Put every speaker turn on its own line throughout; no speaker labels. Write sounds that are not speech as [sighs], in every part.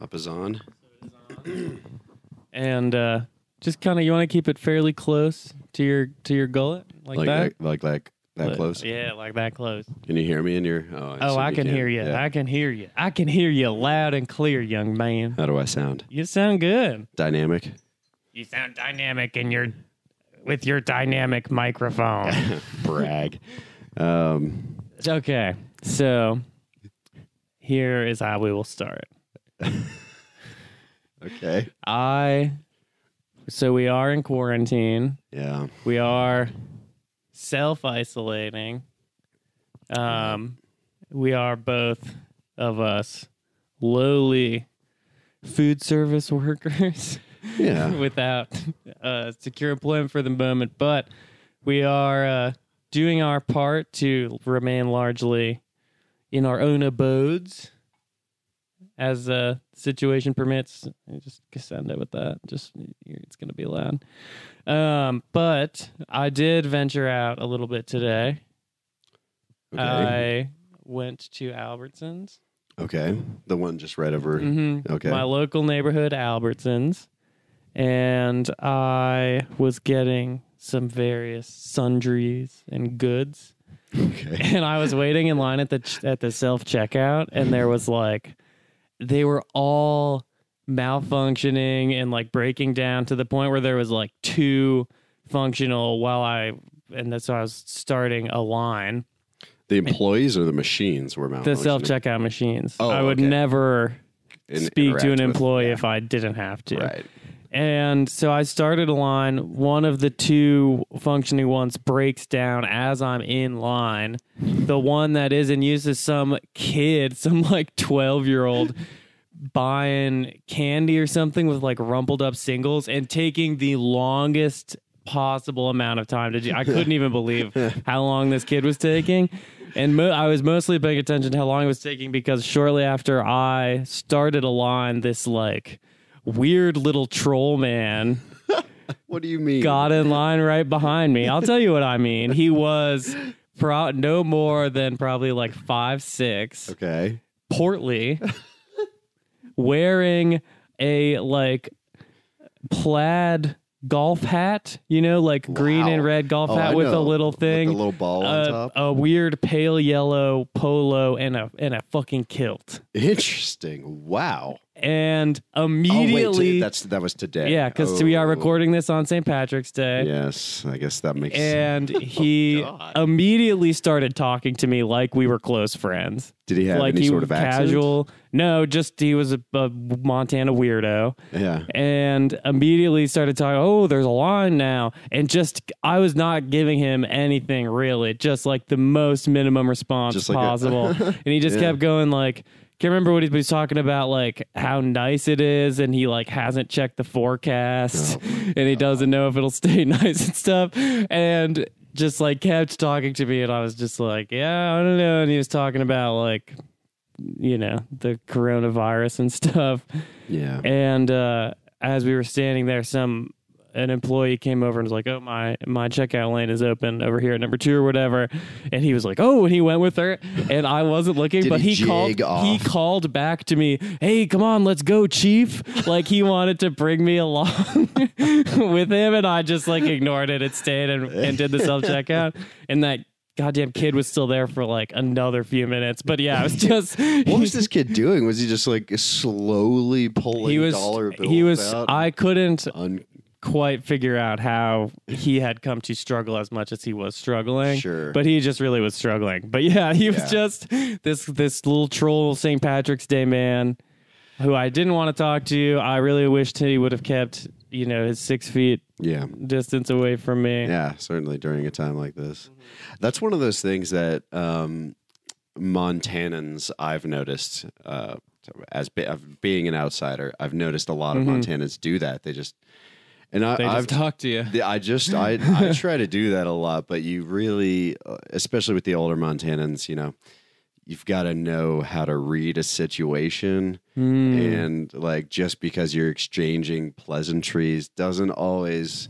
Up is on.
and uh, just kind of you want to keep it fairly close to your to your gullet like,
Like
that.
that, like that, that
Like-
close.
Yeah, like that close.
Can you hear me in your? Oh,
oh,
assume
I can hear you.
Yeah.
I can hear you. I can hear you loud and clear, young man.
How do I sound?
You sound good. [laughs]
Dynamic.
You sound dynamic in your with your dynamic [laughs] microphone.
Brag. Um,
okay. So here is how we will start.
okay.
I so we are in quarantine.
Yeah.
We are self isolating. Um, we are both of us lowly food service [laughs] workers
Yeah.
[laughs] without uh, secure employment for the moment, but we are uh, doing our part to remain largely in our own abodes as the situation permits. I just just end it with that. Just it's going to be loud. Um, but I did venture out a little bit today.
Okay.
I went to Albertsons.
okay. The one just right over.
Mm-hmm
Okay.
my local neighborhood Albertsons, and I was getting some various sundries and goods, [laughs]
okay.
and I was waiting in line at the ch- at the self checkout, and there was like, they were all malfunctioning and like breaking down to the point where there was like two functional while I and that's why I was starting a line
The employees or the machines were malfunctioning.
the self checkout machines.
Oh,
I would
okay.
never
and
speak to
interact
an
with-
employee if I didn't have to.
Right.
And so I started a line. One of the two functioning ones breaks down as I'm in line. The one that is in use is some kid, [laughs] some like 12 year old, buying candy or something with like rumpled up singles and taking the longest possible amount of time to do. I couldn't even believe how long this kid was taking. And mo- I was mostly paying attention to how long it was taking because shortly after I started a line, this like weird little troll man
What do you mean?
got in line right behind me. I'll tell you what I mean. He was pro- no more than probably like five six,
Okay.
portly, wearing a like plaid golf hat. You know, like green
Wow.
and red golf
Oh,
hat
I
with a
know.
little
With the
thing, Uh,
little ball on
a,
top.
a weird pale yellow polo, and a and a fucking kilt.
Interesting. Wow.
And
Oh, wait, t-
immediately,
that's that was today.
yeah, because we are
Oh,
recording this on St. Patrick's Day.
Yes, I guess that [laughs] makes. sense.
and he
Oh, God.
immediately started talking to me like we were close friends.
Did he have
like
any
he
sort
was
of accent?
casual. No, just he was a, a Montana weirdo
Yeah.
and immediately started talking, "Oh, there's a line now." And just I was not giving him anything really, just like the most minimum response
Just like a- [laughs]
possible. and he just
Yeah.
kept going like can't remember what he was talking about, like how nice it is, and he like hasn't checked the forecast,
Oh
and he doesn't know if it'll stay [laughs] nice and stuff, and just like kept talking to me, and I was just like, yeah, I don't know, and he was talking about like, you know, the coronavirus and stuff,
Yeah.
and uh, as we were standing there, some an employee came over and was like, "Oh my, my checkout lane is open over here at number two or whatever," and he was like, "Oh," and he went with her, and I wasn't looking,
Did
but he,
he
called
jig off?
he called back to me, "Hey, come on, let's go, chief!" like he wanted to bring me along [laughs] with him, and I just like ignored it and stayed and, and did the self checkout, and that. Goddamn kid was still there for like another few minutes, but yeah, it was just
What was this kid doing? Was he just like slowly pulling
he was
dollar bills
he was uh,
out?
I couldn't
Un-
quite figure out how he had come to struggle as much as he was struggling.
Sure.
But he just really was struggling. But yeah, he was
Yeah.
just this this little troll St. Patrick's Day man who I didn't want to talk to. I really wished he would have kept, you know, his six feet
yeah.
distance away from me.
Yeah, certainly during a time like this. That's one of those things that um, Montanans I've noticed uh, as be- of being an outsider, I've noticed a lot of Montanans do that. They just and I,
Mm-hmm. They just
I've
talked to you.
the- I just I, I try to do that a lot, but you really, uh, especially with the older Montanans, you know, you've got to know how to read a situation,
Hmm. Mm.
and like just because you're exchanging pleasantries doesn't always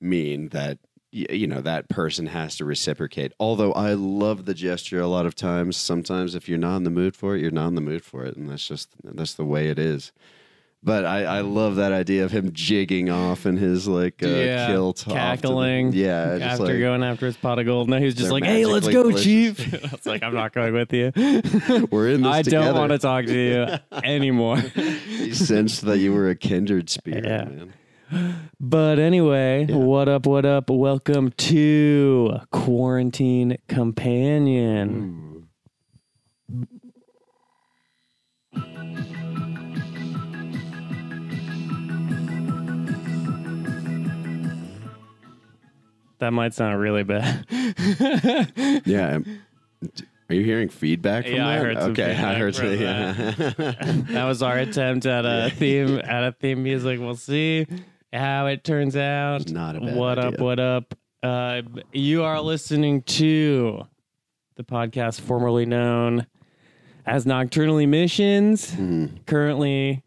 mean that y- you know that person has to reciprocate although i love the gesture a lot of times sometimes if you're not in the mood for it you're not in the mood for it and that's just that's the way it is but i i love that idea of him jigging off in his like uh,
Yeah,
kilt off to the-
cackling
yeah just
After
like,
going after his pot of gold, no, he was just
They're
like, "Hey, let's go,
magically
Chief." [laughs] I was like, "I'm not going with you.
we're in this
I
together.
don't
[laughs]
want to talk to you anymore."
he sensed that you were a kindred spirit
[laughs] Yeah.
man
But anyway,
Yeah.
what up? What up? Welcome to Quarantine Companion. That might sound really bad.
yeah um, d- are you hearing feedback from
Yeah, I
that?
heard some
okay i
feedback
heard
from
yeah.
that was our attempt at a theme at a theme music. We'll see how it turns out.
It's not a bad
what up?
idea.
What up? Uh, you are listening to the podcast formerly known as Nocturnal Emissions,
Mhm.
currently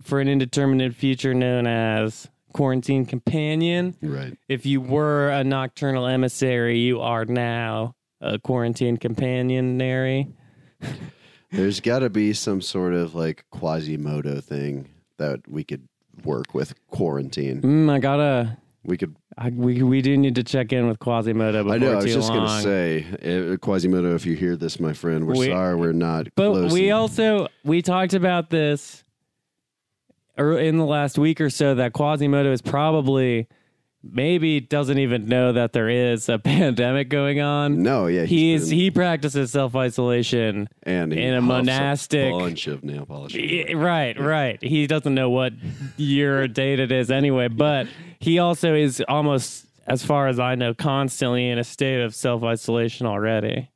for an indeterminate future known as Quarantine Companion.
right
If you were a nocturnal emissary, you are now a quarantine companionary.
There's got to be some sort of like Quasimodo thing that we could work with quarantine.
Mm, I gotta
We could.
I, we we do need to check in with Quasimodo before
I know. I was
too
just
long.
gonna say, eh, Quasimodo, if you hear this, my friend, we're
We-
sorry we're not.
but
close
we
and-
also we talked about this ear- in the last week or so that Quasimodo is probably maybe doesn't even know that there is a [laughs] pandemic going on.
No, yeah,
He's
been-
he practices self isolation.
and he
in a
huffs
monastic-
bunch of nail polish.
Right, right. He doesn't know what year or date it is anyway, but he also is almost, as far as I know, constantly in a state of self isolation already.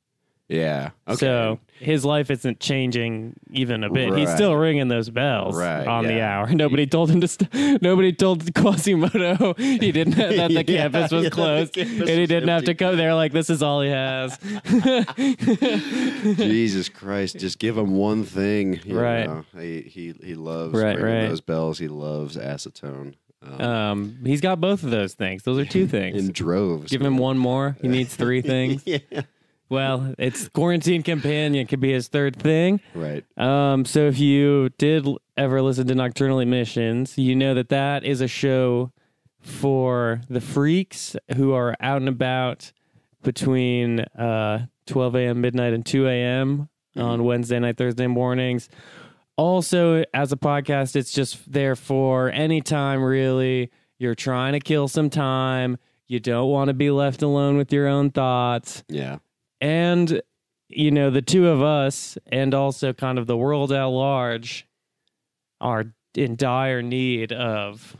Yeah. Okay.
So his life isn't changing even a bit. He's
Right.
still ringing those bells
Right,
on the
yeah.
hour. [laughs] Nobody told him to. St- nobody told Quasimodo [laughs] he didn't
[laughs]
have, that the
Yeah,
campus was
yeah, the
closed
campus
and he
was
didn't have to
empty.
come there. Like this is all
[laughs]
he has. [laughs]
Jesus Christ, just give him one thing. you
Right.
know. He he he loves
Right,
ringing
right.
those bells. He loves acetone. Um,
um, he's got both of those things. Those are two things.
in droves.
Give him
man.
one more. He needs three things.
[laughs] yeah.
Well, it's quarantine companion could be his third thing.
Right.
Um, so if you did l- ever listen to Nocturnal Emissions, you know that that is a show for the freaks who are out and about between uh, 12 a.m. midnight and 2 a.m. on Wednesday night, Thursday mornings. Also, as a podcast, it's just there for any time really. You're trying to kill some time. You don't want to be left alone with your own thoughts
Yeah.
and you know the two of us and also kind of the world at large are in dire need of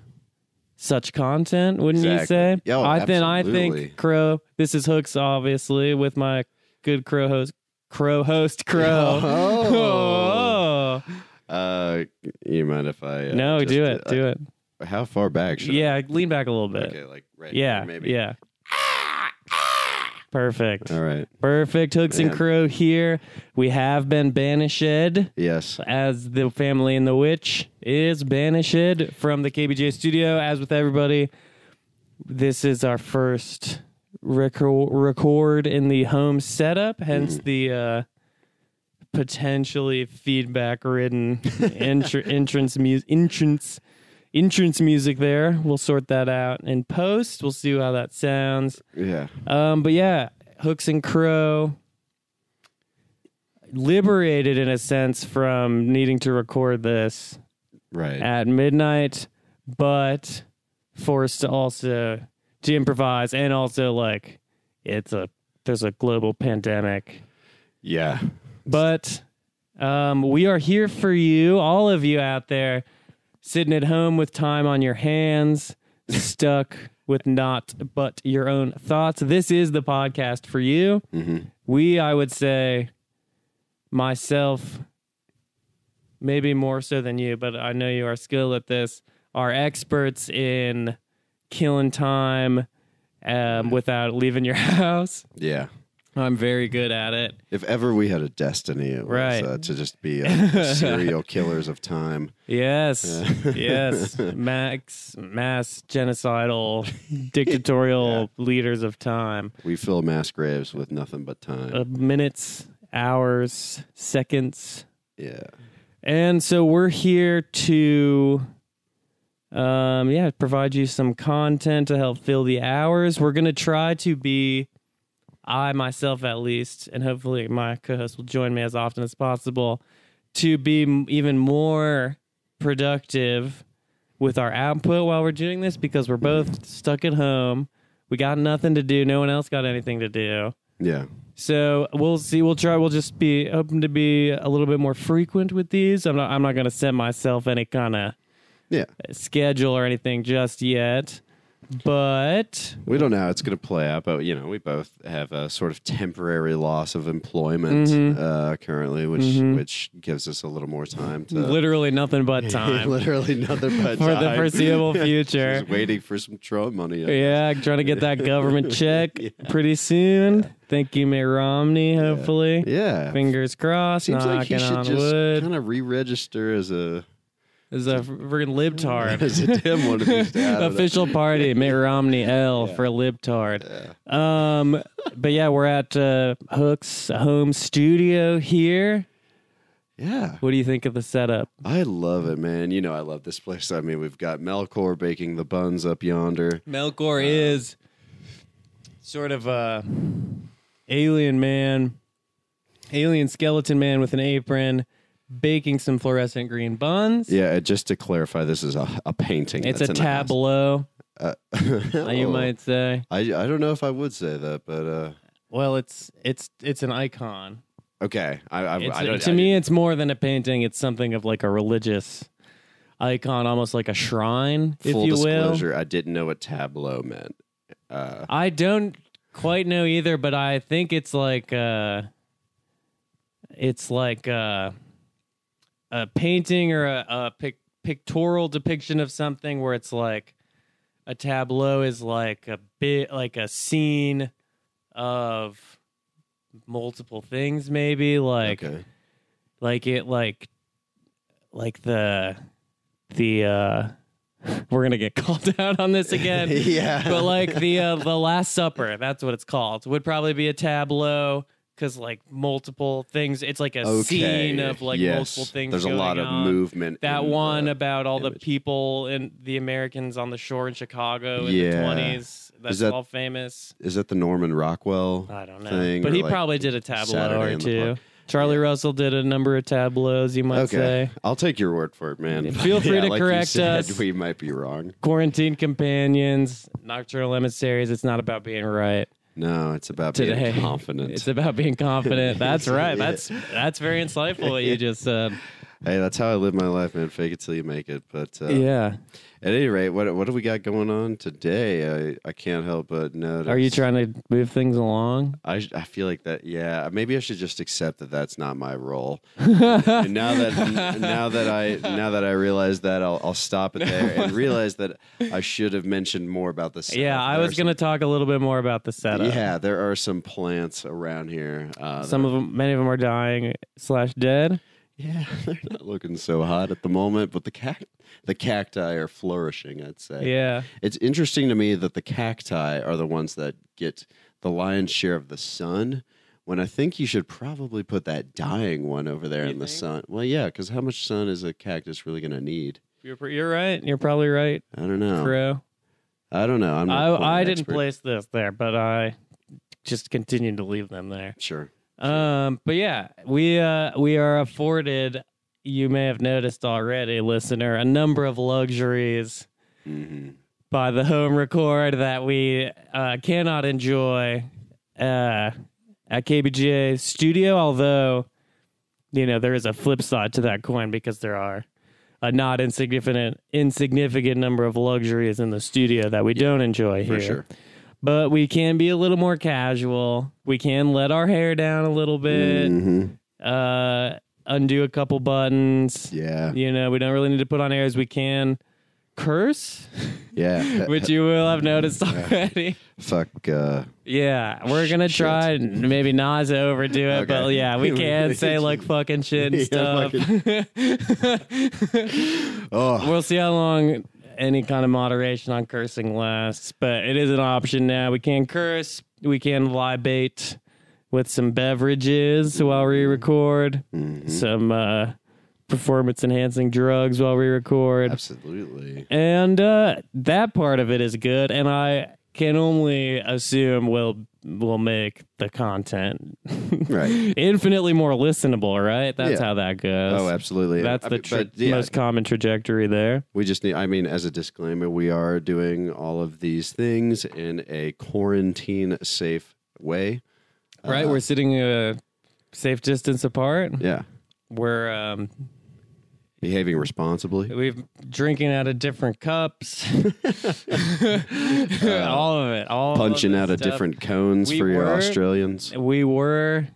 such content wouldn't you
Exactly.
say
Yeah, oh,
i think i
absolutely.
think crow this is hooks obviously with my good crow host crow host crow [laughs]
Oh. Uh, you mind if I? Uh,
no
just,
do it
uh,
do it
How far back? Should I-
yeah lean back a little bit
Okay, like right.
yeah
here, maybe. Ah,
yeah perfect
All right.
perfect hooks and
Man.
crow here we have been banished
Yes.
as the family and the witch is banished from the KBJ studio. As with everybody, this is our first record record in the home setup, hence the uh, potentially feedback ridden entr- [laughs] entrance music entrance entrance music there. We'll sort that out in post. We'll see how that sounds.
Yeah.
Um, but yeah, Hooks and Crow liberated in a sense from needing to record this
Right.
at midnight, but forced to also to improvise and also like it's a there's a global pandemic.
yeah.
But um, we are here for you, all of you out there sitting at home with time on your hands, stuck with not but your own thoughts. This is the podcast for you.
hmm
We, I would say, myself, maybe more so than you, but I know you are skilled at this, are experts in killing time um, without leaving your [laughs] house
Yeah.
I'm very good at it.
If ever we had a destiny, it was
Right.
uh, to just be
[laughs]
uh, serial killers of time.
Yes, [laughs] yes, max mass genocidal dictatorial leaders of time.
We fill mass graves with nothing but time.
Uh, minutes, hours, seconds.
yeah.
And so we're here to um yeah, provide you some content to help fill the hours. We're going to try to be I myself at least and hopefully my co-host will join me as often as possible to be m- even more productive with our output while we're doing this because we're both stuck at home. We got nothing to do. No one else got anything to do.
Yeah.
So we'll see. We'll try. We'll just be hoping to be a little bit more frequent with these. I'm not. I'm not going to set myself any kind of
Yeah.
schedule or anything just yet. But
We don't know how it's going to play out, but you know, we both have a sort of temporary loss of employment
Mm-hmm.
uh, currently, which which gives us a little more time to [laughs]
literally nothing but time
literally nothing but
[laughs] for the
time.
foreseeable
[laughs]
future.
Just waiting for some Trump money.
Yeah, trying to get
[laughs]
that government check pretty soon. Thank you, Mitt Romney. Hopefully,
Yeah.
fingers crossed.
Seems
knocking
like he should
on
just
wood.
kind of re-register as a
Is a freaking libtard.
as a damn one of these days. I don't know.
official
[laughs]
party Mitt Romney L for libtard. Um, but yeah, we're at uh, Hook's home studio here.
Yeah,
What do you think of the setup?
I love it, man. You know, I love this place. I mean, we've got Melkor baking the buns up yonder.
Melkor is sort of a alien man, alien skeleton man with an apron, baking some fluorescent green buns.
Yeah, and just to clarify, this is a, a painting.
It's
that's
a
in the house.
tableau,
[laughs] Uh,
you
oh.
might say.
I I don't know if I would say that, but uh,
Well, it's it's it's an icon.
okay. I I,
It's-
I don't.
to
I-
me, it's more than a painting. It's something of like a religious icon, almost like a shrine,
full
if you
disclosure, I didn't know what tableau meant. Uh,
will. I don't quite know either, but I think it's like uh it's like uh a painting or a, a pic- pictorial depiction of something where it's like a tableau is like a bit like a scene of multiple things, maybe like
okay.
like it like like the the uh [laughs] we're gonna get [laughs] called out on this again
[laughs] yeah.
but like the uh, the last supper that's what it's called would probably be a tableau because like multiple things it's like a scene of like
yes.
multiple things
There's a
going
lot
on.
of movement.
that
in uh,
one
the-
about all the
image.
people and the americans on the shore in chicago in
Yeah.
the 20s that's
that-
all famous
is that the Norman Rockwell?
i don't know
Thing
but
or,
he
like,
probably did a tableau
Saturday
or
in the
two
Park.
charlie russell did a number of tableaus you might say
Okay, I'll take your word for it, man.
[laughs] Feel
[laughs]
free
Yeah,
to
like you
correct
said,
us.
We might be wrong.
quarantine companions, nocturnal emissaries. It's not about being right
No, it's about
today. [laughs]
being confident.
It's about being confident. That's
[laughs]
right. That's that's very insightful what you just said.
hey, that's how I live my life, man. Fake it till you make it. But uh,
Yeah.
at any rate, what what do we got going on today? I, I can't help but notice.
Are you trying to move things along?
I, sh- I feel like that. Yeah, maybe I should just accept that that's not my
[laughs]
role. and now that n- now that I now that I realize that, I'll, I'll stop it there and realize that I should have mentioned more about the. setup.
Yeah, I
There
was
are
going to talk a little bit more about the
some-
setup.
Yeah, there are some plants around here. Uh,
Some of them, many of them are dying slash dead.
yeah, [laughs] they're not looking so hot at the moment, but the cac- the cacti are flourishing. I'd say.
Yeah.
It's interesting to me that the cacti are the ones that get the lion's share of the sun. When I think you should probably put that dying one over there
You
in the
think?
sun. Well, yeah, because how much sun is a cactus really going to need?
You're, pr- you're right. You're probably right,
I don't know.
bro.
I don't know. I'm not a plant
I, I didn't
expert.
place this there, but I just continued to leave them there.
Sure.
Um, but yeah, we uh we are afforded. You may have noticed already, listener, a number of luxuries
hmm
by the home record that we uh, cannot enjoy uh, at KBGA Studio. Although, you know, there is a flip side to that coin because there are a not insignificant insignificant number of luxuries in the studio that we don't enjoy
For
here
sure.
but we can be a little more casual. We can let our hair down a little bit,
hmm
uh, undo a couple buttons.
Yeah.
You know, we don't really need to put on airs. We can
[laughs]
curse,
Yeah.
[laughs] which you will have noticed already.
Fuck. Uh,
Yeah, we're gonna
Shit.
try and maybe not to overdo it, but
Okay.
yeah, we
[laughs]
can
We
say like fucking shit and
[laughs] Yeah,
stuff. [laughs]
oh,
we'll see how long any kind of moderation on cursing lasts, but it is an option now. We can curse, we can libate with some beverages while we record,
Mm-hmm.
some uh, performance enhancing drugs while we record.
absolutely.
And uh, that part of it is good, and I can only assume will will make the content
Right.
[laughs] infinitely more listenable. Right? That's
Yeah.
how that goes.
Oh, absolutely.
That's
I
the
mean,
tra-
but, yeah,
most common trajectory there.
We just need, I mean, as a disclaimer, we are doing all of these things in a quarantine safe way.
Right?
Uh-huh.
We're sitting a safe distance apart.
Yeah.
We're um,
Behaving responsibly.
we've drinking out of different
[laughs]
cups. all of it. All
Uh-huh. Punching
of
out
the
of
stuff.
different cones
We
for your
were-
Australians.
We were.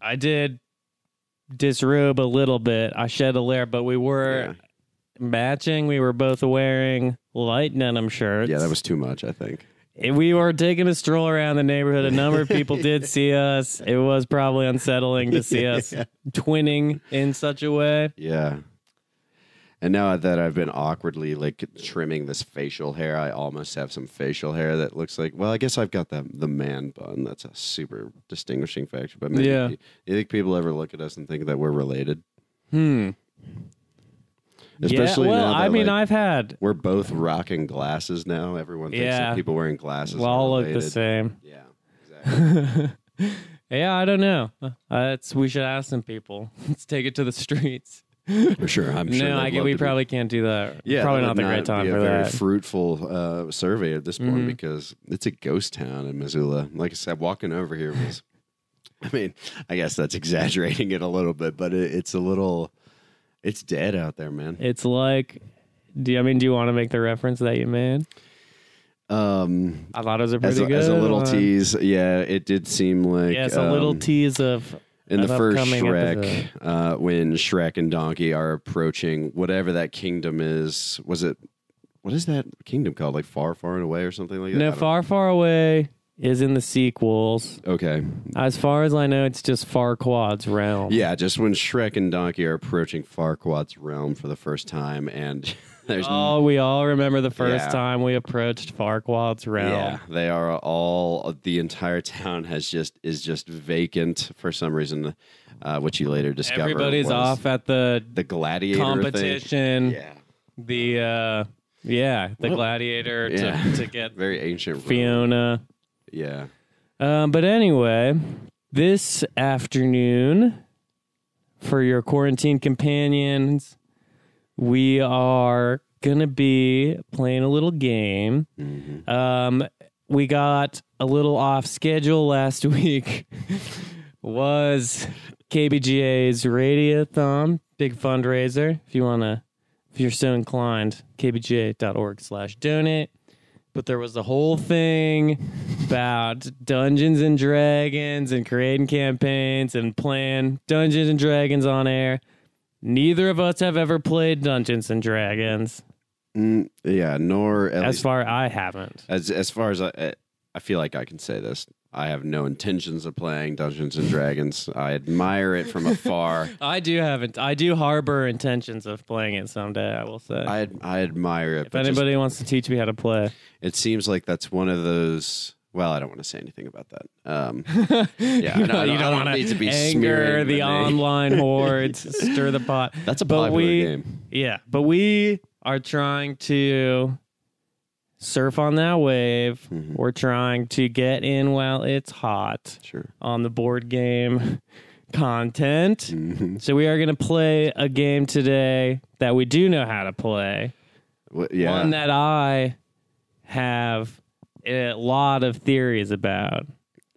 I did disrobe a little bit. I shed a layer, but we were matching. We were both wearing light denim shirts.
Yeah, that was too much, I think.
And We were taking a stroll around the neighborhood. A number of people
[laughs]
did see us. It was probably unsettling to see us twinning in such a way.
Yeah. And now that I've been awkwardly like trimming this facial hair, I almost have some facial hair that looks like. Well, I guess I've got the the man bun. That's a super distinguishing factor. But maybe
Yeah.
you think people ever look at us and think that we're related?
Hmm.
Especially
yeah. Well,
now that,
I mean,
like,
I've had.
we're both rocking glasses now. Everyone thinks
Yeah.
that people wearing glasses.
Well,
are
all look the
related.
same.
Yeah,
[laughs]
exactly.
Yeah, I don't know. Uh, it's, we should ask some people. [laughs] Let's take it to the streets.
I'm sure. I'm sure.
no,
they'd
I get,
love
we
to be-
probably can't do that.
Yeah,
probably
that
not
would
the great time
be a
for
very
that. Mm-hmm.
Fruitful uh, survey at this point because it's a ghost town in Missoula. Like I said, walking over here was. I mean, I guess that's exaggerating it a little bit, but it, it's a little, it's dead out there, man.
it's like, do you, I mean, do you want to make the reference that you made?
Um,
I thought it was a pretty
as a,
good
as a little
one.
tease, yeah, it did seem like
Yeah, it's a little
um,
tease of
in the
an
first
upcoming
Shrek,
episode.
uh, when Shrek and Donkey are approaching whatever that kingdom is. Was it? What is that kingdom called? Like far, far and away, or something like that. I
No,
don't-
Far Far Away is in the sequels.
Okay,
As far as I know, it's just Far Quad's realm.
Yeah, just when Shrek and Donkey are approaching Farquaad's realm for the first time, and [laughs] there's
Oh, we all remember the first
Yeah.
time we approached Farquaad's realm.
yeah, they are all the entire town has just is just vacant for some reason, uh, which you later discover
Everybody's
was
off at the
the gladiator Thing.
competition.
Yeah,
The uh, yeah, the
Well,
gladiator
yeah.
to, to get
very ancient. Rome.
Fiona.
Yeah,
Um, but anyway, this afternoon, for your quarantine companions, we are gonna be playing a little game. Um, we got a little off schedule last [laughs] week. was KBGA's Radiothon, big fundraiser. If you wanna, if you're so inclined, kbga.org/donate but there was the whole thing about Dungeons and Dragons and creating campaigns and playing Dungeons and Dragons on air. Neither of us have ever played Dungeons and Dragons.
Mm, yeah. Nor at
As
least,
far I haven't.
as as far as I, I feel like I can say this. I have no intentions of playing Dungeons and Dragons. I admire it from
[laughs]
afar.
I do haven't. I do harbor intentions of playing it someday. I will say.
I ad- I admire it.
if
but just
anybody wants to teach me how to play, [laughs]
it seems like that's one of those. Well, I don't want to say anything about that.
[laughs]
Um, [laughs] yeah, I don't, I don't- I don't
wanna
need to be
anger
smearing
the
name. [laughs]
online hordes, stir the pot.
That's a
But
popular
we-
game.
Yeah, but we are trying to surf on that wave.
Mhm.
We're trying to get in while it's hot
Sure.
on the board game [laughs] content.
Mhm.
So we are going to play a game today that we do know how to play.
Well, yeah.
One that I have a lot of theories about,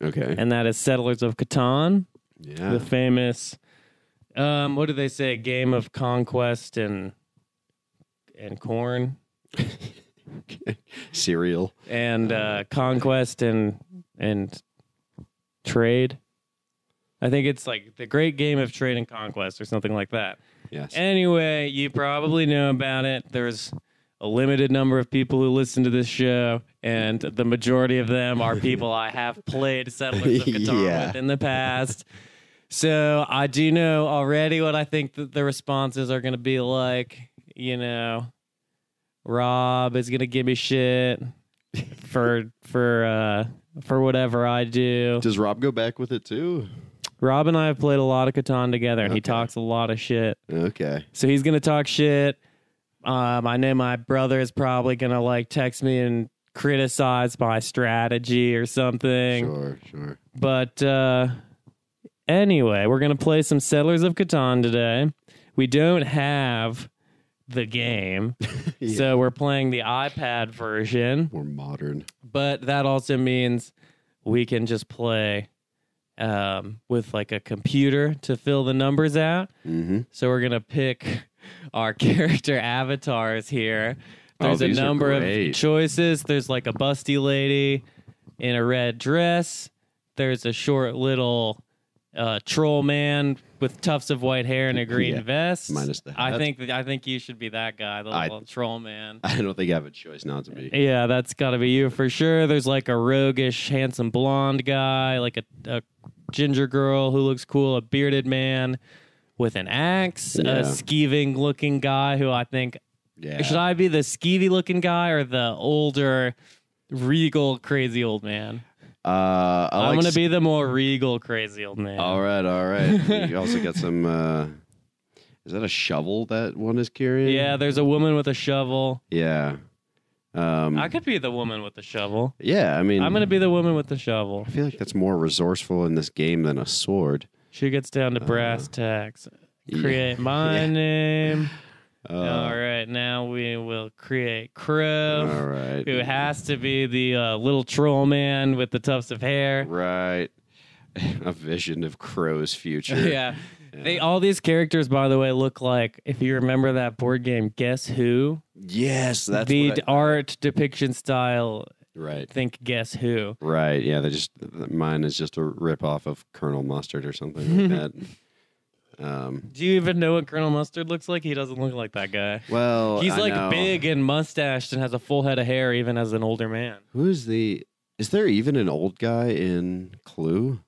okay.
and that is Settlers of Catan,
yeah.
the famous um what do they say, game of conquest and and corn.
Cereal.
and uh, conquest and and trade. I think it's like the Great Game of Trade and Conquest or something like that.
Yes.
Anyway, you probably know about it. There's a limited number of people who listen to this show, and the majority of
[laughs]
them are people I have played Settlers of Catan
Yeah.
with in the past. So I do know already what I think that the responses are going to be like. You know, Rob is going to give me shit for for uh for whatever I do.
Does Rob go back with it too?
Rob and I have played a lot of Catan together, and he
Okay.
talks a lot of shit.
Okay.
So he's gonna talk shit. Um, I know my brother is probably gonna like text me and criticize my strategy or something.
Sure, sure.
But uh, anyway, we're gonna play some Settlers of Catan today. We don't have the game,
[laughs] Yeah.
so we're playing the iPad version.
More modern.
But that also means we can just play um, with like a computer to fill the numbers out.
Mm-hmm.
So we're gonna pick our [laughs] character avatars here.
Oh,
There's a
these are
number of
great.
choices. There's like a busty lady in a red dress. There's a short little uh, troll man with tufts of white hair and a green
Yeah,
vest.
minus the
I
hat.
think I think you should be that guy, the
I-
little troll man.
[laughs] I don't think I have a choice not to be.
Yeah, that's got to be you for sure. There's like a roguish, handsome blonde guy, like a, a ginger girl who looks cool, a bearded man with an axe,
Yeah.
a skeeving looking guy who I think.
Yeah.
Should I be the skeevy looking guy or the older, regal, crazy old man?
Uh, I
I'm
like
going to
s- Oh.
be the more regal, crazy old
[laughs]
man.
All right, all
[laughs]
right. you also got some. Uh, is that a shovel that one is carrying?
Yeah, there's a woman with a shovel.
Yeah. Um,
I could be the woman with the shovel.
yeah, I mean,
I'm going to be the woman with the shovel.
I feel like that's more resourceful in this game than a sword.
She gets down to brass tacks. Create
[laughs]
my
Yeah.
name.
Uh,
All right, now we will create Crow,
Oh, all right.
who has to be the uh, little troll man with the tufts of hair. [laughs]
Right. [laughs] A vision of Crow's future.
yeah. They all these characters, by the way, look like if you remember that board game, Guess Who?
Yes, that's
the
what I-
art depiction style,
right.
think Guess Who.
Right. Yeah, they just mine is just a rip off of Colonel Mustard or
[laughs]
something like that. Um,
Do you even know what Colonel Mustard looks like? He doesn't look like that guy.
well,
He's
I
like
know.
big and mustached and has a full head of hair, even as an older man.
Who's the? Is there even an old guy in Clue?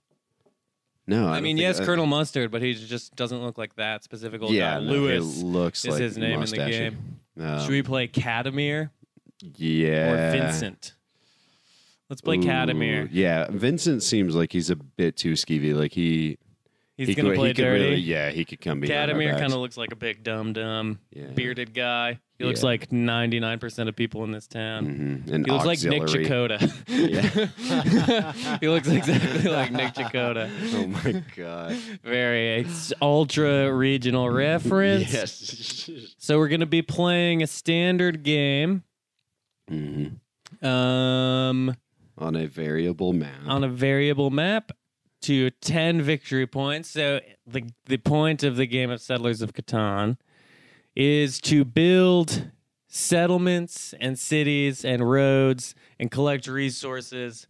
No, I,
I,
don't
mean,
think-
yes,
I-
Colonel Mustard, but he just doesn't look like that specific old
Yeah,
guy.
no, he
Lewis.
looks
is
like
his name in the
mustachey.
game.
Um,
Should we play Cadamir
yeah,
or Vincent? Let's play
Ooh,
Cadamir.
Yeah, Vincent seems like he's a bit too skeevy. Like he,
He's
he
gonna
could,
play
he could
dirty.
really- yeah, he could come. behind our
Cadamir
backs.
kind of looks like a big dumb dumb
Yeah.
bearded guy. He looks
Yeah.
like ninety nine percent of people in this town.
Mhm, an
He looks like Nick
auxiliary. [laughs]
Chakota. [laughs] he looks exactly like Nick Chakota.
[laughs] Oh my god!
Very it's ultra regional reference.
yes.
So we're gonna be playing a standard game.
hmm
Um,
On a variable map.
on a variable map to 10 victory points. So the the point of the game of Settlers of Catan is to build settlements and cities and roads and collect resources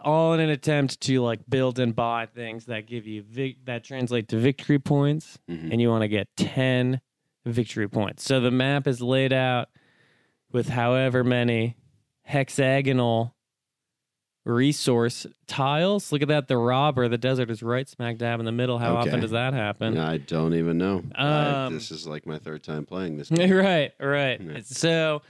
all in an attempt to like build and buy things that give you vic- that translate to victory points
Mhm.
and you want to get 10 victory points. So the map is laid out with however many hexagonal resource tiles. Look at that. The robber, the desert is right smack dab in the middle. How
Okay.
often does that happen?
I don't even know. I-
Um,
this is like my third time playing
[laughs]
this. game.
right, right.
Yeah.
So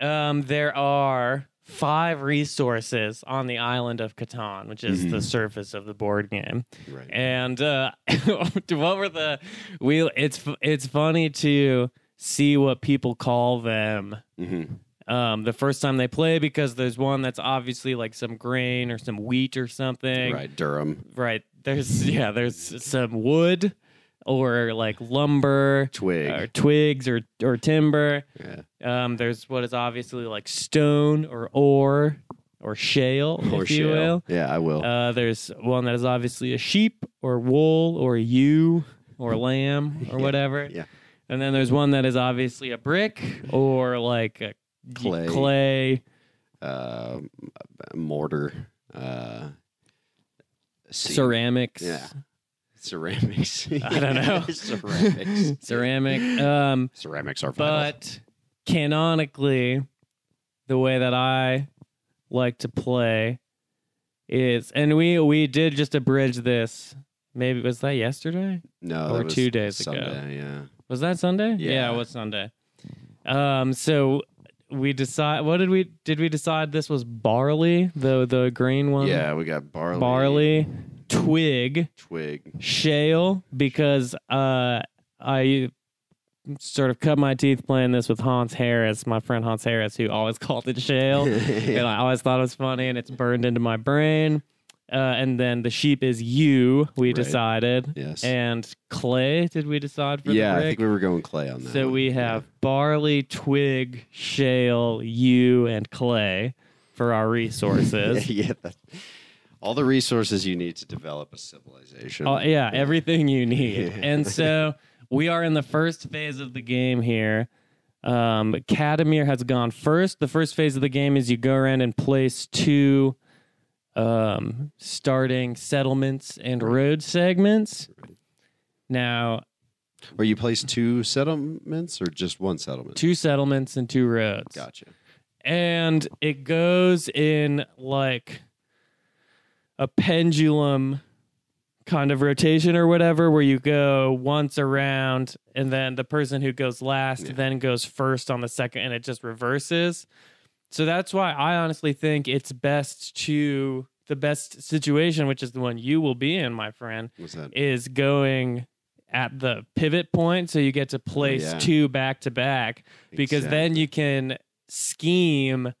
um, there are five resources on the island of Catan, which is
Mhm.
the surface of the board game.
Right.
And uh, [laughs] what were the we? It's fu- it's funny to see what people call them
Mhm.
um, the first time they play because there's one that's obviously like some grain or some wheat or something.
Right. Durham.
Right. There's yeah. There's some wood or like lumber
Twig.
or twigs or or timber.
yeah.
Um, there's what is obviously like stone or ore or shale,
Or
if you
shale.
will.
Yeah, I will.
Uh, there's one that is obviously a sheep or wool or ewe
[laughs]
or lamb or whatever.
yeah.
And then there's one that is obviously a brick or like a
Clay.
clay.
uh, mortar. Uh, ce-
ceramics.
Yeah. ceramics.
[laughs] I don't know.
[laughs] ceramics.
[laughs] Ceramic. Um,
ceramics are vital.
but canonically, the way that I like to play is, and we we did just abridge this. Maybe was that yesterday?
No,
Or
that was
two days ago.
Sunday, Yeah.
Was that Sunday?
Yeah.
it was Sunday. Um, so we decide. What did we did we decide? This was barley, the the green one.
yeah, we got barley,
barley, twig, [laughs]
twig.
shale because uh I sort of cut my teeth playing this with Hans Harris, my friend Hans Harris, who always [laughs] called it
[laughs]
shale, and I always thought it was funny, and it's burned into my brain. Uh, and then the sheep is you. We
Right.
decided,
Yes.
and clay. Did we decide for
yeah,
the
I
brick?
think we were going clay on that.
So
one.
we have barley, twig, shale, you, and clay for our resources.
[laughs] [laughs] yeah, that, all the resources you need to develop a civilization.
Oh, yeah, everything
[laughs]
you need. And so we are in the first phase of the game here. Um, Katamir has gone first. The first phase of the game is you go around and place two um, starting settlements and road segments. Now,
Or you place two settlements or just one settlement?
two settlements and two roads.
Gotcha.
and it goes in like a pendulum kind of rotation or whatever where you go once around and then the person who goes last
Yeah.
then goes first on the second and it just reverses so that's why i honestly think it's best to the best situation which is the one you will be in my friend
What's that?
is going at the pivot point so you get to place
Oh, yeah.
two back to back because then you can scheme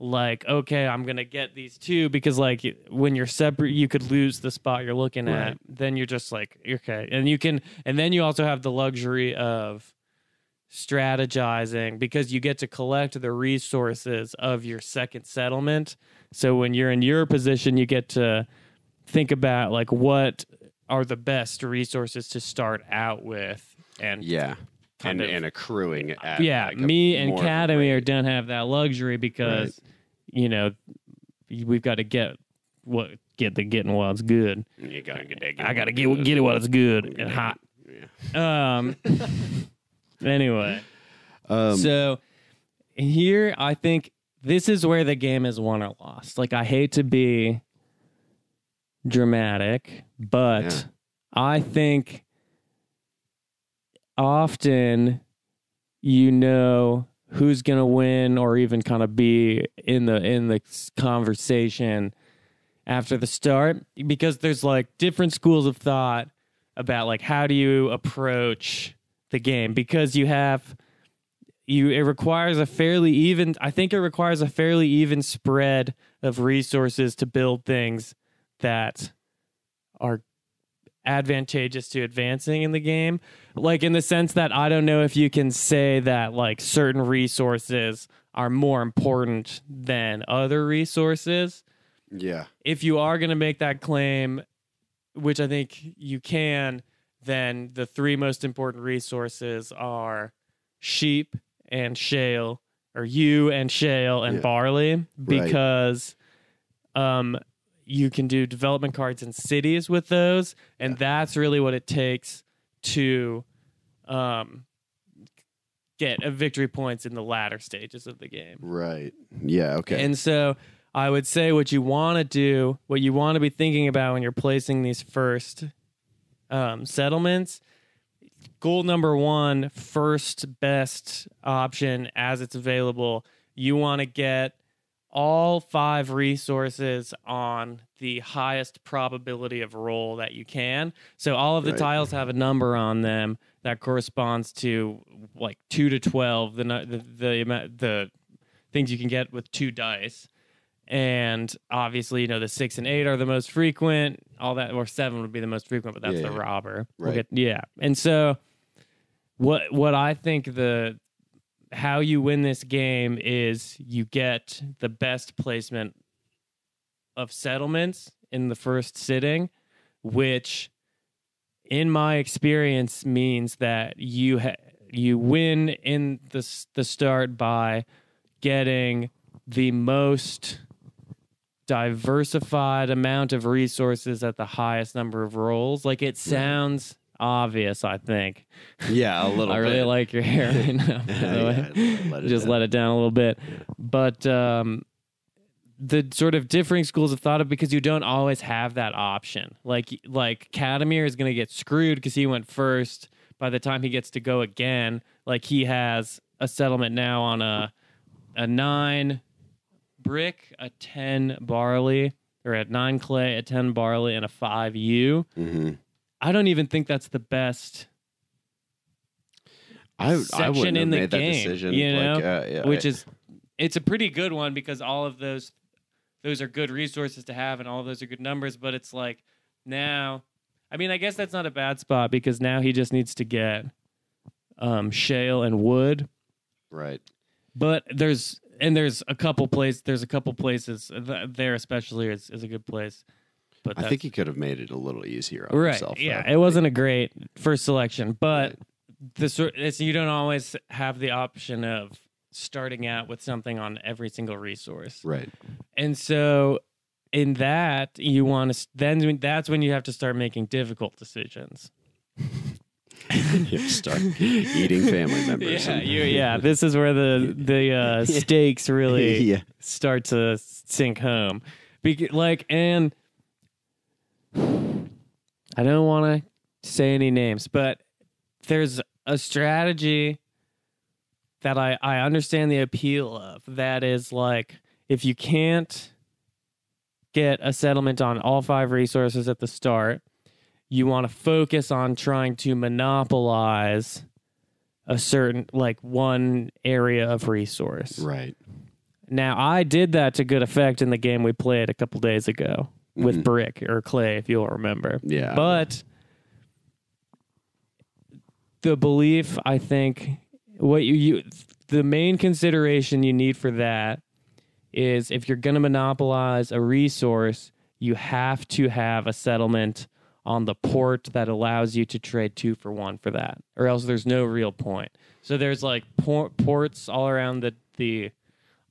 like okay i'm gonna get these two because like you- when you're separate you could lose the spot you're looking at
Right.
then you're just like okay and you can and then you also have the luxury of strategizing because you get to collect the resources of your second settlement so when you're in your position you get to think about like what are the best resources to start out with and
yeah, and,
kind of-
and accruing. At
yeah,
like a
me and
more of a
Academy
rate.
are don't have that luxury because you know we've got to get what get the getting while it's good.
You gotta get that.
I got to get get it while it's good and hot.
[laughs]
Um. anyway,
Um,
so here I think this is where the game is won or lost. Like I hate to be dramatic, but
Yeah.
I think often you know who's going to win or even kind of be in the in the s- conversation after the start because there's like different schools of thought about like how do you approach the game because you have you it requires a fairly even I think it requires a fairly even spread of resources to build things that are advantageous to advancing in the game like in the sense that I don't know if you can say that like certain resources are more important than other resources
yeah,
if you are going to make that claim, which I think you can, then the three most important resources are sheep and shale, or you and shale and
Yeah.
barley, because um, you can do development cards in cities with those, and that's really what it takes to um, get a victory points in the latter stages of the game.
right. Yeah, okay.
And so I would say what you want to do, what you want to be thinking about when you're placing these first um, settlements, goal number one, first best option as it's available, you want to get all five resources on the highest probability of roll that you can. So all of the
Right.
tiles have a number on them that corresponds to like 2 to 12 the nu- the the, amount- the things you can get with two dice. And obviously, you know, the six and eight are the most frequent. All that, or seven would be the most frequent, but that's
Yeah,
the
yeah.
robber.
Right.
yeah. And so, what what I think the how you win this game is you get the best placement of settlements in the first sitting, which, in my experience, means that you ha- you win in the s- the start by getting the most diversified amount of resources at the highest number of rolls. Like it sounds obvious, I think.
Yeah, a little.
I really
bit.
like your hair right now. by
Yeah,
the way.
[laughs] yeah, let it
Just
down.
let it down a little bit. But um, the sort of differing schools of thought of because you don't always have that option. Like like Kadamir is going to get screwed because he went first. By the time he gets to go again, like he has a settlement now on a a nine brick, a ten barley, or at nine clay, a ten barley, and a five U.
Mhm.
I don't even think that's the best
I, I
section
wouldn't
in
have
the
made
game,
that decision.
you
like,
know,
uh, yeah,
which
I-
is it's a pretty good one because all of those those are good resources to have and all of those are good numbers but it's like now i mean i guess that's not a bad spot because now he just needs to get um shale and wood
right.
but there's and there's a couple places there's a couple places th- there especially is, is a good place but
I
that's-
think he could have made it a little easier on
right
himself.
yeah
though.
it wasn't a great first selection but
Right.
the sort it's, you don't always have the option of starting out with something on every single resource [laughs]
right. [laughs]
and so in that you want to then that's when you have to start making difficult decisions
You have to start eating
[laughs]
family members.
yeah
and- [laughs]
you, yeah this is where the the uh, stakes really
yeah.
start to sink home Bec- like and [sighs] i don't want to say any names but there's a strategy that I, I understand the appeal of that is like if you can't get a settlement on all five resources at the start you want to focus on trying to monopolize a certain like one area of resource
Right.
now I did that to good effect in the game we played a couple days ago with
Mhm.
brick or clay, if you'll remember.
Yeah.
But the belief, I think, what you, you the main consideration you need for that is if you're going to monopolize a resource, you have to have a settlement on the port that allows you to trade two for one for that, or else there's no real point. So there's like por- ports all around the the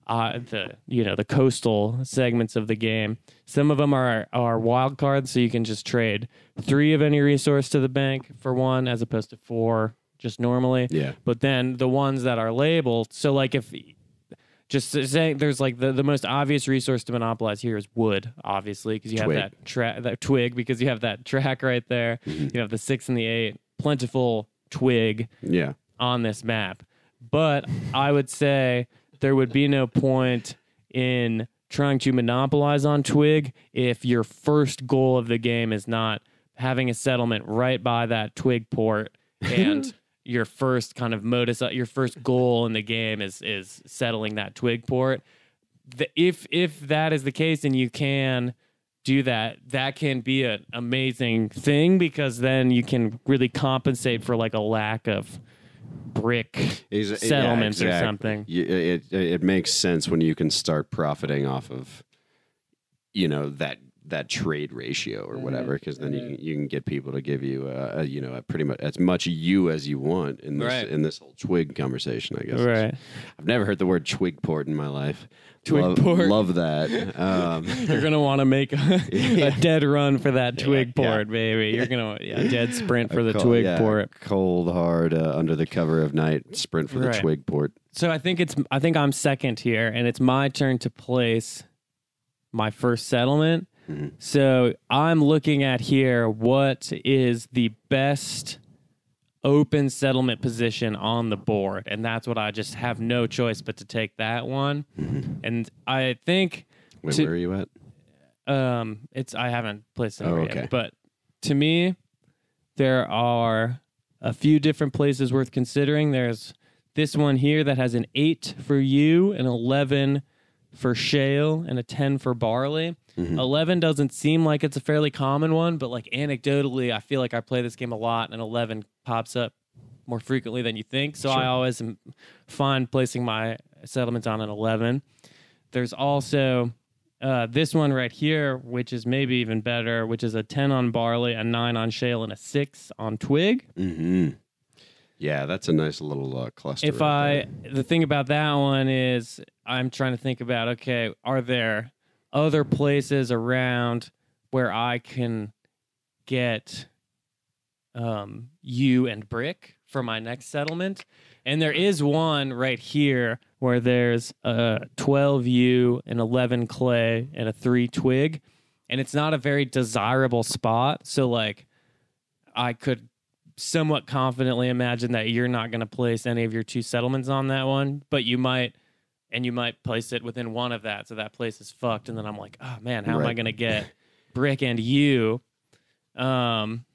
uh, the you know the coastal segments of the game. Some of them are are wild cards, so you can just trade three of any resource to the bank for one, as opposed to four just normally.
yeah.
But then the ones that are labeled, so like if just saying there's like the, the most obvious resource to monopolize here is wood, obviously, because you
Twig.
have that track that twig because you have that [laughs] track right there.
Mm-hmm.
You have the six and the eight, plentiful twig
Yeah.
on this map. But I would say there would be no point in trying to monopolize on Twig if your first goal of the game is not having a settlement right by that Twig port and your first kind of modus your first goal in the game is is settling that Twig port. The, if if that is the case and you can do that, that can be an amazing thing because then you can really compensate for like a lack of brick
Ex- yeah,
settlements
exactly.
or something.
Y- It, it it makes sense when you can start profiting off of, you know that that trade ratio
Mm-hmm.
or whatever, because then you can, you can get people to give you uh a, you know a pretty much as much you as you want in this
Right.
in this whole twig conversation. I guess
Right.
I've never heard the word twig port in my life.
Twig
love,
port.
love that.
[laughs]
Um,
[laughs] You're gonna want to make [laughs] a, a dead run for that twig
Yeah.
port, baby. You're gonna [laughs] yeah, dead sprint for the
cold-
twig
yeah,
port.
cold hard uh, under the cover of night sprint for
Right.
the twig port.
So I think it's I think I'm second here, and it's my turn to place my first settlement.
Mhm.
So I'm looking at here what is the best open settlement position on the board, and that's what I just have no choice but to take that one. And I think
Wait,
To-
where are you at?
um, it's I haven't placed it
Oh, okay.
yet, but to me, there are a few different places worth considering. There's this one here that has an eight for you, an eleven for shale, and a ten for barley.
Mm-hmm.
Eleven doesn't seem like it's a fairly common one, but like anecdotally, I feel like I play this game a lot, and eleven pops up more frequently than you think. So I always am fine placing my settlements on an eleven. There's also uh, this one right here, which is maybe even better, which is a 10 on barley, a 9 on shale, and a 6 on twig.
hmm Yeah, that's a nice little uh, cluster.
If
right
I,
there.
the thing about that one is, I'm trying to think about okay, are there other places around where I can get um, you and brick for my next settlement. And there is one right here where there's a 12 U and 11 clay and a three twig. And it's not a very desirable spot. So, like, I could somewhat confidently imagine that you're not going to place any of your two settlements on that one, but you might, and you might place it within one of that. So that place is fucked. And then I'm like, oh man, how am I
Right.
going to get Brick and you? Um,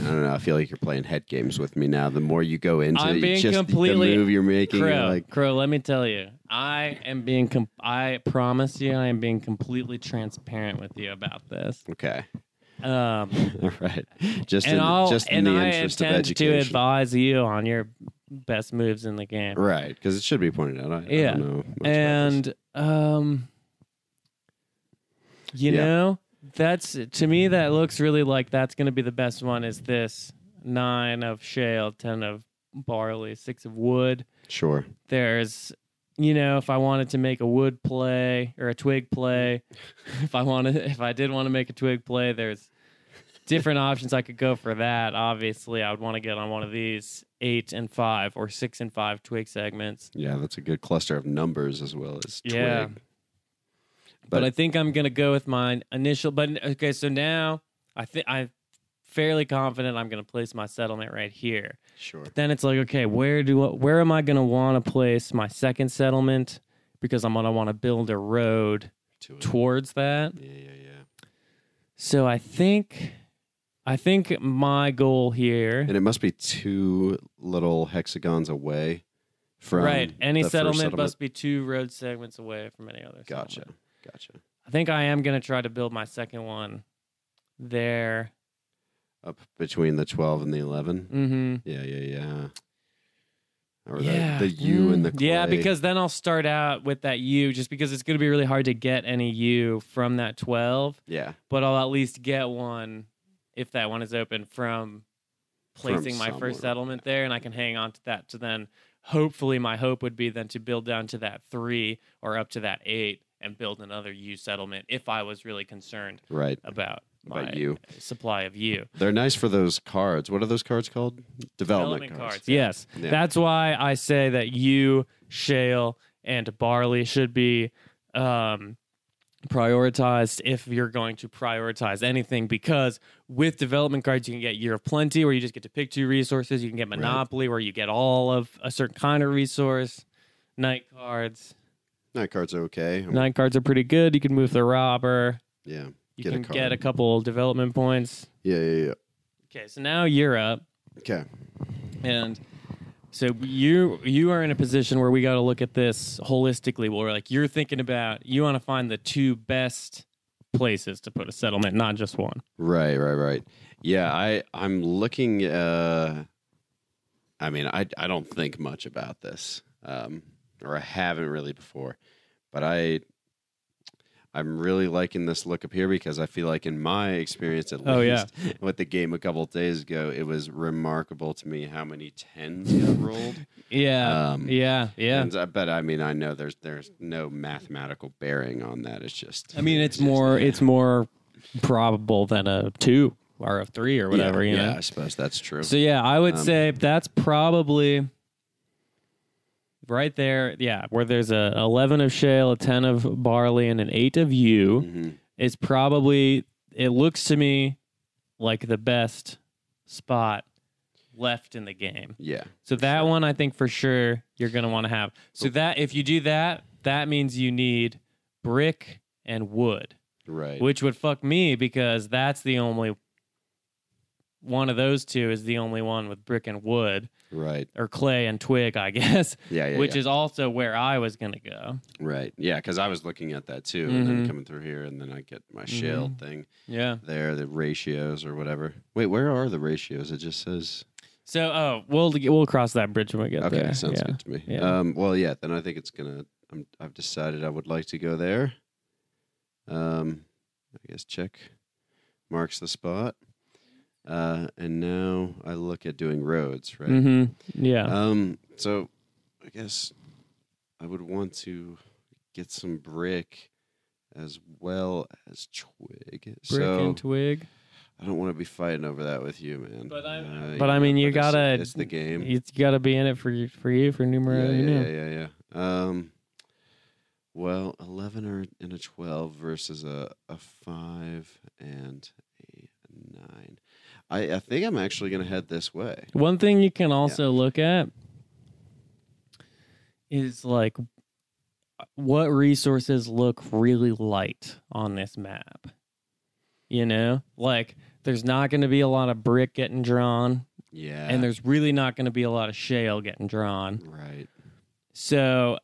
I don't know. I feel like you're playing head games with me now. The more you go into
I'm being
just
completely-
the move you're making, you're
Crow,
like
Crow, let me tell you, I am being, com- I promise you, I am being completely transparent with you about this.
okay, [laughs]
Um,
all right. Just
and
in,
I'll,
just in
and
the
I
interest of
intend to
education,
advise you on your best moves in the game.
right? Because it should be pointed out. I, I
Yeah.
don't know much about this.
and um you
Yeah.
know that's to me that looks really like that's going to be the best one is this nine of shale ten of barley six of wood
sure,
there's you know if i wanted to make a wood play or a twig play [laughs] if i wanted if i did want to make a twig play there's different options i could go for that obviously i would want to get on one of these eight and five or six and five twig segments
yeah, that's a good cluster of numbers as well as
Yeah.
twig.
but,
But-
I think I'm gonna go with my initial. But okay, so now I think I'm fairly confident I'm gonna place my settlement right here.
Sure,
Then it's like, okay, where do I, where am I gonna want to place my second settlement? Because I'm gonna want to build a road
To it.
towards that.
yeah, yeah, yeah.
So I think, I think my goal here,
And it must be two little hexagons away from
right? Any
the first
settlement, must be two road segments away from any other.
Gotcha,
settlement.
gotcha.
I think I am gonna try to build my second one there.
Up between the twelve and the eleven.
Mm-hmm.
Yeah, yeah, yeah. Or the, the you and the
Mm. yeah
clay.
because then i'll start out with that u just because it's going to be really hard to get any u from that 12
yeah,
but i'll at least get one if that one is open from placing my
somewhere.
first settlement there and i can hang on to that to then hopefully my hope would be then to build down to that three or up to that eight and build another u settlement if i was really concerned
right.
about
About
my
you.
supply of u
They're nice for those cards. What are those cards called? Development,
Element
cards.
Yes.
Yeah.
That's why I say that you, shale, and barley should be um, prioritized if you're going to prioritize anything because with development cards, you can get Year of Plenty where you just get to pick two resources. You can get Monopoly where you get all of a certain kind of resource. Night cards.
Night cards are okay.
Night cards are pretty good. You can move the robber.
Yeah.
You
Get a
can
card.
get a couple development points.
yeah, yeah, yeah.
Okay, so now you're up.
Okay.
And so you you are in a position where we got to look at this holistically. Where like you're thinking about you want to find the two best places to put a settlement, not just one.
Right, right, right. Yeah, I I'm looking uh I mean, I I don't think much about this. Um or I haven't really before. But I I'm really liking this look up here because I feel like in my experience at least [laughs]
Oh,
with the game a couple of days ago, it was remarkable to me how many tens got rolled.
Yeah,
Um,
yeah, [laughs] yeah.
And I but I mean I know there's there's no mathematical bearing on that. It's just
I mean, it's
just-
more it's more probable than a two or a three or
Yeah,
whatever. you
yeah,
know.
I suppose that's true.
So yeah, I would
Um,
say that's probably right there. Yeah, where there's a eleven of shale, a ten of barley, and an eight of you.
Mhm.
is probably it looks to me like the best spot left in the game.
Yeah.
So that one I think for sure you're going to want to have. So that if you do that, that means you need brick and wood,
Right.
which would fuck me because that's the only one of those two is the only one with brick and wood
Right.
or clay and twig, I [laughs] guess,
Yeah. yeah
which
yeah.
is also where I was going to go.
right. Yeah. Because I was looking at that too, and
Mhm.
then coming through here, and then I get
Mm-hmm.
my shale thing
Yeah.
there, the ratios or whatever. Wait, where are the ratios? It just says.
So, oh, we'll we'll cross that bridge when we get
Okay,
there.
sounds
Yeah.
good to me.
yeah.
Um. Well, yeah. Then I think it's gonna. I'm, I've decided I would like to go there. Um, I guess check marks the spot. Uh, and now I look at doing roads, right?
Mm-hmm. Yeah.
Um, so I guess I would want to get some brick as well as twig.
Brick
so
and twig.
I don't want to be fighting over that with you, man.
But I'm-
Uh,
But
you
I mean, you
it's-
gotta-
It's the game.
You got to be in it for you, for you for numero
yeah,
uno.
yeah, yeah, yeah, yeah. Um, well, eleven or and a twelve versus a, a five and a nine. I, I think I'm actually gonna head this way.
One thing you can also look at is like what resources look really light on this map. You know, like there's not going to be a lot of brick getting drawn,
Yeah,
and there's really not going to be a lot of shale getting drawn.
right.
So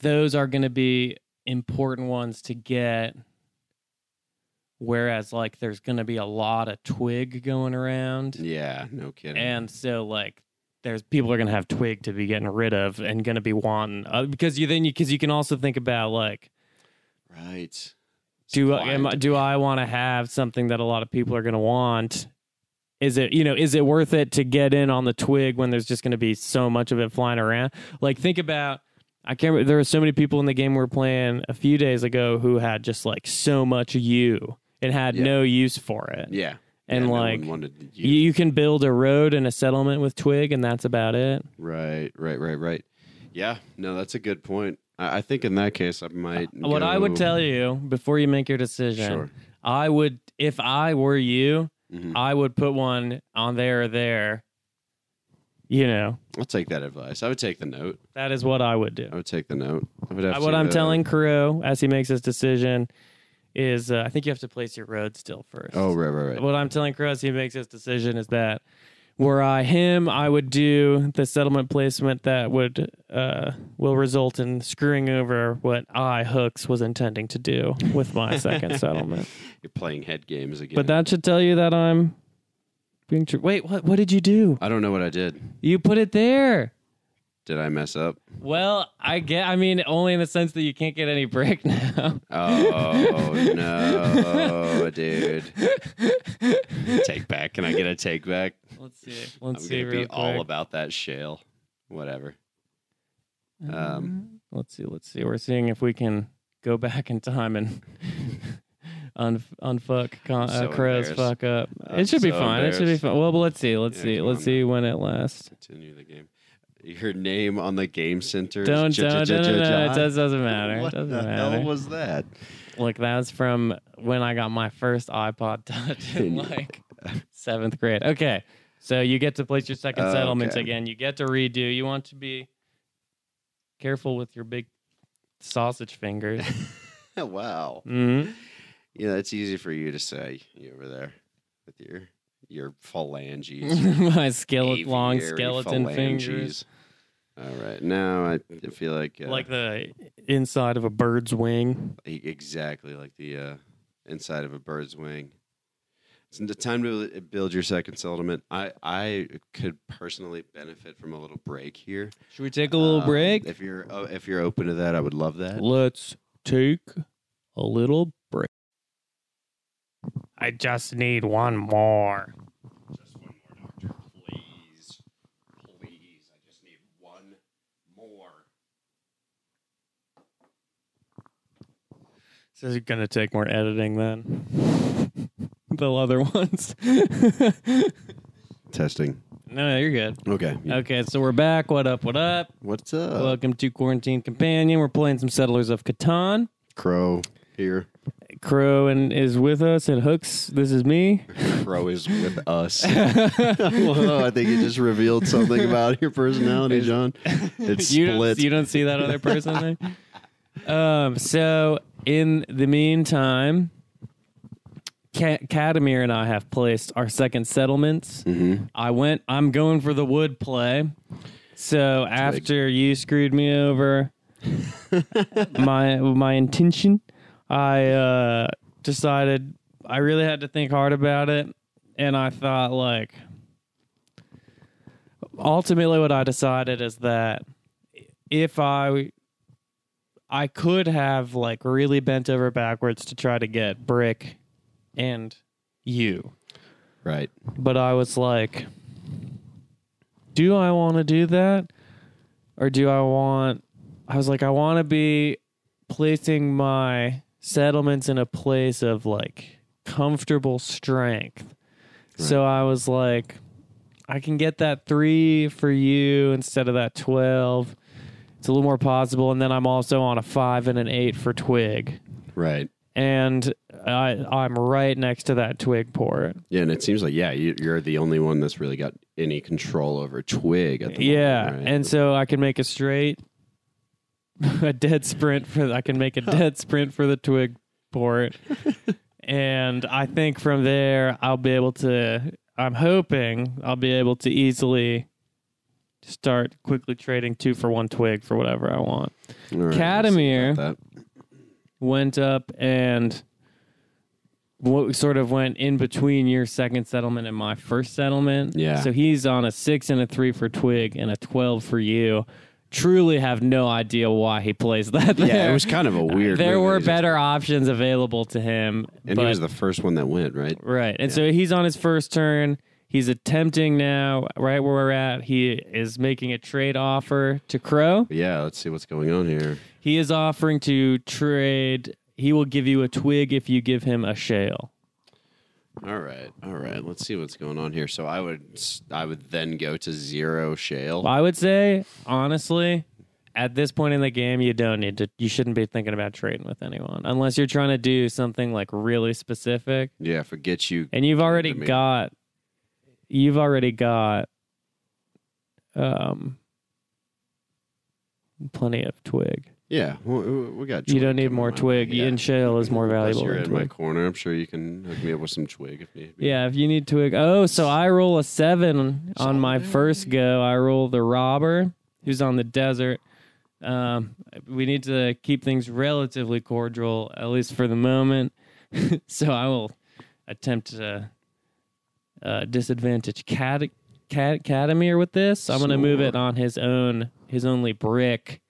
those are going to be important ones to get. Whereas, like, there's going to be a lot of twig going around.
Yeah, no kidding.
And so like there's people are going to have twig to be getting rid of and going to be wanting uh, because you then you cuz you can also think about like
right.
do I,
Supply
am,
and
I- do I want to have something that a lot of people are going to want? Is it you know is it worth it to get in on the twig when there's just going to be so much of it flying around? Like think about I can't remember there were so many people in the game we were playing a few days ago who had just like so much you and had
Yeah.
no use for it.
Yeah,
And
Yeah, no one
like
wanted you.
you, you can build a road and a settlement with twig and that's about it.
Right, right, right, right. Yeah, no, that's a good point. I, I think in that case, I might.
Uh, What I would
go-
tell you before you make your decision,
Sure.
I would, if I were you,
Mhm.
I would put one on there or there. You know,
I'll take that advice. I would take the note.
that is what I would do.
I would take the note. I would have
what
to,
I'm
uh,
telling Crow as he makes his decision is uh, I think you have to place your road still first.
Oh, right, right, right.
What I'm telling Crow as he makes his decision is that were I him, I would do the settlement placement that would uh, will result in screwing over what I Hooks was intending to do
[laughs]
with my second settlement.
You're playing head games again.
But that should tell you that I'm being true. Wait, what? What did you do?
I don't know what I did.
You put it there.
Did I mess up?
Well, I get. I mean, only in the sense that you can't get any break [laughs] now.
Oh
[laughs]
no, dude! Take back. Can I get a take back?
Let's see. Let's
I'm
see.
gonna
Real
be
quick.
all about that shale. Whatever. um,
let's see. Let's see. We're seeing if we can go back in time and [laughs] un unfuck con-
I'm
uh,
so
crow's
embarrassed.
fuck up.
I'm
it should be
so
fine. It should be
embarrassed.
fine. Well, but let's see. Let's
Yeah,
see.
come
Let's
on
see when it lasts.
Continue the game. Your name on the game center. is
Don't
J-
don't
J-
no,
J-
no, no. It
John?
does, doesn't matter.
What
it doesn't
the
matter.
hell was that? [laughs]
Look, that was from when I got my first iPod Touch in like [laughs] seventh grade. Okay. So you get to place your second
Oh,
settlements
okay.
again. You get to redo. You want to be careful with your big sausage [laughs] fingers.
wow.
hmm
Yeah, it's easy for you to say you over there with your your
[laughs]
phalanges.
[laughs] my skillet, long
aviary
skeleton fingers.
phalanges. All right. Now I I feel like uh,
Like the inside of a bird's wing.
e- exactly like the uh, inside of a bird's wing. It's the time to li- build your second settlement. I I could personally benefit from a little break here.
Should we take a little
Um,
break?
If you're oh, if you're open to that, I would love that.
Let's take a little break. I just need one more.
Just one more, doctor, please, please. I just need one more.
So This is going to take more editing than [laughs] the other ones. [laughs]
Testing.
no, you're good.
Okay.
Okay, so we're back. What up? What up?
What's up,
Welcome to Quarantine Companion. We're playing some Settlers of Catan.
Crow? Here,
[laughs] Crow and is with us and Hooks. This is me.
Crow is with
[laughs]
us. Whoa, I think you just revealed something about your personality,
[laughs]
John. It's
you don't,
split.
you don't see that other person there. [laughs] Um. So in the meantime, Ca- Catamir and I have placed our second settlements. I went. I'm going for the wood play. So after you screwed me over, [laughs] my my intention, I uh, decided I really had to think hard about it, and I thought like. Ultimately, what I decided is that if I I could have like really bent over backwards to try to get Brick and you.
Right.
But I was like, do I want to do that? Or do I want I was like I want to be placing my settlements in a place of like comfortable strength. So I was like, I can get that three for you instead of that 12. It's a little more possible. And then I'm also on a five and an eight for twig.
Right.
And I, I'm right next to that twig port.
Yeah, and it seems like yeah, you, you're the only one that's really got any control over twig at the
Yeah,
moment, right?
and so I can make a straight, [laughs] a dead sprint for. I can make a dead sprint for the twig port,
[laughs]
and I think from there I'll be able to. I'm hoping I'll be able to easily start quickly trading two for one twig for whatever I want.
All right,
Cadamir.
let's see about that.
Went up and what sort of went in between your second settlement and my first settlement.
Yeah.
So he's on a six and a three for Twig and a twelve for you. Truly have no idea why he plays [laughs] that. There.
Yeah, it was kind of
[laughs]
a weird.
there
move.
were
He just-
better options available to him.
and
but
he was the first one that went right.
Right. And so he's on his first turn. He's attempting now, right where we're at. He is making a trade offer to Crow.
Yeah, let's see what's going on here.
He is offering to trade. He will give you a twig if you give him a shale.
All right, all right. Let's see what's going on here. So I would, s- I would then go to zero shale.
I would say, honestly, at this point in the game, you don't need to, you shouldn't be thinking about trading with anyone unless you're trying to do something like really specific.
Yeah, forget you.
And you've already
me.
got, you've already got, um, plenty of twig.
Yeah, we, we- we got.
you don't need
coming
more
my way.
twig.
Yeah.
And shale is more
Plus
valuable
You're
than
in my
twig.
corner. I'm sure you can hook me up with some twig if need be.
Yeah, if you need twig. Oh, so I roll a seven on my first go. I roll the robber who's on the desert. Um, we need to keep things relatively cordial, at least for the moment. [laughs] so I will attempt to uh, disadvantage Cat Cat Catamir with this. I'm going to move it
Sure.
on his own, his only brick,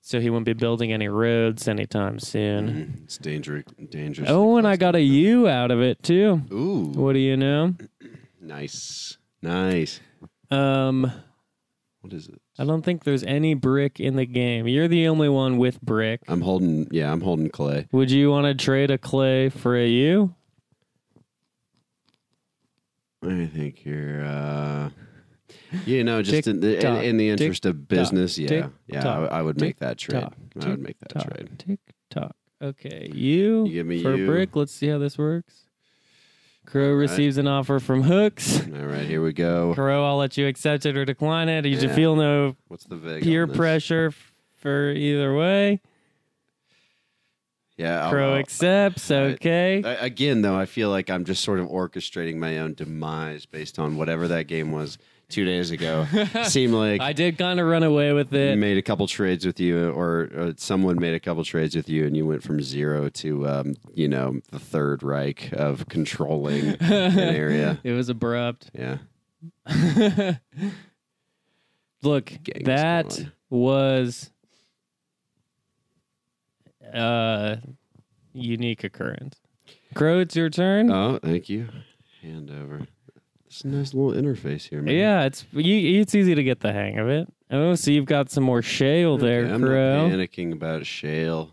so he won't be building any roads anytime soon.
Mhm. it's dangerous. Dangerous.
Oh, and I got a U out of it too.
Ooh,
What do you know?
nice, nice.
Um,
What is it?
I don't think there's any brick in the game. You're the only one with brick.
I'm holding. Yeah, I'm holding clay.
Would you want to trade a clay for a U?
I think here. Uh, you know, just in the, in,
Tick-tock,
in the interest of business, yeah, yeah, I,
tick-tock,
I would make that trade. I would make that
Tock,
trade.
Tick tock. Okay, you,
You give me
for
U.
brick. Let's see how this works. Crow
right.
receives an offer from Hooks.
All right, here we go.
Crow, I'll let you accept it or decline it. You should
Yeah.
feel no
What's the vig?
peer
on this?
pressure f- for either way.
Yeah, I'll-
Crow
I'll-
accepts. Okay.
I- again, though, I feel like I'm just sort of orchestrating my own demise based on whatever that game was two days
[laughs]
ago. Seemed like
I did kind of run away with it.
made a couple trades with you, or, or someone made a couple trades with you, and you went from zero to, um, you know, the Third Reich of controlling an
[laughs]
area.
It was abrupt.
Yeah.
[laughs] Look,
Gangs
that
going.
was a uh, unique occurrence. Crow, it's your turn.
Oh, thank you. Hand over. It's a nice little interface here, man.
yeah, it's you, it's easy to get the hang of it. Oh, so you've got some more shale there,
Okay, I'm not
Crow.
panicking about shale.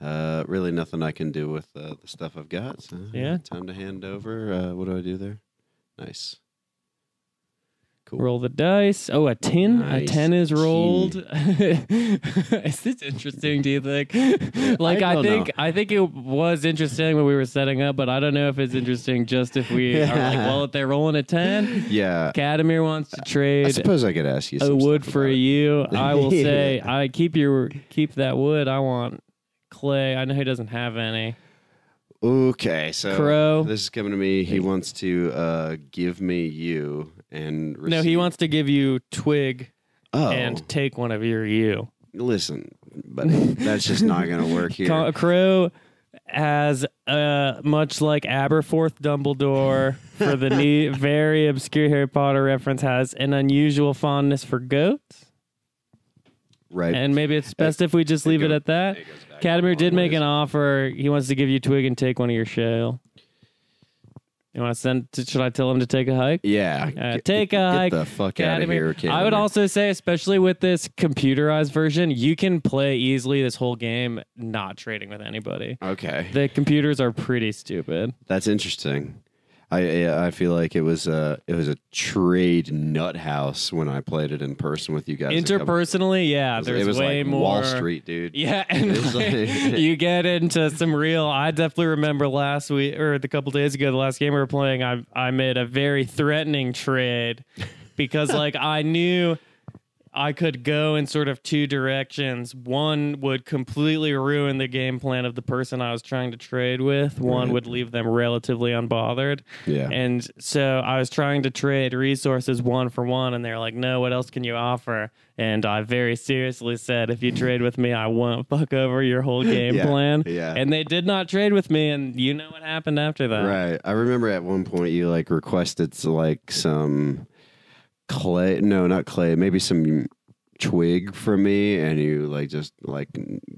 Uh, really nothing I can do with uh, the stuff I've got. So
Yeah.
Time to hand over. Uh, what do I do there? Nice. Cool.
Roll the dice. Oh, a 10. A
Nice.
10 is rolled. [laughs] is this interesting, do you think? like
[laughs] I
I,
don't
think
know.
I think it was interesting when we were setting up, but I don't know if it's interesting just if we are like, well, if they're rolling
[laughs]
a 10,
Yeah.
Cadamir wants to
I
trade
suppose I could ask you.
a
some
wood
stuff
for
about it.
you. I will
[laughs] Yeah.
say, I keep your keep that wood. I want clay. I know he doesn't have any.
Okay, so
Crow.
This is coming to me. He wants to uh, give me you and receive.
No, he wants to give you twig
Oh,
and take one of your you.
listen, but that's just not going to work
[laughs]
here.
Co- Crow has uh, much like Aberforth Dumbledore for the
[laughs]
new, very obscure Harry Potter reference has an unusual fondness for goats,
right.
and maybe it's best if we just leave it
go-
at that.
goes back a
Cadamir
long
did make
ways.
an offer. He wants to give you twig and take one of your shale. You want to send? To, should I tell him to take a hike?
Yeah.
Uh,
Get-
take a
get
hike.
the fuck
Get
out of here.
I would
Cameron.
also say, especially with this computerized version, you can play easily this whole game not trading with anybody.
Okay.
The computers are pretty stupid.
That's interesting. I I I feel like it was a it was a trade nut house when I played it in person with you guys. a couple-
Interpersonally, yeah,
it was-
there's
it was
way
like
more E
Wall Street, dude.
Yeah, and
It's
like,
like-
[laughs] you get into some real. I definitely remember last week or the couple days ago, the last game we were playing. I I made a very
[laughs]
threatening trade because like I knew I could go in sort of two directions. One would completely ruin the game plan of the person I was trying to trade with. One
Right.
would leave them relatively unbothered.
Yeah.
And so I was trying to trade resources one for one, and they're like, "No, what else can you offer?" And I very seriously said, "If you trade with me, I won't fuck over your whole
[laughs]
game
Yeah,
plan."
yeah.
And they did not trade with me, and you know what happened after that?
Right. I remember at one point you like requested s- like some clay. No, not clay. Maybe some twig from me, and you like just like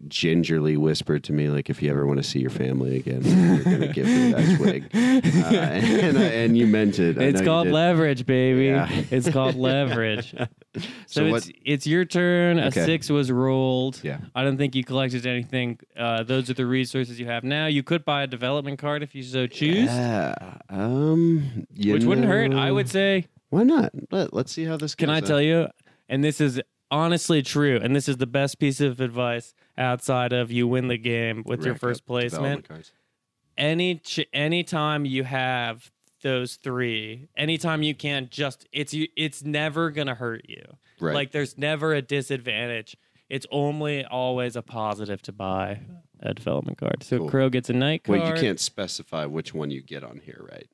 gingerly whispered to me like, if you ever want to see your family again, you're gonna give me that
[laughs]
twig. Uh, and, I- and you meant it. I know
It's
you
called
did.
leverage, baby.
Yeah.
[laughs] It's called leverage. So,
[laughs] So
it's
what-
it's your turn. A
Okay.
six was rolled.
Yeah.
I don't think you collected anything. Uh, those are the resources you have now. You could buy a development card if you so choose,
Yeah. Um. you
which wouldn't hurt. I
know,
would say
Why not? Let, let's see how this.
Can I tell you? And this is honestly true. And this is the best piece of advice outside of you win the game with your first placement. Any ch- any time you have those three, anytime you can, just it's you. It's never gonna hurt you.
Right.
Like there's never a disadvantage. It's only always a positive to buy a development card. So
Cool.
Crow gets a night card.
Wait, you can't specify which one you get on here, right?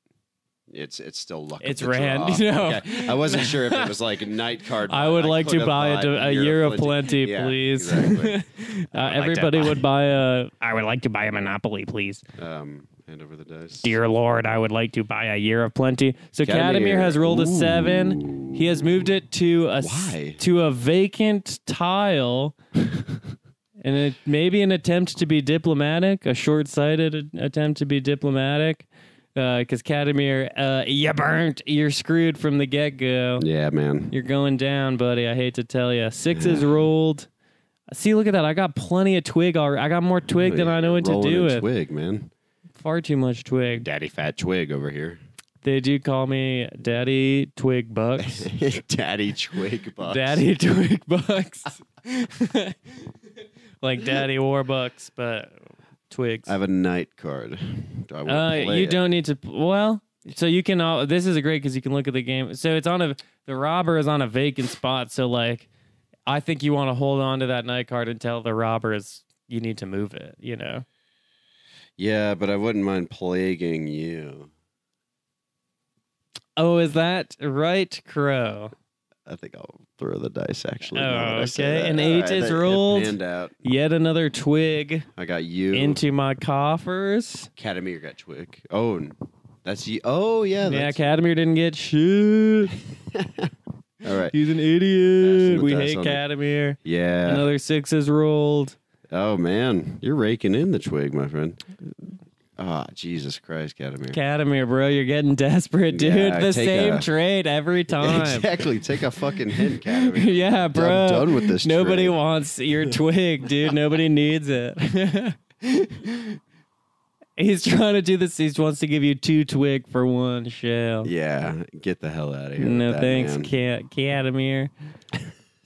It's it's still luck. of
It's
the
ran-
draw.
[laughs] no.
Okay. I wasn't sure if it was like a night card.
[laughs] I would like to
could've
buy a,
bought
de- a year of plenty,
[laughs] Yeah,
please. [laughs]
exactly.
uh,
like to
everybody
buy-
would buy a. I would like to buy a Monopoly, please.
Um, hand over the dice.
Dear Lord, I would like to buy a year of plenty. So Kadamir
Kadamir.
has rolled a seven. He has moved it to a s-
Why?
to a vacant
[laughs]
tile, and it maybe an attempt to be diplomatic, a short-sighted a- attempt to be diplomatic, because Kadamir, uh, you burnt, you're screwed from the get-go.
Yeah, man.
You're going down, buddy. I hate to tell you. Six is rolled. See, look at that. I got plenty of twig already. I got more twig than I know what to
Rolling
do
a
with.
Twig, man.
Far too much twig.
Daddy fat twig over
[laughs]
here.
They do call me Daddy Twig
[laughs]
Bucks.
Daddy twig box.
Daddy Twig Bucks. [laughs] like Daddy Warbucks, but twigs.
I have a night card. Do I want
Uh,
to play
you
it?
don't need to. Well, so you can. All, this is a great because you can look at the game. So it's on a. The robber is on a vacant spot. So like, I think you want to hold on to that night card and tell the robbers you need to move it. You know.
Yeah, but I wouldn't mind plaguing you.
Oh, is that right, Crow?
I think I'll throw the dice actually.
Oh,
now that I say
okay.
that.
An
All
eight
right,
is
that- it
rolled.
panned out.
Yet another twig
I got you.
into my coffers.
Academy got Twig. Oh, n- that's you. Oh, yeah.
Yeah,
That's,
Cadmere didn't get shit.
all right.
He's an idiot.
the
We
dice
hate
on the-
Cadmere.
Yeah.
Another six is rolled.
Oh, man. You're raking in the Twig, my friend.
Mm-hmm.
Ah, Jesus Christ, [laughs] Cadamir.
Cadmere, bro, you're getting desperate, dude.
Yeah,
the
take
same
a-
trade every
[laughs]
time.
Exactly. Take a fucking hint, Cadamir.
[laughs] yeah, bro.
done with this
Nobody
trade. [laughs]
wants your twig, dude. Nobody needs it. [laughs] he's trying to do this. He wants to give you two twig for one shell.
yeah. Get the hell out of here.
no
with that,
thanks,
man.
Cat
[laughs]
Cadmere.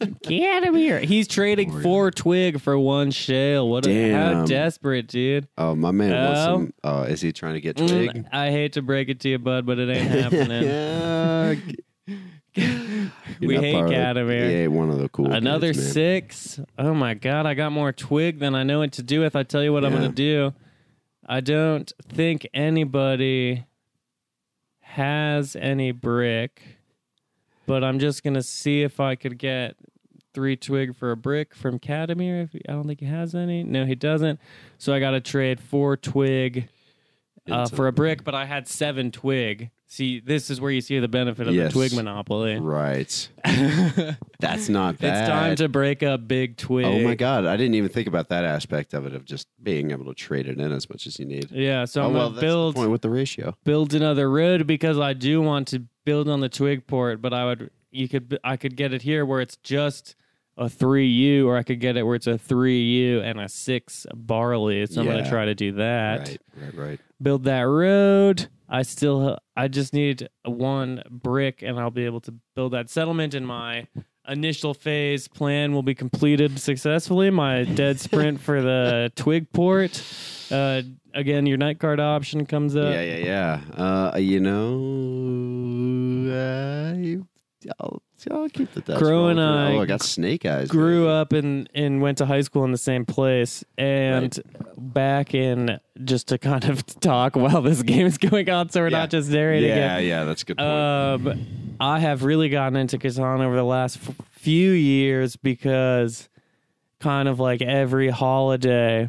Cadmere. He's trading four twig for one shell. What? A, how
Damn.
desperate, dude.
Oh, my man wants
Oh.
some. Oh, is he trying to get
Mm,
Twig?
I hate to break it to you, bud, but it ain't
[laughs]
happening.
yeah.
We hate Cadamir.
He ain't one of the cool
Another
kids, man.
six. Oh my god, I got more twig than I know what to do with. I tell you what I'm
Yeah.
gonna do. I don't think anybody has any brick, but I'm just gonna see if I could get three twig for a brick from Cadamir. If I don't think he has any. No, he doesn't. So I gotta trade four twig uh,
Into-
for a brick, but I had seven twig. See, this is where you see the benefit of
Yes.
the twig monopoly.
Right.
[laughs] it's
That's not bad.
time to break up big twig.
Oh my god, I didn't even think about that aspect of it of just being able to trade it in as much as you need.
Yeah, so
oh
I'm
well,
gonna
that's
build
the point with the ratio.
build another road because I do want to build on the twig port, but I would you could I could get it here where it's just a three U, or I could get it where it's a three U and a six barley. So I'm
Yeah.
gonna try to do that.
Right, right, right.
Build that road. I still I just need one brick, and I'll be able to build that settlement. And my initial phase plan will be completed successfully.
[laughs]
My dead sprint for the twig port. Uh, again, your night card option comes up.
yeah, yeah, yeah. Uh, you know, I, I'll, I'll keep the dice
Crow
rolling.
and I
Oh, I got snake eyes.
grew
baby.
up and and went to high school in the same place and back in just to kind of [laughs] talk while this game is going on so we're
Yeah.
not just narrating
Yeah, yeah, that's a good
it
point.
um i have really gotten into kazan over the last f- few years because kind of like every holiday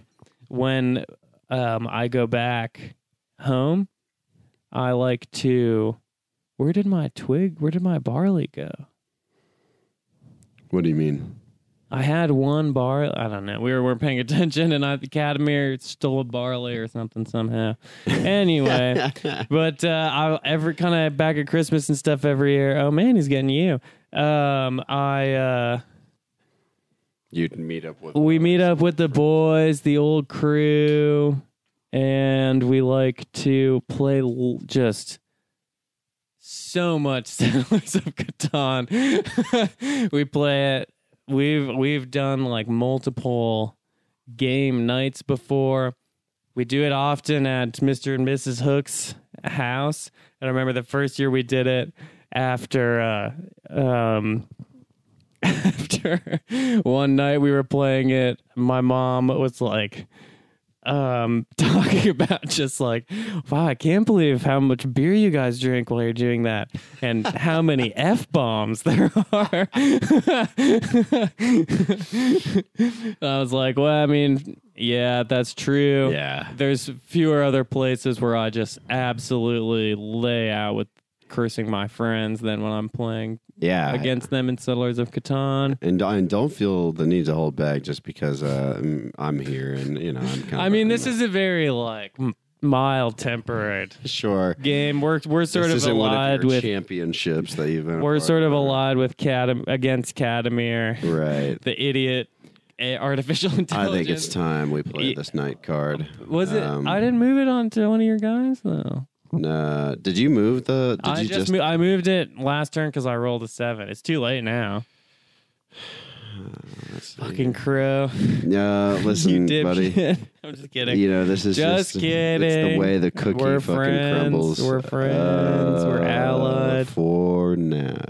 when um i go back home i like to where did my twig where did my barley go
what do you mean?
I had one bar. I don't know. We were, weren't paying [laughs] attention, and I, Cadmere stole a barley or something somehow. Anyway, but uh, I every kind of back at Christmas and stuff every year. Oh man, he's getting you. Um, I uh,
[laughs] You'd meet up with.
we meet up with the boys, the old crew, and we like to play l- just so much [laughs] Settlers of Catan. [laughs] we play it. We've we've done like multiple game nights before. We do it often at Mr. and Mrs. Hook's house. And I remember the first year we did it after uh, um, [laughs] after one night we were playing it, my mom was like, um, [laughs] talking about just like, wow, I can't believe how much beer you guys drink while you're doing that, and how many f bombs there are. [laughs] I was like, well, I mean, yeah, that's true.
Yeah.
There's fewer other places where I just absolutely lay out with cursing my friends than when I'm playing
Yeah.
against them in Settlers of Catan.
And, and don't feel the need to hold back just because uh, I'm- I'm here and you know I'm kind of.
I mean, this is a very like m- mild tempered
"Mm, sure.
game. We're we're sort
this
of
isn't one
allied
of your
with
championships that you've been. a
we're
part
sort of allied with Cadam against Cadamir,
Right.
the idiot eh, artificial
I
intelligence.
think it's time we play
Ye-
this night card.
Was it?
Um,
I didn't move it on to one of your guys though.
Nah, did you move the? Did
I
you
just, mo- I moved it last turn because I rolled a seven. It's too late now.
[sighs] Let's see.
Fucking crow, [laughs]
No,
you
listen,
dip.
buddy.
[laughs] I'm just kidding.
You know this is
Just
just, It's the
kidding.
way the cookie
We're
fucking
friends.
crumbles. Uh,
We're friends. We're allied.
for now.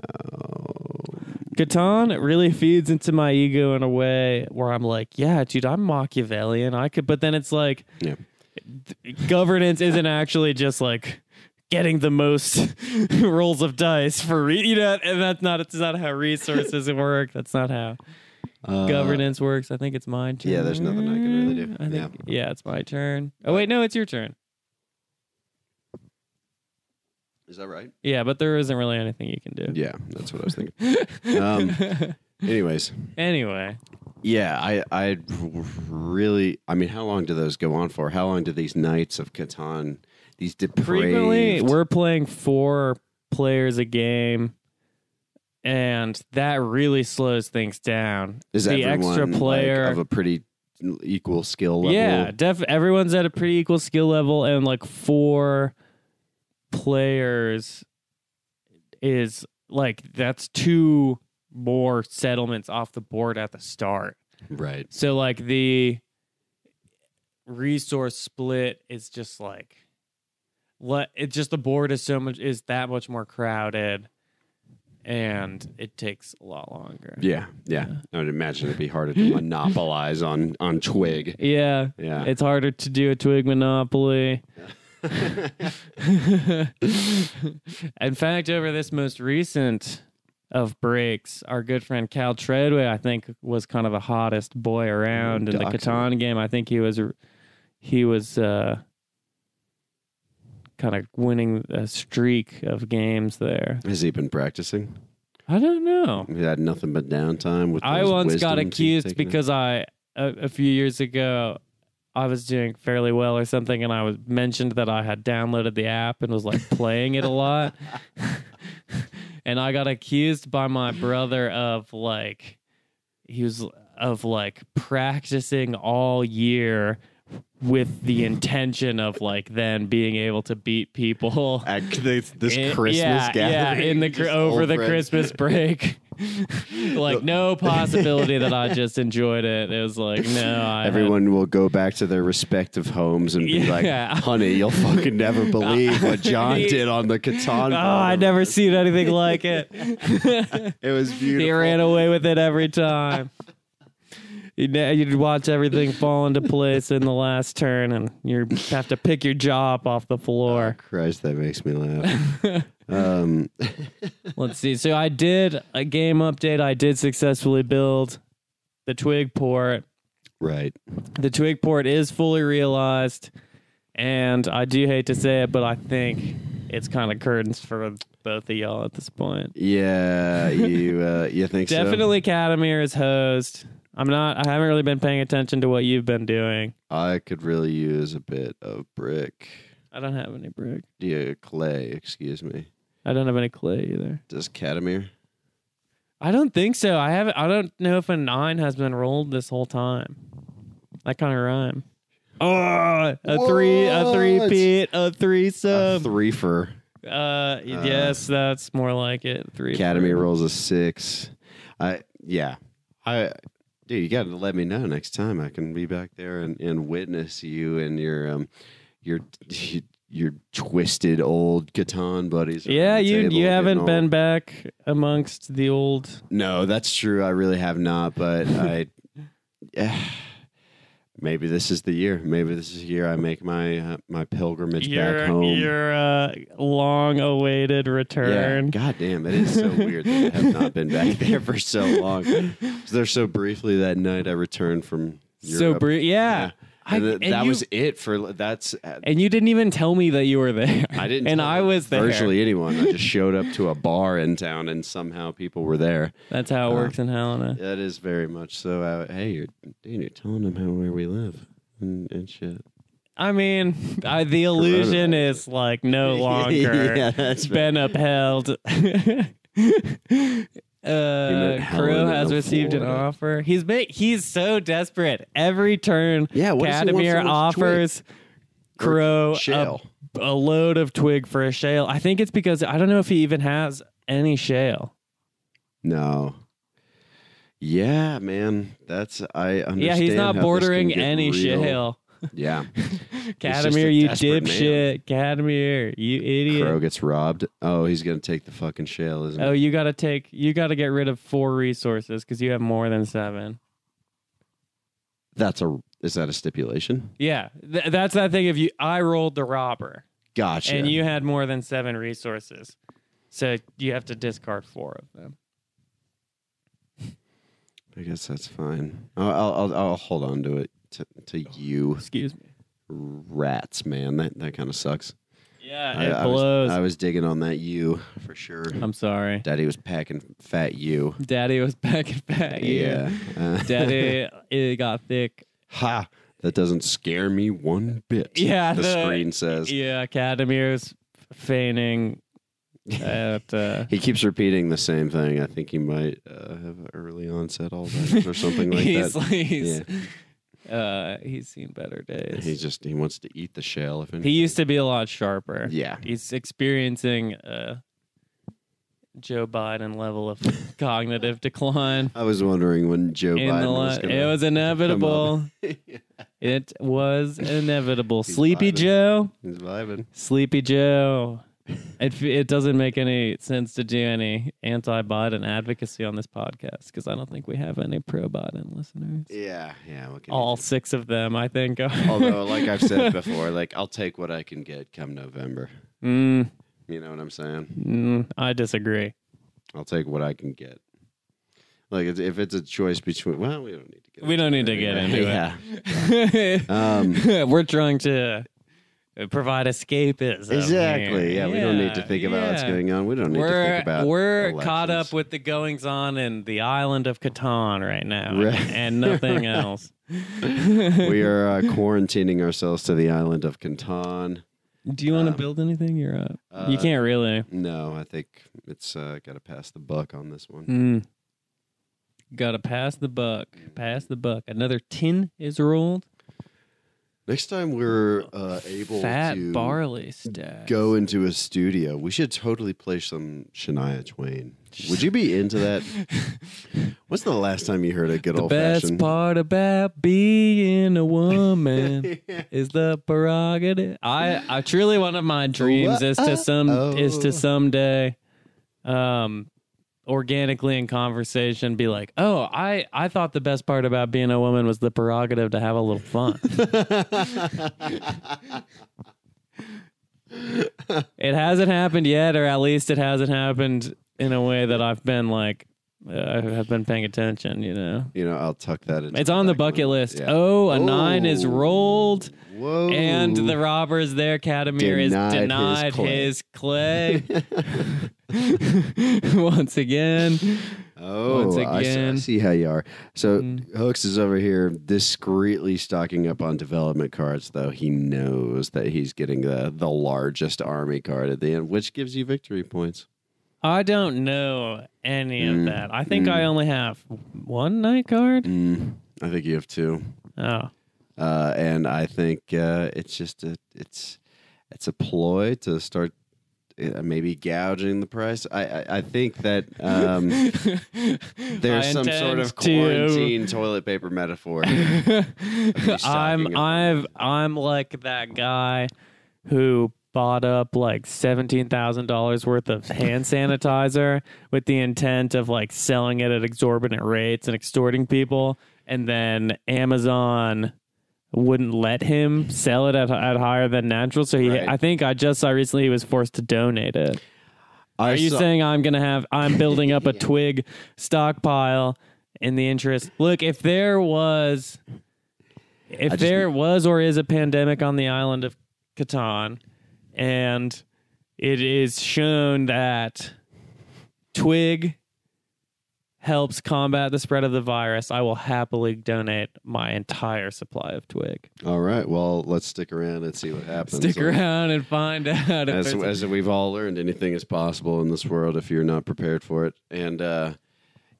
Catan really feeds into my ego in a way where I'm like, yeah, dude, I'm Machiavellian. I could, but then it's like
Yeah.
governance isn't actually just like getting the most [laughs] rolls of dice for re- you know, and that's not it's not how resources [laughs] work. That's not how
Uh,
governance works. I think it's my turn.
yeah, there's nothing I can really do.
I think,
Yeah.
yeah, it's my turn. Oh wait, no, it's your turn.
Uh, Is that right?
Yeah, but there isn't really anything you can do.
Yeah, that's what I was thinking.
[laughs]
um, anyways,
Anyway,
yeah, I I really. I mean, how long do those go on for? How long do these nights of Catan? These depraved.
frequently we're playing four players a game and that really slows things down
is
the
everyone,
extra
like,
player
of a pretty equal skill level?
yeah def everyone's at a pretty equal skill level and like four players is like that's two more settlements off the board at the start
Right.
so like the resource split is just like let it just the board is so much is that much more crowded and it takes a lot longer.
Yeah, yeah. I would imagine it'd be harder to monopolize on on twig.
Yeah.
Yeah.
It's harder to do a twig monopoly. [laughs] In fact, over this most recent of breaks, our good friend Cal Treadway, I think, was kind of the hottest boy around in the
Doxy.
Catan game. I think he was he was uh kind of winning a streak of games there.
[laughs] Has he been practicing?
I don't know.
He had nothing but downtime with.
I
those
once got
wisdoms he's
accused
taken in?
because I a, a few years ago I was doing fairly well or something, and I was mentioned that I had downloaded the app and was like playing it a lot, [laughs] and I got accused by my brother of like he was of like practicing all year with the intention of like then being able to beat people [laughs]
At this, this
in-
Christmas
Eh, yeah,
gathering,
Yeah, in the cr-
just
over
old
the
friends. [laughs]
Christmas break. [laughs] like no possibility that I just enjoyed it. It was like no, I had-
Everyone will go back to their respective homes and be
Yeah.
like, "Honey, you'll fucking
[laughs]
never believe what John did on the Catan."
Oh, I never seen anything like
[laughs]
it.
It was
he
beautiful.
ran away with it every time. You'd, ne- you'd watch everything fall into place in the last turn, and you have to pick your jaw up off the floor.
Christ, that makes me laugh.
[laughs]
um,
Let's see. So I did a game update. I did successfully build the twig port.
right.
the twig port is fully realized and i do hate to say it but i think it's kind of curtains for both of y'all at this point
Yeah, you uh, you think so?
definitely Katamir is hosed i'm not i haven't really been paying attention to what you've been doing
I could really use a bit of brick.
i don't have any brick
Yeah, clay, excuse me.
i don't have any clay either
Does Katamir?
i don't think so i haven't i don't know if a nine has been rolled this whole time that kind of rhyme oh a three a
What?
three peat a three
A
sub
threefer.
uh yes that's more like it three
Academy rolls a six. I yeah. I dude, you gotta let me know next time. I can be back there and, and witness you and your um your [laughs] your twisted old Catan buddies. around
Yeah,
the
you
table
you
getting
haven't
all-
been back amongst the old.
No, that's true. I really have not, but
[laughs]
I maybe this is the year. Maybe this is the year I make my uh, my pilgrimage
your
back home.
your uh, long awaited
Yeah.
return.
God damn, it is so weird that I have not been back [laughs] there for so long. So There's so briefly that night I returned from
so
Europe.
brief. Yeah, I-
And th-
and
that
you-
was it for that's I
And you didn't even tell me that you were there.
didn't
[laughs] And
tell
I was there.
virtually anyone. I just showed up to a bar in town and somehow people were there.
That's how it
Uh-huh.
works in Helena.
That is very much so. Uh, hey, you're dude, you're telling them how where we live and, and shit.
I mean,
[laughs]
I, the illusion is like no longer
yeah, that's right.
been upheld. [laughs] Uh, Crow
Helena,
has received an
Florida.
offer. He's ma- he's so desperate. Every turn,
Yeah, what does he want
Cadamir
from us, twig?
offers Crow a,
shale.
a load of twig for a shale. I think it's because I don't know if he even has any shale.
No. Yeah, man. That's I understand.
yeah, he's
how this
not
can
bordering
get
any
real.
shale. [laughs]
Yeah. just a
Cadamir, you
desperate man.
dipshit. Cadamir, you idiot.
Crow gets robbed. Oh, he's gonna take the fucking shale, isn't
uh, Oh,
he?
you gotta take. You gotta get rid of four resources because you have more than seven.
That's a is that a stipulation?
Yeah, th- that's that thing. If you, I rolled the robber,
Gotcha.
and you had more than seven resources, so you have to discard four of them.
I guess that's fine. I'll I'll, I'll, I'll hold on to it to, to you
Excuse me.
rats, man. That that kind of sucks.
Yeah,
I,
Uh, it
I was-
blows. Oh.
I
I,
was, digging on that you for sure.
am sorry.
Daddy was packing fat you.
Daddy was back and back.
Yeah. Uh, [laughs]
Daddy, it got thick.
ha. That doesn't scare me one bit.
Yeah,
The,
the- e-
screen says.
Yeah, Cadamir's feigning. At, uh,
He keeps repeating the same thing. I think he might uh, have early onset Alzheimer's [laughs] or something like
[laughs] he's,
that.
He's, uh, he's seen better days.
He just he wants to eat the shell. If anything.
He used to be a lot sharper.
yeah,
He's experiencing uh, Joe Biden
[laughs]
level of cognitive decline.
I was wondering when Joe
In
Biden
the
was
li-
going
it was inevitable. it was inevitable. Sleepy
vibing.
Joe,
[laughs] He's vibing.
Sleepy Joe. It f- it doesn't make any sense to do any anti-Biden advocacy on this podcast because I don't think we have any pro-Biden listeners.
Yeah, yeah. What can you
All
do?
six of them, I think. [laughs] Are
[laughs] Although, like I've
[laughs]
said before, like I'll take what I can get come November.
Mm,
You know what I'm saying?
mm, I disagree. [laughs]
I'll take what I can get. Like it's, if it's a choice between, well, we don't need to get. [laughs]
We don't need to get into it.
yeah. Um,
We're trying to provide escapism.
Exactly. Yeah,
here.
we don't need to think about what's
yeah.
going on. We don't need
we're
to think about.
we're caught up
elections.
with the goings on in the island of Catan right now,
Right.
and
[laughs]
nothing else. [laughs]
we are uh, quarantining ourselves to the island of Canton.
Do you want to
Um,
build anything? You're up.
uh,
you can't really.
No, I think it's uh, got to pass the buck on this one.
Mm. Got to pass the buck. Pass the buck. Another tin is rolled.
Next time we're uh, able
Fat
to
barley stack.
go into a studio, we should totally play some Shania Twain. Would you be into
[laughs]
that? What's the last time you heard a good
The
old
best
fashioned?
part about being
[laughs]
a woman is the prerogative. I, I truly one of my dreams is to some is
Oh.
to someday, um, organically in conversation be like, oh, I I thought the best part about being a woman was the prerogative to have a little fun. it hasn't happened yet, or at least it hasn't happened in a way that I've been like, uh, I have been paying attention. You know.
[laughs] you know, I'll tuck that in.
It's on the bucket list. Oh, a nine is rolled,
Whoa.
and the robbers there, Katamir,
Denied
is
his
denied
clay.
his clay.
[laughs]
[laughs] Once again,
Oh,
Once
I see- I,
again.
see how you are. So
Mm.
Hooks is over here discreetly stocking up on development cards, though he knows that he's getting the the largest army card at the end, which gives you victory points.
I don't know any
Mm,
of that. I think
mm.
I only have one night card.
Mm, I think you have two,
Oh,
uh, and I think uh, it's just a it's it's a ploy to start uh, maybe gouging the price. I I, I think that. Um, [laughs] There's
I
some sort
intend
of
to-
quarantine toilet paper [laughs] metaphor.
[laughs]
stocking
I'm
up.
I've I'm like that guy who bought up like seventeen thousand dollars worth of hand sanitizer with the intent of like selling it at exorbitant rates and extorting people, and then Amazon wouldn't let him sell it at, at higher than natural. So he,
Right.
I think I just saw recently he was forced to donate it.
I
Are you
saw-
saying I'm gonna have I'm
[laughs]
building up a twig stockpile in the interest? Look, if there was if
just-
there was or is a pandemic on the island of Catan and it is shown that twig helps combat the spread of the virus, I will happily donate my entire supply of twig.
All right. Well, let's stick around and see what happens.
Stick around and find out if
As,
there's
as
a
we've all learned, anything is possible in this world if you're not prepared for it. And uh,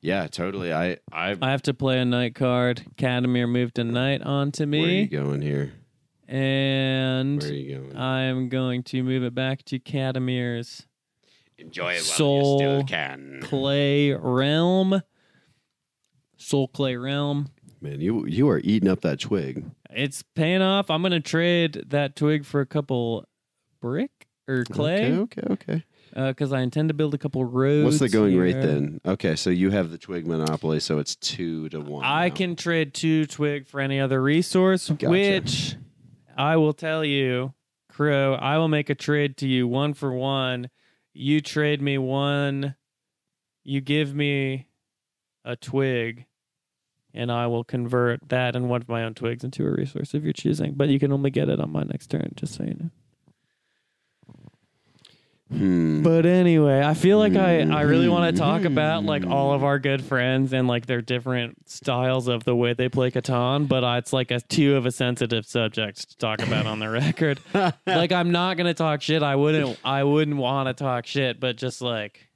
yeah, totally. I, I,
I have to play a knight card. Kadamir moved a knight onto
where are you
me,
going here?
and
Where are you going?
I am going to move it back to Kadamir's
Enjoy it
Soul.
can.
clay realm, soul clay realm.
Man, you you are eating up that twig.
It's paying off. I'm gonna trade that twig for a couple brick or clay
Okay, okay, okay.
because I intend to build a couple roads.
What's the going rate
here.
then? Okay, so you have the twig monopoly, so it's two to one.
I
now.
can trade two twig for any other resource, which I will tell you, Crow, I will make a trade to you one for one. You trade me one, you give me a twig, and I will convert that and one of my own twigs into a resource of your choosing. But you can only get it on my next turn, just so you know.
Hmm.
But anyway, I feel like I, I really want to talk
Mhm.
about like all of our good friends and like their different styles of the way they play Catan, but I, it's like a too of a sensitive subject to talk about on
[laughs]
the record. like I'm not gonna talk shit. I wouldn't I wouldn't want to talk shit, but just like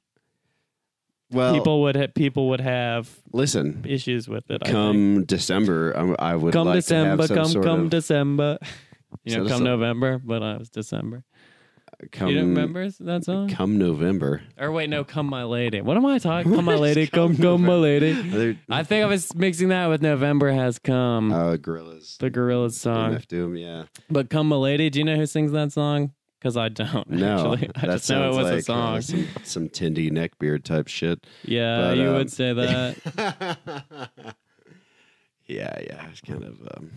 well,
people would ha- people would have
listen.
issues with it. I think.
Come December, I, I would
come
like to
December,
have some
come
sort
come
of [laughs]
December. You know,
So-
come
so-
November, but I was December.
come,
you don't remember that song?
come November.
Or wait, no, come my lady. What am I talking?
[laughs]
Come my lady, come come my lady.
Other
I think I was mixing that with November has come,
uh, gorillas.
the Gorillaz song.
MF Doom,
[laughs]
yeah.
But come my lady, do you know who sings that song? Because I don't
No,
actually. I
that
just know it
sounds
was
like
a
uh,
song.
some, some Tindy neckbeard type
[laughs]
shit.
yeah,
but,
you
um, [laughs]
would say that.
yeah, yeah. It's kind of um,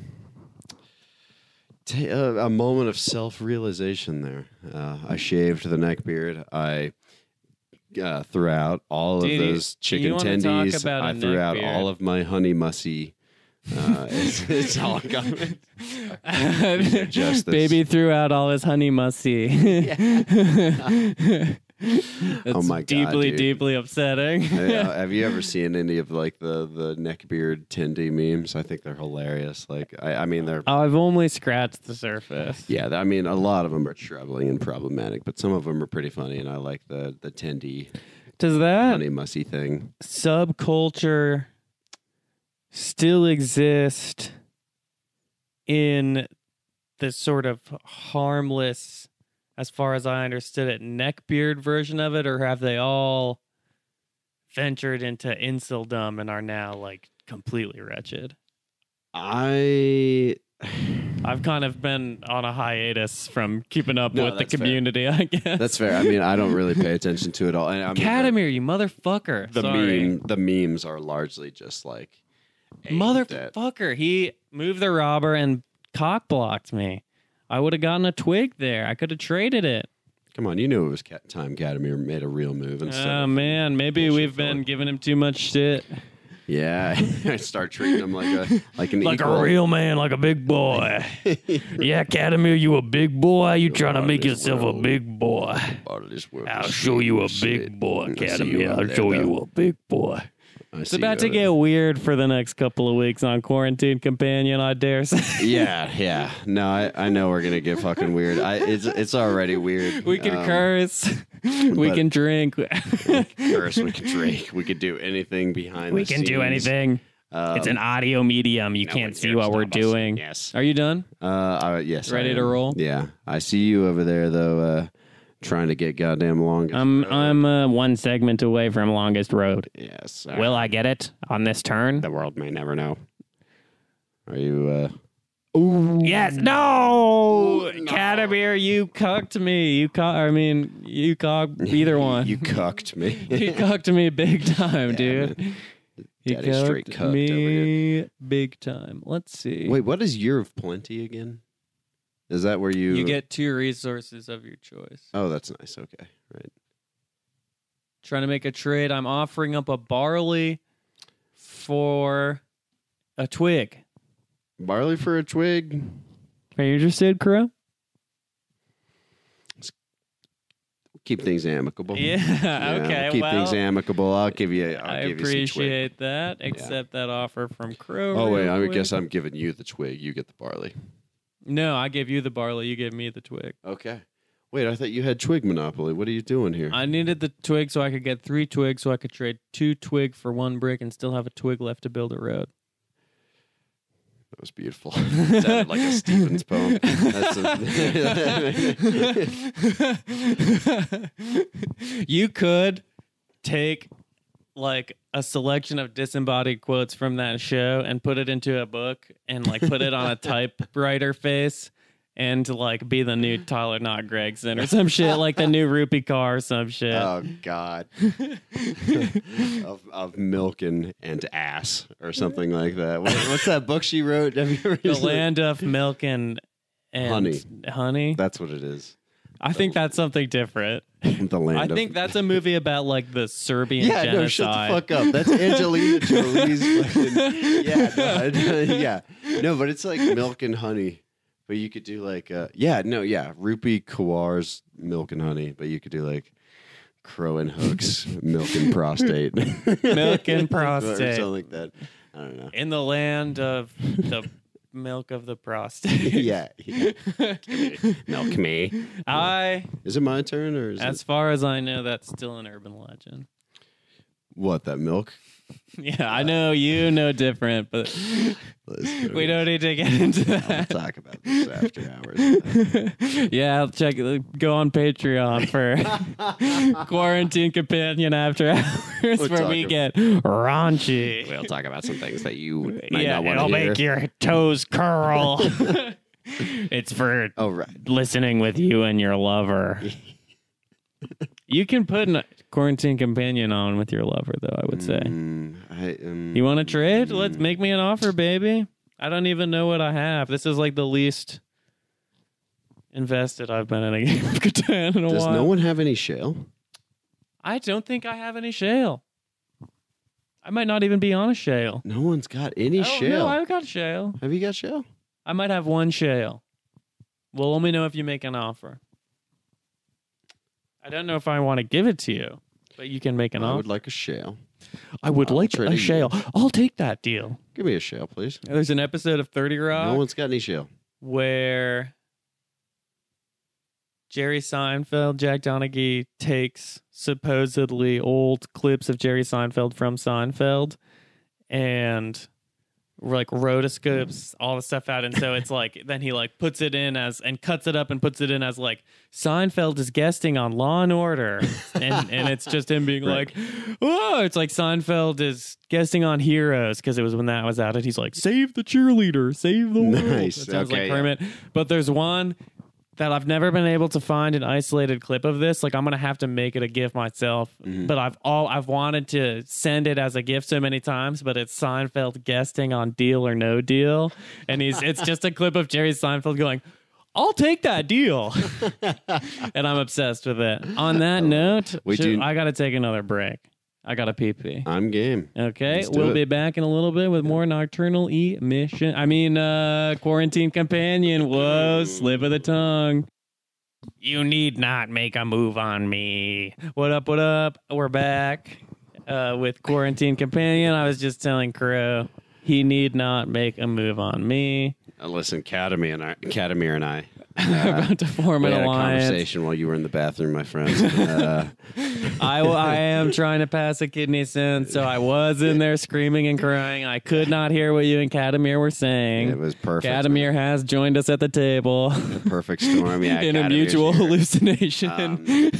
ta uh, a moment of self realization there. Uh, I shaved the neckbeard. I uh, threw out all
Dude,
of
you-
those chicken
you wanna talk
tendies.
about a
I threw out
neckbeard.
all of my honey mussy. Uh, [laughs] it's, it's
[laughs]
all government. just this-
Baby threw out all his honey musty. [laughs] That's
Oh my God,
Deeply,
dude.
deeply upsetting.
Yeah, [laughs] have you ever seen any of like the the neckbeard Tindy memes? I think they're hilarious. Like, I, I mean, they're
[laughs] I've only scratched the surface.
yeah. I mean, a lot of them are troubling and problematic, but some of them are pretty funny, and I like the the Tindy
Does that
honey musty thing.
subculture still exist in the sort of harmless, as far as I understood it, neckbeard version of it, or have they all ventured into inseldom and are now like completely wretched?
I [sighs]
I've kind of been on a hiatus from keeping up
No,
with the
that's fair.
community, I guess.
that's fair. I mean, I don't really pay attention to it all. And I mean,
Catamere, you motherfucker.
the, the
Sorry.
meme the memes are largely just like aimed at-
Motherfucker, he moved the robber and cock blocked me. I would have gotten a twig there. I could have traded it.
Come on, you knew it was cat- time. Catamir made a real move instead.
Oh
of-
man, maybe
bullshit
we've been
filler.
giving him too much shit.
Yeah, [laughs] I start treating him like a like an
[laughs] Like
equal.
a real man, like a
[laughs]
big boy. yeah, Catamir, you a big boy. You trying to
on
make
this
yourself a
world.
big boy.
part of this world.
I'll show you a big boy,
I see you
Catamir.
out
I'll
there,
show you
though.
a big boy.
It's
It's about to get weird for the next couple of weeks on Quarantine Companion, I
[laughs]
dare say.
[laughs] Yeah, yeah. No, I, I know we're gonna get fucking weird. I it's it's already weird.
[laughs] We can
Um,
curse. [laughs] we
but-
can drink.
curse. We can drink. We could do anything behind.
we
the
can do
scenes.
anything.
Um,
it's an audio medium. You
no one
can't see
can
what we're
stop us.
doing.
Yes.
Are you done?
Uh, I, yes.
Ready
I
to
am.
roll?
Yeah. I see you over there though, uh, trying to get goddamn long.
I'm I'm uh, one segment away from longest road.
yes.
Will I get it on this turn?
the world may never know. Are you? uh
Yes. No. Catamir, you cucked me. You cock. I mean, you cocked
[laughs]
either one.
You
you,
cucked me.
[laughs]
[laughs]
cucked me big time, dude. You
Daddy straight cucked over
me big time. Let's see.
Wait, what is year of plenty again? Is that where you
you get two resources of your choice.
Oh, that's nice. Okay, right.
trying to make a trade. I'm offering up a barley for a twig.
Barley for a twig.
Are you interested, Crow?
Keep things amicable.
Yeah. [laughs] okay.
Keep
well,
things amicable. I'll give you. I'll
I
give You some twig.
appreciate that. Accept that offer from Crow.
Oh wait,
real
I
quick.
guess I'm giving you the twig. You get the barley.
No, I gave you the barley. You gave me the twig.
Okay. Wait, I thought you had twig monopoly. What are you doing here?
I needed the twig so I could get three twigs, so I could trade two twig for one brick and still have a twig left to build a road.
That was beautiful. [laughs] Sounded like a Stevens poem. That's
[laughs]
a- [laughs]
you could take like a selection of disembodied quotes from that show and put it into a book and like put it
[laughs]
on a typewriter face and like be the new Tyler Not Gregson or some shit like the new Rupee Car or some shit.
Oh God, of, of milk and, and ass or something like that. What, what's that book she wrote? [laughs] Have you ever
the land of milk and, and
Honey.
Honey.
That's what it is.
I think that's something different.
The land.
I
of-
think that's a movie about like the Serbian
Yeah, no, shut the
genocide.
fuck up. That's
[laughs]
Angelina Jolie's. Fucking, yeah, no, I- [laughs] yeah, no, but it's like milk and honey. But you could do like, uh, yeah, no, yeah, Rupi Kawar's milk and honey. But you could do like Crow and Hooks milk
[laughs]
and prostate,
Milk and
[laughs] or
prostate.
something like that. I don't know.
In the land of the milk of the
[laughs]
prostate.
yeah.
[laughs]
yeah. Milk me.
I,
Is it my turn or is
as
it
far as I know, that's still an urban legend. [laughs]
what that milk?
Yeah,
Uh,
I know you know
[laughs]
different, but we don't need to get into
I'll
[laughs] that.
talk about this after
[laughs]
hours.
yeah, I'll check. Go on Patreon
[laughs]
for quarantine companion after hours, [laughs]
We'll
where
talk
we
ab-
get raunchy.
we'll talk about some things that you might
yeah,
not want
it'll
to hear.
make your toes curl. [laughs] it's for
oh right.
listening with you and your lover. [laughs] you can put a quarantine companion on with your lover, though. I would say.
Mm, I, um,
You want to trade? Let's make me an offer, baby. I don't even know what I have. This is like the least invested I've been in a [laughs] game of Catan in a
Does
while.
no one have any shale?
I don't think I have any shale. I might not even be on a shale.
No one's got any
Oh, I don't know.
shale.
I've got shale.
Have you got shale?
I might have one shale. Well, let me know if you make an offer. I don't know if I want to give it to you, but you can make an
I
offer.
would like a shale. I
I would
would
like
trade
a
you.
shale. I'll take that deal.
Give me a shale, please.
There's an episode of 30 Rock
No one's got any
[laughs]
shale.
where Jerry Seinfeld, Jack Donaghy takes supposedly old clips of Jerry Seinfeld from Seinfeld and like rotoscopes all the stuff out and so it's like [laughs] then he like puts it in as and cuts it up and puts it in as like Seinfeld is guesting on Law
[laughs]
and Order and and it's just him being
Right.
like oh it's like Seinfeld is guesting on Heroes because it was when that was out and he's like save the cheerleader save the world."
Nice.
That sounds
Okay,
like
yeah.
Kermit but there's one that I've never been able to find an isolated clip of this. Like I'm gonna have to make it a GIF myself.
Mhm.
But I've all I've wanted to send it as a GIF so many times. But it's Seinfeld guesting on Deal or No Deal, and he's
[laughs]
it's just a clip of Jerry Seinfeld going, "I'll take that deal," and I'm obsessed with it. On that note,
[laughs] We
should-
do-
I gotta take another break. I gotta pee pee.
I'm game.
Okay,
Let's do
we'll
it.
be back in a little bit with more nocturnal emission. I mean, uh, quarantine companion. Whoa, slip of the tongue. You need not make a move on me. What up? What up? We're back uh, with quarantine companion. I was just telling Crow he need not make a move
[laughs]
on me.
Uh, listen, Catamir and I, Catamir and I
[laughs] About to form
we
an
had a
alliance.
conversation while you were in the bathroom, my friend.
[laughs]
Uh,
I,
[laughs]
w- I am trying to pass a kidney sin, so I was in there screaming and crying. I could not hear what you and Katamir were saying.
it was perfect.
Katamir has joined us at the table
Perfect storm. Yeah,
[laughs] in a
Catamir's
mutual
here.
hallucination, [laughs]
Um, yeah.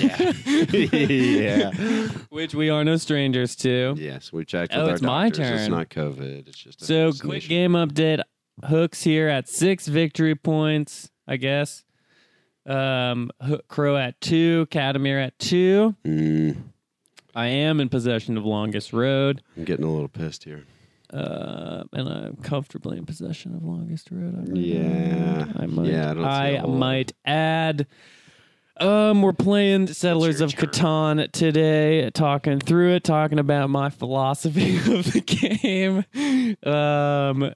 [laughs] yeah.
which we are no strangers to.
Yes, we checked
Oh,
with our
it's my
doctors. It's
turn.
not COVID. It's just a
So, quick
hallucination.
game update. Hooks here at six victory points, I guess. Um, Ho- Crow at two, Katamir at two.
Mm,
I am in possession of longest road,
I'm getting a little pissed here.
uh, and I'm comfortably in possession of longest road. I believe.
Yeah.
I might.
Yeah, I don't see a
I
whole lot.
might add. Um, we're playing Settlers of
It's your
Catan today, talking through it, talking about my philosophy [laughs] of the game. Um,
Are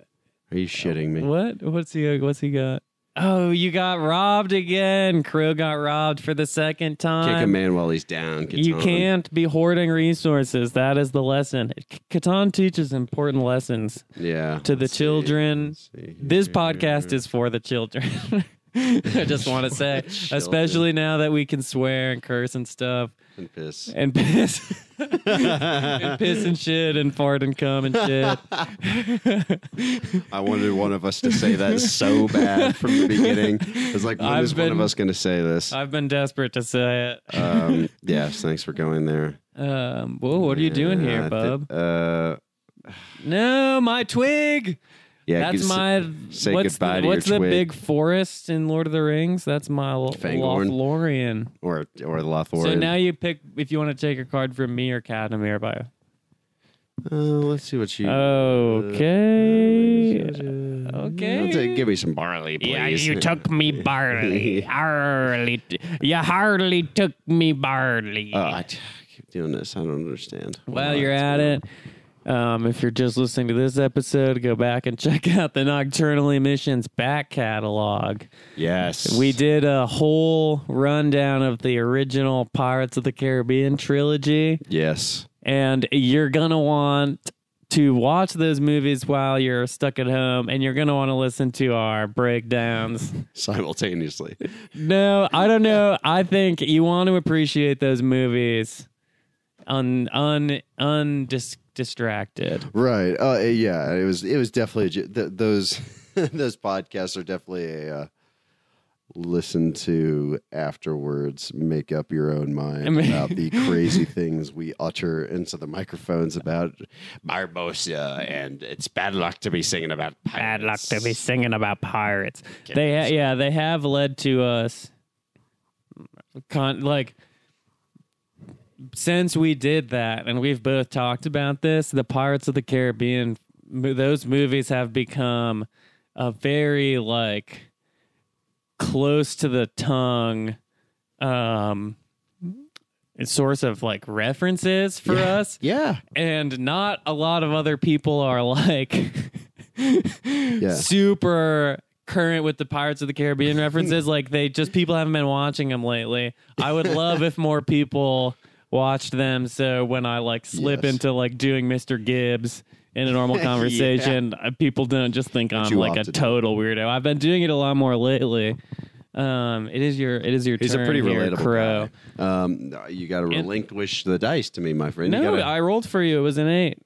you shitting me?
what? What's he? What's he got? Oh, you got robbed again. Crew got robbed for the second time.
Kick a man while he's down. Catan.
You can't be hoarding resources. That is the lesson. C- Catan teaches important lessons
Yeah.
to the
Let's see.
children.
Let's see
This
here.
podcast is for the children. [laughs] I just want to
[laughs]
say,
children.
especially now that we can swear and curse and stuff
And piss.
and piss. [laughs] and piss and shit and fart and cum and shit.
[laughs] I wanted one of us to say that so bad from the beginning. It's like, when
I've
is one
been-
of us going to say this?
I've been desperate to say it.
Um, yes, thanks for going there.
Um, whoa, what are you doing
Yeah,
here,
I thi-
bub?
uh,
No, my twig.
yeah,
That's
good-
my.
say
what's
goodbye
the,
to your
what's the
twig.
big forest in Lord of the Rings? That's my L-
Fangorn.
Lothlorien.
or or the Lothorian.
So now you pick if you want to take a card from me or Cadamir by.
Uh, let's see what you.
Uh, Okay.
I'll
okay.
take- give me some barley, please.
yeah, you took me barley. Hardly, you hardly took me barley.
Oh, I t- I keep doing this. I don't understand.
While
Why.
you're at it, um, if you're just listening to this episode, go back and [laughs] check out the Nocturnal Emissions back catalog.
Yes,
We did a whole rundown of the original Pirates of the Caribbean trilogy,
Yes,
and you're gonna want to watch those movies while you're stuck at home, and you're gonna want to listen to our breakdowns.
simultaneously.
No, I don't know. I think you want to appreciate those movies un un undistracted.
right. Uh, yeah. It was. It was definitely a, ju- th- those. [laughs] those podcasts are definitely a. Uh, Listen to afterwards. Make up your own mind
mean-
about the
[laughs]
crazy things we utter into the microphones about Barbosa, and it's bad luck to be singing about
Bad luck to be singing about pirates. They ha- yeah, they have led to us con- like since we did that and we've both talked about this, the Pirates of the Caribbean mo- those movies have become a very like close to the tongue um source of like references for us
Yeah.
and not a lot of other people
[laughs]
are like super current with the Pirates of the Caribbean references. like they just people haven't been watching them lately.
[laughs]
I would love if more people watched them. So when I like slip
Yes.
into like doing Mr. Gibbs in
[laughs]
a normal conversation, uh people don't just think I'm
you
like a
often do.
total weirdo. I've been doing it a lot more lately. Um, it is your it is your
He's
turn
a pretty
here,
relatable
crow.
guy. Um, you got to relinquish the dice to me, my friend. You
No,
gotta-
I rolled for you. It was an eight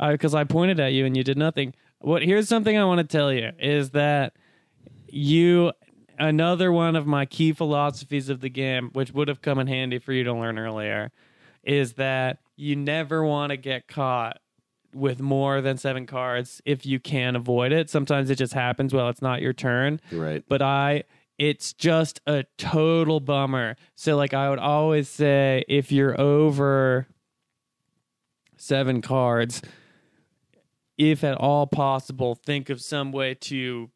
because I pointed at you and you did nothing. What? Here's something I want to tell you is that you another one of my key philosophies of the game, which would have come in handy for you to learn earlier, is that you never want to get caught with more than seven cards if you can avoid it. Sometimes it just happens. Well, it's not your turn
You're right.
but I it's just a total bummer. So like I would always say if you're over 7 cards if at all possible think of some way to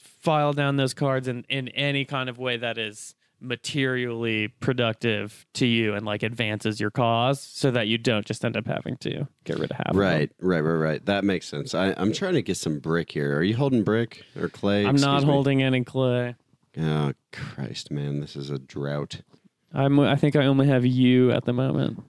file down those cards in in any kind of way that is materially productive to you and like advances your cause so that you don't just end up having to get rid of half of them.
Right, right, right, right. That makes sense. I, I'm trying to get some brick here. Are you holding brick or clay?
I'm not
Excuse me.
holding any clay.
Oh Christ, man, this is a drought.
I'm I think I only have you at the moment.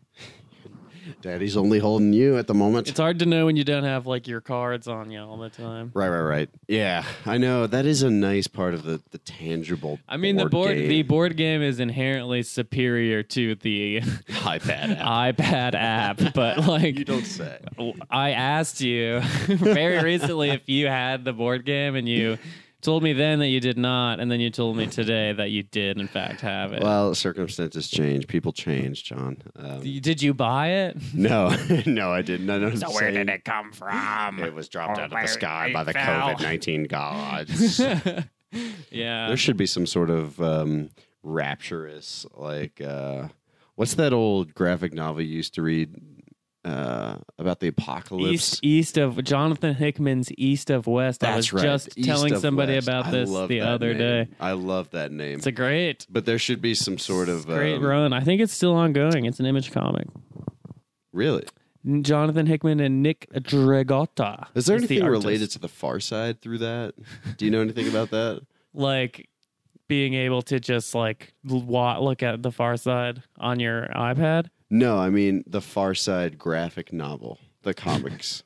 Daddy's only holding you at the moment.
It's hard to know when you don't have like your cards on you all the time.
right, right, right. Yeah, I know. That is a nice part of the the tangible.
I mean, the board
game.
the [laughs] board game is inherently superior to the [laughs]
iPad. app.
iPad app, but like
[laughs] you don't
[laughs]
say.
I asked you [laughs] very recently if you had the board game, and you told me then that you did not, and then you told me today that you did in fact have it.
Well, circumstances change. People change, John. Um,
did you buy it?
[laughs]
[laughs]
no, [laughs] no, I didn't. I know. So
Where did it come from?
It was dropped
Or
out of
where
the sky
it
by the
fell.
COVID nineteen
[laughs]
gods.
yeah.
There should be some sort of um, rapturous, like, uh, what's that old graphic novel you used to read uh, about the apocalypse?
East, east of Jonathan Hickman's East of West. I was
That's right,
just
East
telling
of
somebody
West.
about
I
this
love
the
that
other
name.
day.
I love that name.
It's a great
but there should be some sort of
great
um,
run. I think it's still ongoing. It's an image comic.
really.
Jonathan Hickman and Nick Dragotta.
Is there
is the
anything
artist.
related to the Far Side through that? Do you know anything about that?
like being able to just like l- wa- look at the far side on your iPad?
No, I mean the Far Side graphic novel, the
[laughs]
comics.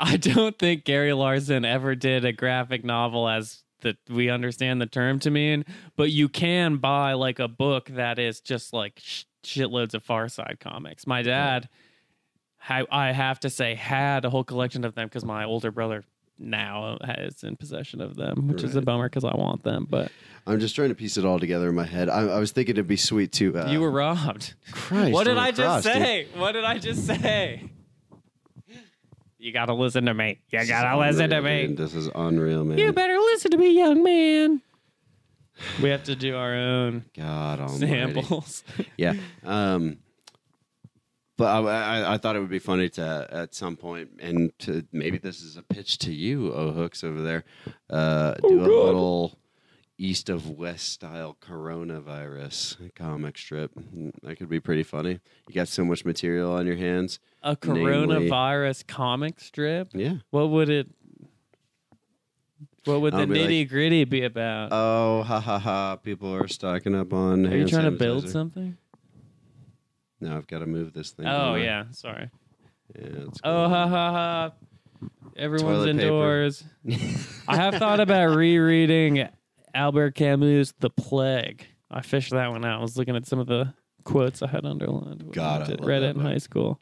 I don't think Gary Larson ever did a graphic novel as that we understand the term to mean, but you can buy like a book that is just like sh- shitloads of Far Side comics. My dad, ha- I have to say, had a whole collection of them because my older brother now is in possession of them, which is a
Right.
bummer because I want them. But
I'm just trying to piece it all together in my head. I, I was thinking it'd be sweet to. Uh,
you
[laughs]
were robbed.
Christ.
What
on
did
a
I
cross,
just
dude.
say? What did I just say? You gotta listen to me. You
This is
gotta listen to
unreal,
me.
dude. This is unreal, man.
You better listen to me, young man. We have to do our own
God almighty.
samples.
Yeah. Um, but I, I, I thought it would be funny to at some point, and to maybe this is a pitch to you, O Hooks over there, uh,
Oh,
do a little east of west style coronavirus comic strip. That could be pretty funny. You got so much material on your hands.
A
Namely-
coronavirus comic strip.
Yeah.
What would it? What would the
I'll be like-
nitty gritty be about?
Oh, ha ha ha! People are stocking up on.
Are you trying to build something?
No, I've got to move this thing.
Oh
don't I?
yeah, sorry.
yeah it's
Oh ha ha ha! Everyone's
Toilet paper.
indoors.
[laughs]
I have thought about rereading Albert Camus' *The Plague*. I fished that one out. I was looking at some of the quotes I had underlined. when
God, I
did-
love
read
that
it in
book.
high school.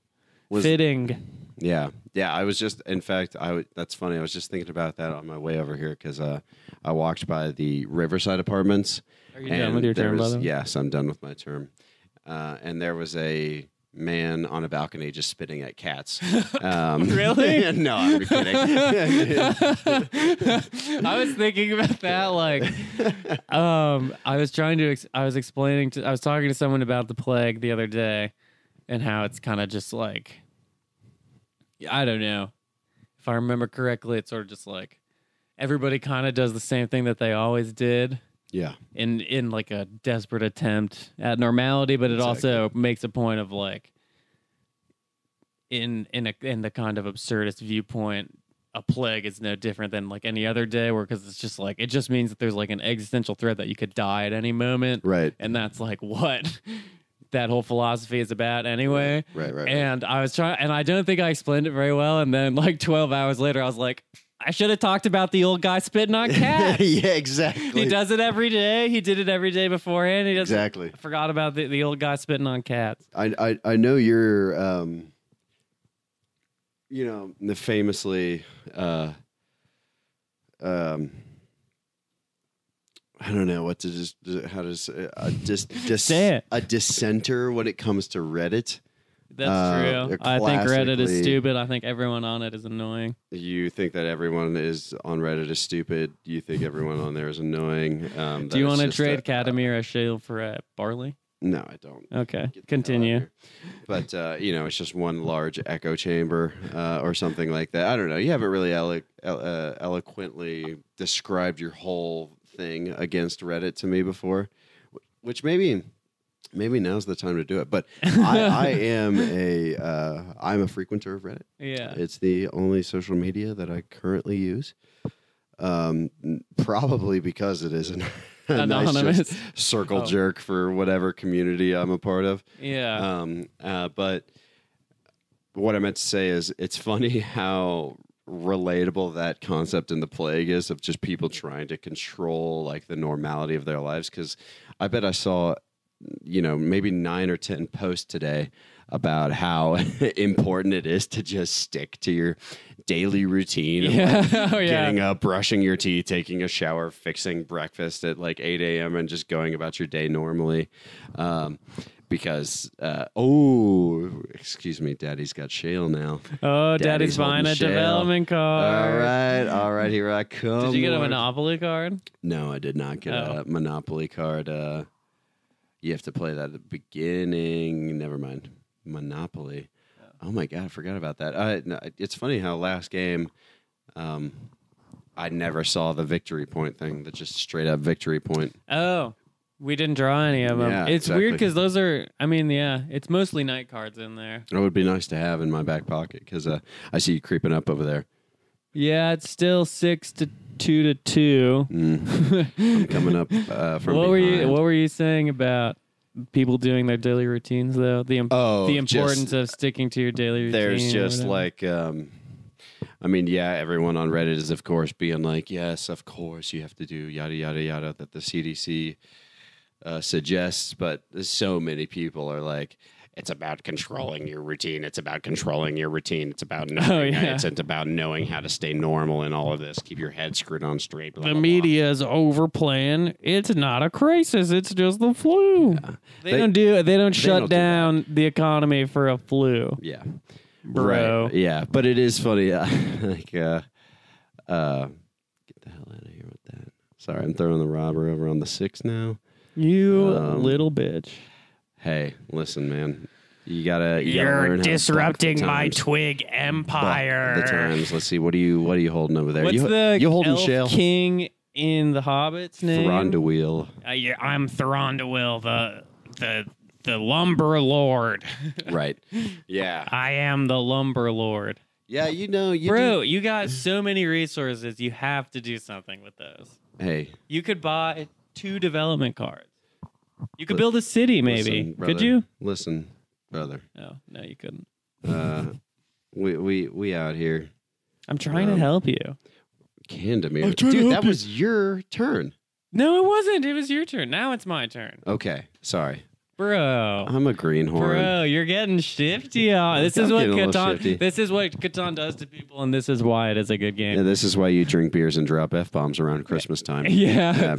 Was-
Fitting.
Yeah, yeah. I was just, in fact, I w- that's funny. I was just thinking about that on my way over here because uh, I walked by the Riverside Apartments.
Are you done with your
there
term, by
was-
the way?
Yes, I'm done with my term. Uh, and there was a man on a balcony just spitting at
[laughs]
cats. Um, [laughs]
Really?
no, I'm
[laughs]
kidding.
I was thinking about that. Like, um, I was trying to. Ex- I was explaining to. I was talking to someone about the plague the other day, and how it's kind of just like. I don't know. If I remember correctly, it's sort of just like everybody kind of does the same thing that they always did.
[laughs] Yeah.
in in like a desperate attempt at normality, but it also makes a point of like in in a in the kind of absurdist viewpoint, a plague is no different than like any other day, where because it's just like it just means that there's like an existential threat that you could die at any moment,
Right.
and that's like [laughs] what that whole philosophy is about anyway.
Right. Right. right.
And I was trying, and I don't think I explained it very well. And then, like twelve hours later, I was like, I should have talked about the old guy
[laughs]
spitting on cats.
yeah. Exactly.
He does it every day. He did it every day beforehand. He does
Exactly.
I forgot about the, the old guy spitting on cats.
I, I I know you're um you know famously uh um I don't know what to just how to say a
[laughs]
dis, dis
Say it.
a dissenter when it comes to Reddit.
That's
Uh,
true.
they're
I think Reddit is
classically-
stupid. I think everyone on it is annoying.
You think that everyone is on Reddit is stupid. You think everyone on there is annoying. Um,
Do you
want to
trade Katamir a shield for uh, Barley?
No, I don't.
Okay,
Get the hell out of
continue.
here. But uh, you know, it's just one large echo chamber uh, or something like that. I don't know. You haven't really elo- el- uh, eloquently described your whole thing against Reddit to me before, wh- which maybe maybe now's the time to do it. But I,
[laughs]
I am a uh, I'm a frequenter of Reddit.
Yeah.
It's the only social media that I currently use. Um, n- probably because it is an, a [laughs] nice just
Anonymous.
circle
Oh.
jerk for whatever community I'm a part of.
[laughs] yeah.
Um, uh, but what I meant to say is it's funny [laughs] how relatable that concept in the plague is of just people trying to control like the normality of their lives. Cause I bet I saw, you know, maybe nine or 10 posts today about how [laughs] important it is to just stick to your daily routine. of, like,
yeah. oh, yeah.
Getting up, brushing your teeth, taking a shower, fixing breakfast at like 8 a.m., and just going about your day normally. Um, because, uh, oh, excuse me, daddy's got shale now.
oh,
Daddy's
Daddy's buying
holding
a
shell.
development
All
card.
right, all right, here I come.
Did you get a
Lord.
Monopoly card?
No, I did not get
Oh.
a Monopoly card. Uh, you have to play that at the beginning. Never mind. Monopoly. Oh my god, I forgot about that. Uh, no, it's funny how last game, um, I never saw the victory point thing. The just straight up victory point.
Oh, we didn't draw any of them.
Yeah,
it's
exactly.
weird 'cause weird because those are, I mean, yeah, it's mostly night cards in there.
It would be nice to have in my back pocket because uh, I see you creeping up over there.
Yeah, it's still six to two to two. [laughs]
Mm. I'm coming up uh, from
what
behind.
were you What were you saying about people doing their daily routines though? The im-
oh,
the
just-
importance of sticking to your daily routine.
there's
or
just
whatever.
like um I mean, yeah, everyone on Reddit is of course being like, yes, of course you have to do yada yada yada that the CDC uh, suggests, but so many people are like
It's about controlling your routine. It's about controlling your routine. It's about
[laughs]
knowing.
Oh, yeah.
It's about knowing how to stay normal in all of this. Keep your head screwed on straight. blah, blah,
the
blah.
media's overplaying. It's not a crisis. It's just the flu. They,
They-
don't do. They don't shut
don't do that.
down the economy for a flu,
yeah,
bro.
right, yeah. But it is funny, [laughs] uh, like uh, uh, get the hell out of here with that. Sorry, I'm throwing the robber over on the six now.
You
Um,
little bitch.
Hey, listen, man, you gotta you gotta learn
You're
how to adapt to
disrupting
the
my
times.
twig empire.
The times. Let's see. What are you What are you holding over there?
What's
you,
the
you holding
elf
shale?
king in the Hobbit's name?
Throndawill.
Uh, yeah, I'm Throndawill, the the the lumber lord.
right. Yeah.
I
am the lumber lord.
Yeah. You know. You
Bro, you got so many resources. You have to do something with those.
do- Hey.
You could buy two development cards. You could build a city, maybe.
listen,
could
brother.
you?
Listen, brother.
No, no, you couldn't.
Uh, we we we out here.
I'm trying
Um,
to help you.
Candemir.
I'm trying to
Dude,
help
that
you.
was your turn.
No, it wasn't. It was your turn. Now it's my turn,
Okay. Sorry.
bro.
I'm a greenhorn.
Bro, you're getting shifty. On. This is
I'm
what
getting a little shifty.
Catan. This is what Catan does to people, and this is why it is a good game.
And this is why you drink beers and drop f bombs around Christmas
[laughs]
time.
Yeah.
man.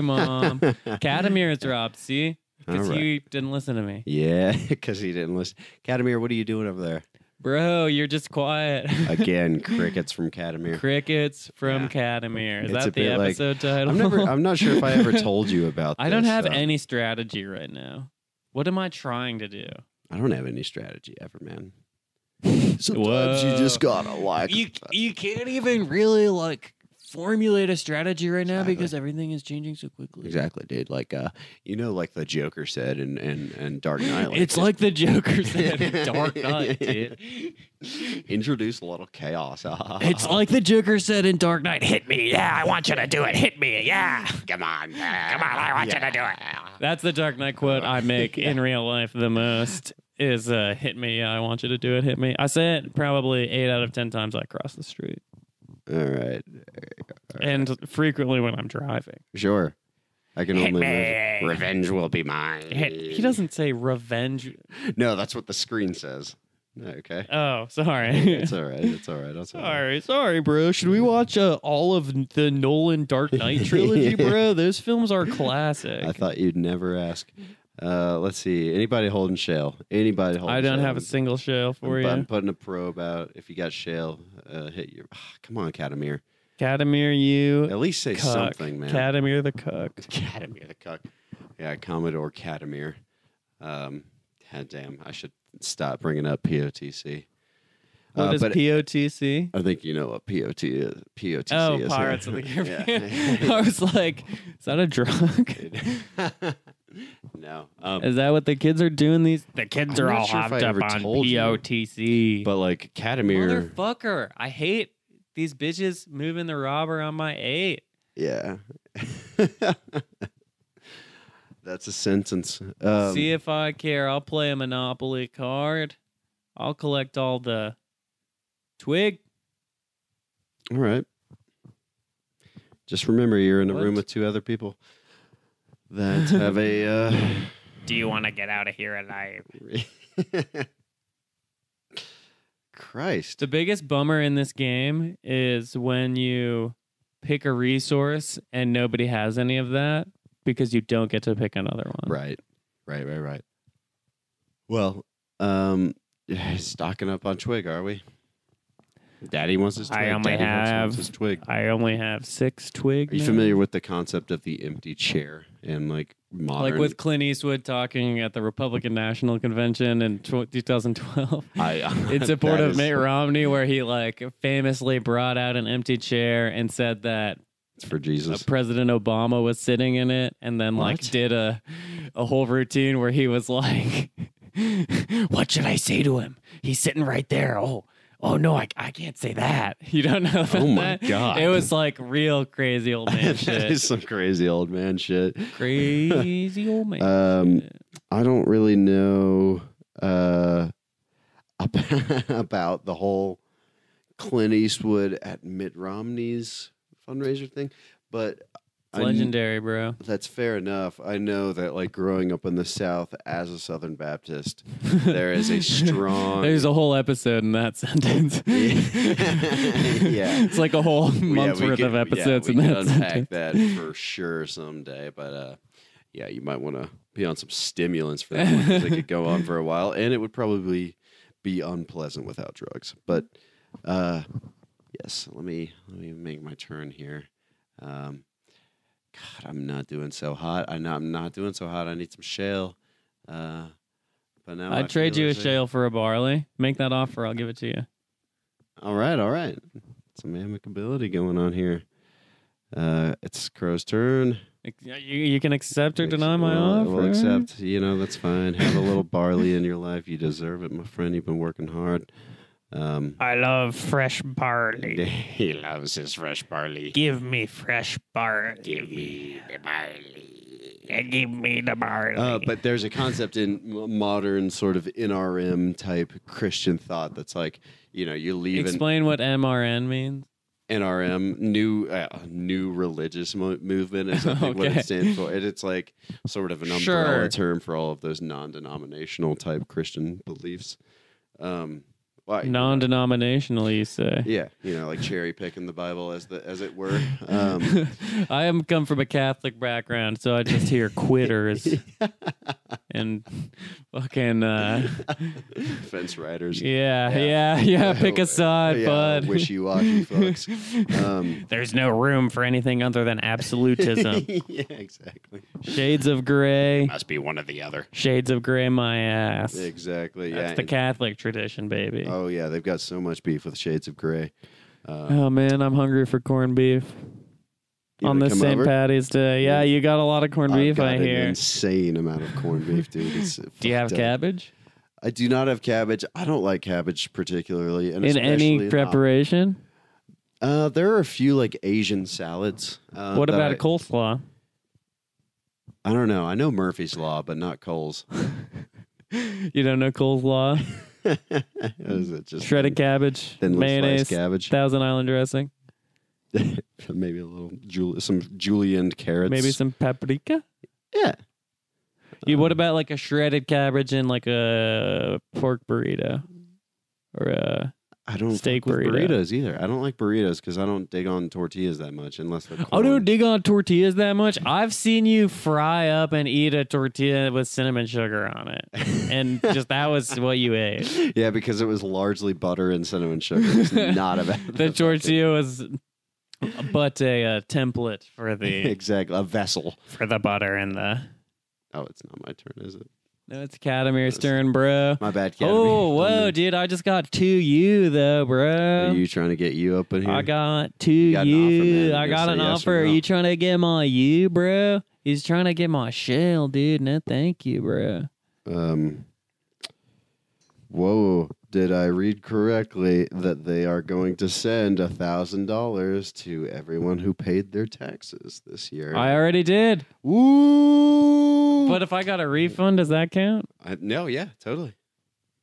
[laughs]
mom. Katamir is dropped. See, because
All right.
you didn't listen to me,
Yeah, [laughs] because he didn't listen. Katamir, what are you doing over there?
bro. You're just quiet.
Again, crickets from Katamir.
[laughs] Crickets from
Yeah.
Katamir.
It's
Is
a
that the
bit like-
episode title?
I'm
[laughs]
never. I'm not sure if I ever told you about.
I don't
this,
have
uh,
any strategy right now. What am I trying to do?
I don't have any strategy ever,
[laughs]
man.
Sometimes you just
gotta like.
You you can't even really like formulate a strategy right now
Exactly.
because everything is changing so quickly.
Exactly, dude. Like, uh, you know, like the Joker said, and and and Dark Knight.
it's
just [laughs]
like the Joker said, in Dark Knight, dude.
Introduce a little chaos. [laughs]
It's like the Joker said in Dark Knight, hit me, yeah, I want you to do it, hit me, yeah.
come on, come on. I want you to do it.
That's the Dark Knight quote
[laughs]
I make in real life the most is uh, hit me, I want you to do it, hit me. I say it probably eight out of ten times I cross the street.
All right,
And frequently when I'm driving.
sure. I can only
me.
imagine. revenge will be mine.
He doesn't say revenge.
No, that's what the screen says. Okay,
Oh, sorry. [laughs]
it's all right. It's all right. I'm sorry.
sorry, sorry, bro. Should we watch uh, all of the Nolan
[laughs]
Dark Knight trilogy, bro? Those films are classic.
I thought you'd never ask. Uh, let's see. Anybody holding shale? Anybody holding?
I don't have a
shale?
single show for
I'm, I'm
you.
putting a probe out. If you got shale, uh, hit your. Ah, come on, Katamir.
Catamir, you
At least say
cuck.
something, man.
Catamir the [laughs] cuck.
Katamir the cuck. Yeah, Commodore Katamir. Um, God damn, I should stop bringing up POTC.
What
Uh,
is
but
POTC?
I think you know what POT is. POTC
Oh,
is.
Pirates [laughs] of
[laughs]
the
Yeah.
Caribbean. [laughs] I was like, is that a drug?
[laughs] no. Um,
Is that what the kids are doing these?
The kids
I'm
are
not
all
sure if I
hopped up
ever
on
told you.
POTC.
but like Katamir.
Motherfucker. I hate these bitches moving the robber on my eight.
Yeah. [laughs] That's a sentence. Um,
See if I care. I'll play a Monopoly card. I'll collect all the twig.
all right. Just remember, you're in a
What?
room with two other people that have a. Uh,
Do you want to get out of here alive?
[laughs] Christ.
The biggest bummer in this game is when you pick a resource and nobody has any of that because you don't get to pick another one.
Right. Right, right, right. Well, um stocking up on twig, are we? Daddy wants his twig.
I only
Daddy wants- wants
have-
his twig.
I only have six twigs.
Are you familiar with the concept of the empty chair and like modern
Like with Clint Eastwood talking at the Republican National Convention in tw-
[laughs]
2012
I,
in support
that
of
is-
Mitt Romney, where he like famously brought out an empty chair and said that
It's for
uh,
Jesus.
President Obama was sitting in it, and then like
What?
did a a whole routine where he was like, [laughs] "What should I say to him? He's sitting right there. Oh." Oh no, I, I can't say that. [laughs] You don't know. About
Oh, my
that?
God.
It was like real crazy old man
[laughs] that
shit.
is some crazy old man shit.
crazy old man.
Um,
shit.
I don't really know uh, [laughs] ab- about the whole Clint Eastwood at Mitt Romney's fundraiser thing, but
It's
I kn-
legendary, bro.
that's fair enough. I know that, like, growing up in the South as a Southern Baptist, there is a strong.
[laughs] There's a whole episode in that [laughs] sentence.
[laughs]
[laughs]
Yeah.
It's like a whole [laughs] month's
we
worth
could-
of episodes
yeah, we
in
could
that
unpack
sentence. [laughs]
that for sure someday, but uh, yeah, you might want to be on some stimulants for that one 'cause it could go on for a
[laughs]
while, and it would probably be unpleasant without drugs. But uh, yes, let me let me make my turn here. Um, God, I'm not doing so hot. I know I'm not doing so hot. I need some shale. Uh, but now
I'd
I
trade
feel
you a
as if-
shale for a barley. Make that offer. I'll give it to you.
All right, all right. Some amicability going on here. Uh, it's Crow's turn.
Ex- You, you can accept or
Ex-
deny my
well,
offer. eh?
Well, except you know that's fine. Have a little barley in your life. You deserve it, my friend. You've been working hard. Um,
I love fresh
[laughs]
barley.
he loves his fresh barley.
Give me fresh barley.
Give me the barley.
Yeah, Give me the barley.
Uh,
[laughs]
but there's a concept in m- modern sort of NRM type Christian thought that's like, you know, you leave an
Explain what MRN means.
NRM, new uh, new religious mo- movement is I think what
Okay.
it stands for. It, it's like sort of an umbrella
Sure.
term for all of those non-denominational type Christian beliefs. Um, like,
Non-denominational, you say.
yeah, you know, like cherry picking the Bible as the as it were.
[laughs]
Um,
I am come from a Catholic background, so I just
[laughs]
hear quitters and fucking uh,
fence riders,
yeah,
Yeah.
yeah, yeah. pick a side,
yeah,
bud. [laughs]
wishy-washy fucks. Um,
There's no room for anything other than
[laughs]
absolutism.
yeah, exactly,
Shades of gray.
must be one or the other.
Shades of gray my ass.
Exactly, yeah.
That's the
and- uh,
Catholic tradition, baby.
Oh yeah, they've got so much beef with Shades of Grey. Uh,
Oh man, I'm hungry for corned beef
you
on
wanna
this
come
St.
over?
Patty's Day. Yeah, you got a lot of corned
I've
beef,
got
I
an
hear.
Insane amount of corned beef, dude.
[laughs]
It's
Do you have
fucked up.
cabbage
I do not have cabbage. I don't like cabbage particularly, and
in
especially
any
not-
preparation?
Uh, there are a few like Asian salads. Uh,
what
that
about
I-
a coleslaw?
I don't know. I know Murphy's Law, but not Cole's. [laughs]
You don't know coleslaw?
Is it just
Shredded cabbage,
thinly sliced
mayonnaise,
cabbage?
Thousand Island dressing,
[laughs] Maybe a little Jul- some julienned carrots.
maybe some paprika.
Yeah.
You, what about like a shredded cabbage and like a pork burrito or a
I don't
Steak
fuck with
burrito.
burritos either. I don't like burritos because I don't dig on tortillas that much unless they're.
I don't
corn.
dig on tortillas that much. I've seen you fry up and eat a tortilla with cinnamon sugar on it,
[laughs]
and just that was what you ate. [laughs]
Yeah, because it was largely butter and cinnamon sugar. It's not
[laughs]
about [laughs]
The tortilla was, but a, uh template
[laughs]
for the
exactly a vessel.
for the butter
[laughs]
and the.
Oh, it's not my turn, is it?
No, it's Catamir Stern, bro.
My bad, Academy.
Oh,
I'm
whoa,
gonna-
dude! I just got two you though, bro.
Are you trying to get you up in here?
I got two
got an offer,
you.
man. You
I
gotta
got
say
an
yes or
offer.
no.
You trying to get my you, bro? He's trying to get my shell, dude. No, thank you, bro.
Um, whoa, did I read correctly that they are going to send a thousand dollars to everyone who paid their taxes this year?
I already did.
Woo!
But uh, if I got a refund, does that count?
I, no, yeah, totally,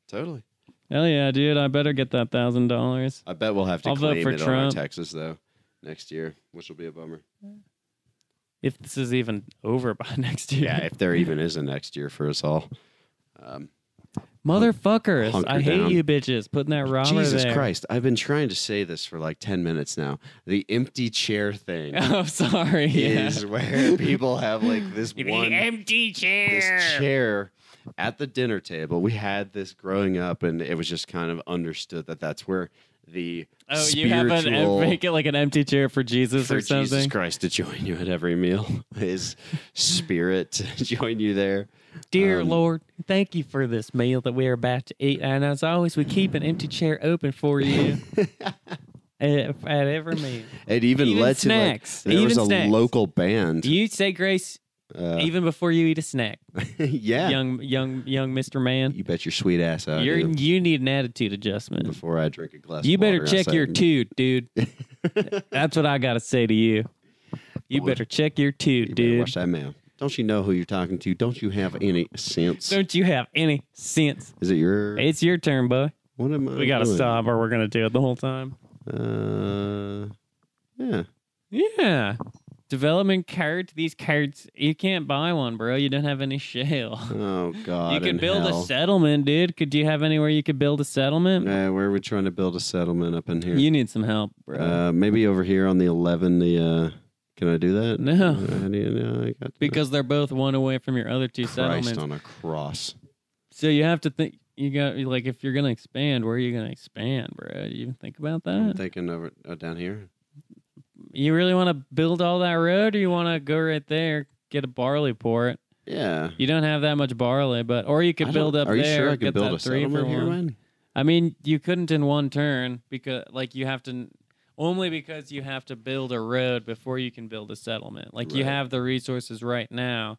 totally.
Hell yeah, dude! I better get that thousand dollars.
I bet we'll have to
I'll vote
claim
for
it on our
Trump.
taxes though next year, which will be a bummer.
If this is even over by [laughs] next year,
Yeah, if there even is a next year for us all. Um,
motherfuckers!
Hunker
I hate
down.
you, bitches, putting that robber
Jesus
there. [laughs]
Christ, I've been trying to say this for like ten minutes now. The empty chair thing.
I'm Oh, sorry. [laughs] Yeah.
is where people have like this
The
one
empty
this
chair.
chair at the dinner table. We had this growing up, and it was just kind of understood that that's where the
[laughs] Oh, you have
spiritual
an em- make it like an empty chair for Jesus
for
or something.
Jesus Christ to join you at every meal [laughs] is spirit [laughs] to join you there.
Dear
Um,
Lord, thank you for this meal that we're about to eat. And as always, we keep an empty chair open for
[laughs]
you at, at every meal.
It even,
Even
led
snacks.
to like there was
Even
a
snacks. E
local band.
Do you say grace
Uh,
even before you eat a snack,
yeah,
young, young, young Mister Man?
you bet your sweet ass out
You're, you need an attitude adjustment.
before I drink a glass.
You
of
better
water, I
check
say, "Mm,
your
[laughs]
toot, dude. That's what I gotta say to you. You better check your toot,
You better
dude.
watch that man. Don't you know who you're talking to? Don't you have any sense?
Don't you have any sense?
Is it your?
It's your turn, boy.
what am I?
We gotta
doing?
stop, or we're gonna do it the whole time.
Uh, yeah.
Yeah. Development cards, these cards, you can't buy one, bro. You don't have any shell.
Oh God.
[laughs] you
in
could build
hell.
a settlement, dude. Could you have anywhere you could build a settlement?
Yeah, where are we trying to build a settlement up in here?
You need some help, bro.
uh, maybe over here on the eleven. The uh, can I do that? Uh,
No.
I need- no, I got
because they're both one away from your other two
Christ
settlements.
on a cross.
So you have to think you got like if you're gonna expand, where are you gonna expand, bro? You even think about
I'm
that?
thinking over uh, down here.
You really want to build all that road, or you want to go right there, get a barley port?
Yeah.
You don't have that much barley, but or you
I
could
don't-
build up
Are you
there.
sure I
get
could build
that
a
three
settlement
for
here,
one.
man?
I mean, you couldn't in one turn because, like, you have to only because you have to build a road before you can build a settlement. Like, you
Right.
have the resources right now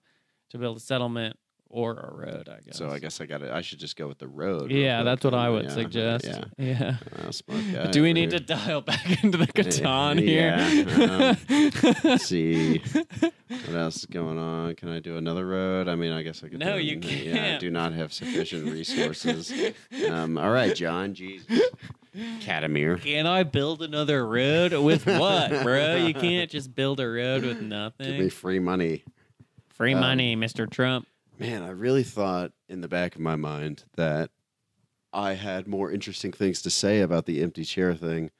to build a settlement or a road. I guess.
So I guess I got to I should just go with the road. real
Yeah,
quick,
that's what
huh?
I would
Yeah,
suggest.
Yeah.
Yeah.
Uh, smart guy
[laughs] Do we
over
need
here.
to dial back into the Catan
Eh, yeah,
here? [laughs]
Let's see what else is going on. Can I do another road? I mean, I guess I could.
No,
do
you
it. Yeah, I
can't.
do not have sufficient resources. um, all right, John.
[laughs]
Jesus, Catamir.
Can I build another road with what, bro? You can't just build a road with
Give me
nothing.
free money,
Free
um,
money, Mr. Trump.
man. I really thought in the back of my mind that I had more interesting things to say about the empty chair
[laughs]
thing.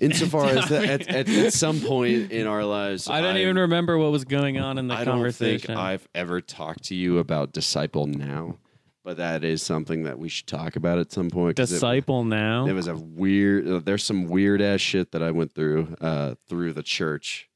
Insofar as that, at, at, at some point in our lives,
I don't
I've-
even remember what was going on in the
I don't think
conversation.
I've ever talked to you about disciple now, but that is something that we should talk about at some point. 'cause it-
Disciple now.
It, was a weird. uh, There's some weird ass shit that I went through uh, through the church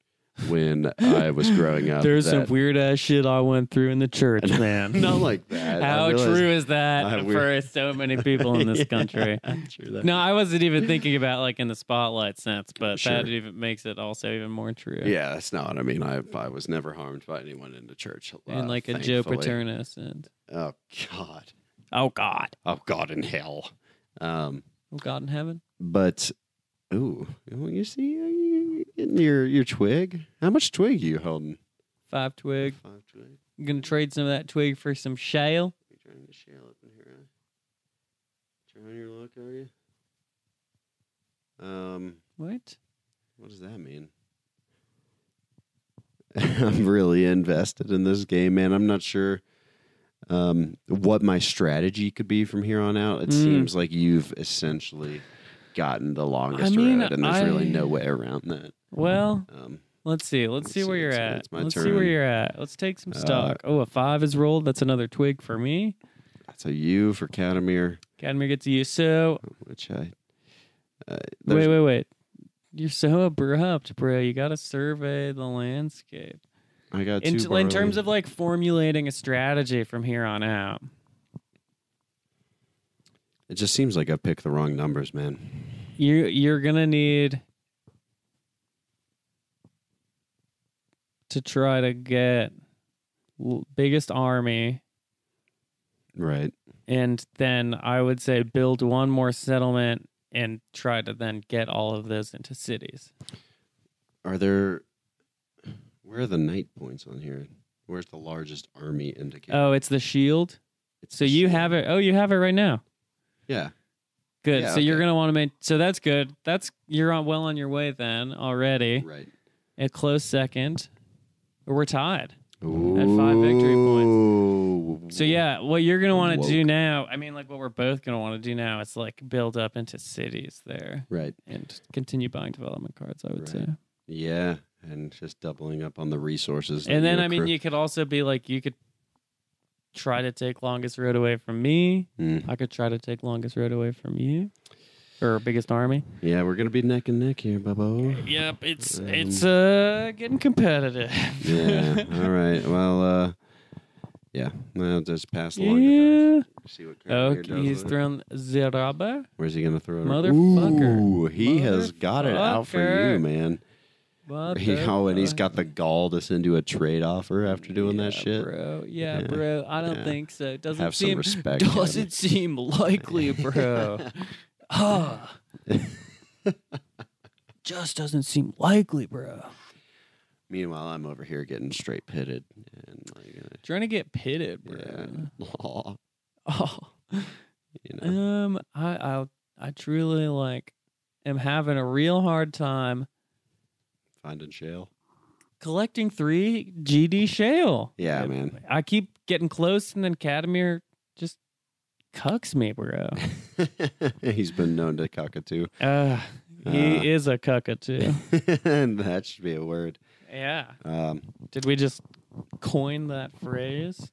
when I was growing up.
There's some
that,
weird ass shit I went through in the church, man.
[laughs] not like that. I
How
realize- [laughs]
true is that
I
for
weird-
so many people in
[laughs]
this country?
True that.
No, I wasn't even thinking about like in the spotlight sense, but
Sure.
that even makes it also even more true.
Yeah, that's not what I mean. I I was never harmed by anyone in the church. Uh,
in like a Joe
thankfully.
Paterno sense.
Oh God.
Oh God,
Oh God in hell. Um,
oh God in heaven.
but ooh, well, you see, uh, you getting your your twig. How much twig you holding?
Five twig.
Five twig.
I'm gonna trade some of that twig for some shale.
You trying to shale up in here? Huh? Trying your luck, are you? Um,
What?
what does that mean? [laughs] I'm really invested in this game, man. I'm not sure um, what my strategy could be from here on out. It
Mm.
seems like you've essentially gotten the longest
mean,
road, and there's really
I-
no way around that.
Well,
Um,
let's see. Let's,
Let's
see where
see,
you're
it's-
at.
it's my
let's see where
turn.
you're at. Let's take some
Uh,
stock. oh, a five is rolled. That's another twig for me.
that's a U for Catamir,
Academy gets you. So
which I. Uh,
wait,
there's-
wait, wait. You're so abrupt, bro. You gotta survey the landscape.
I got
In,
two
t- in terms
barley.
of like formulating a strategy from here on out.
It just seems like I picked the wrong numbers, man.
You you're gonna need to try to get l- biggest army,
Right.
and then I would say build one more settlement and try to then get all of those into cities.
Are there? Where are the knight points on here? Where's the largest army indicator?
Oh, it's the shield.
It's
So
the
you
shield.
have it. Oh, you have it right now.
Yeah.
Good.
Yeah,
so you're
okay.
gonna want to make. So that's good. That's you're on well on your way then already.
Right.
A close second. We're tied.
Ooh.
five victory
points.
So yeah, what you're gonna want
Woke.
to do now, I mean, like what we're both gonna want to do now, is like build up into cities there
Right.
and continue buying development cards. I would
Right.
say,
Yeah, and just doubling up on the resources. that
and then
you
I mean,
accrue.
you could also be like, you could try to take longest road away from me.
Mm.
I could try to take longest road away from you, or biggest army.
yeah, we're gonna be neck and neck here, Bubbo.
Yep, it's it's uh getting competitive.
Yeah.
[laughs]
All right. Well. uh Yeah. Well, just pass along. The dice.
[laughs] yeah.
See what
Oh,
Catamir does
he's
with it.
thrown the rubber.
Where's he gonna throw it?
Motherfucker.
Ooh, he has got it out for you,
Motherfucker.
man. He, oh, and he's got the gall to send you a trade offer after doing that
Yeah,
shit.
bro. Yeah,
Yeah,
bro. I don't
yeah.
think so. It Doesn't
Have some
seem
respect,
[laughs] doesn't
Adam.
seem likely,
[laughs]
bro. Ah. [laughs] Just doesn't seem likely, bro.
Meanwhile, I'm over here getting straight pitted and like, uh,
Trying to get pitted, bro.
yeah, [laughs] Aw,
Oh,
you know,
[laughs] um, I, I, I truly like am having a real hard time
finding shale.
collecting three GD shale.
Yeah,
I-
man. [laughs]
I keep getting close, and then Catamir just cucks me, [laughs] bro.
he's been known to cockatoo,
Uh, he
Uh.
is a [laughs] cuckatoo.
and [laughs] that should be a word.
yeah.
Um,
Did we just coin that phrase?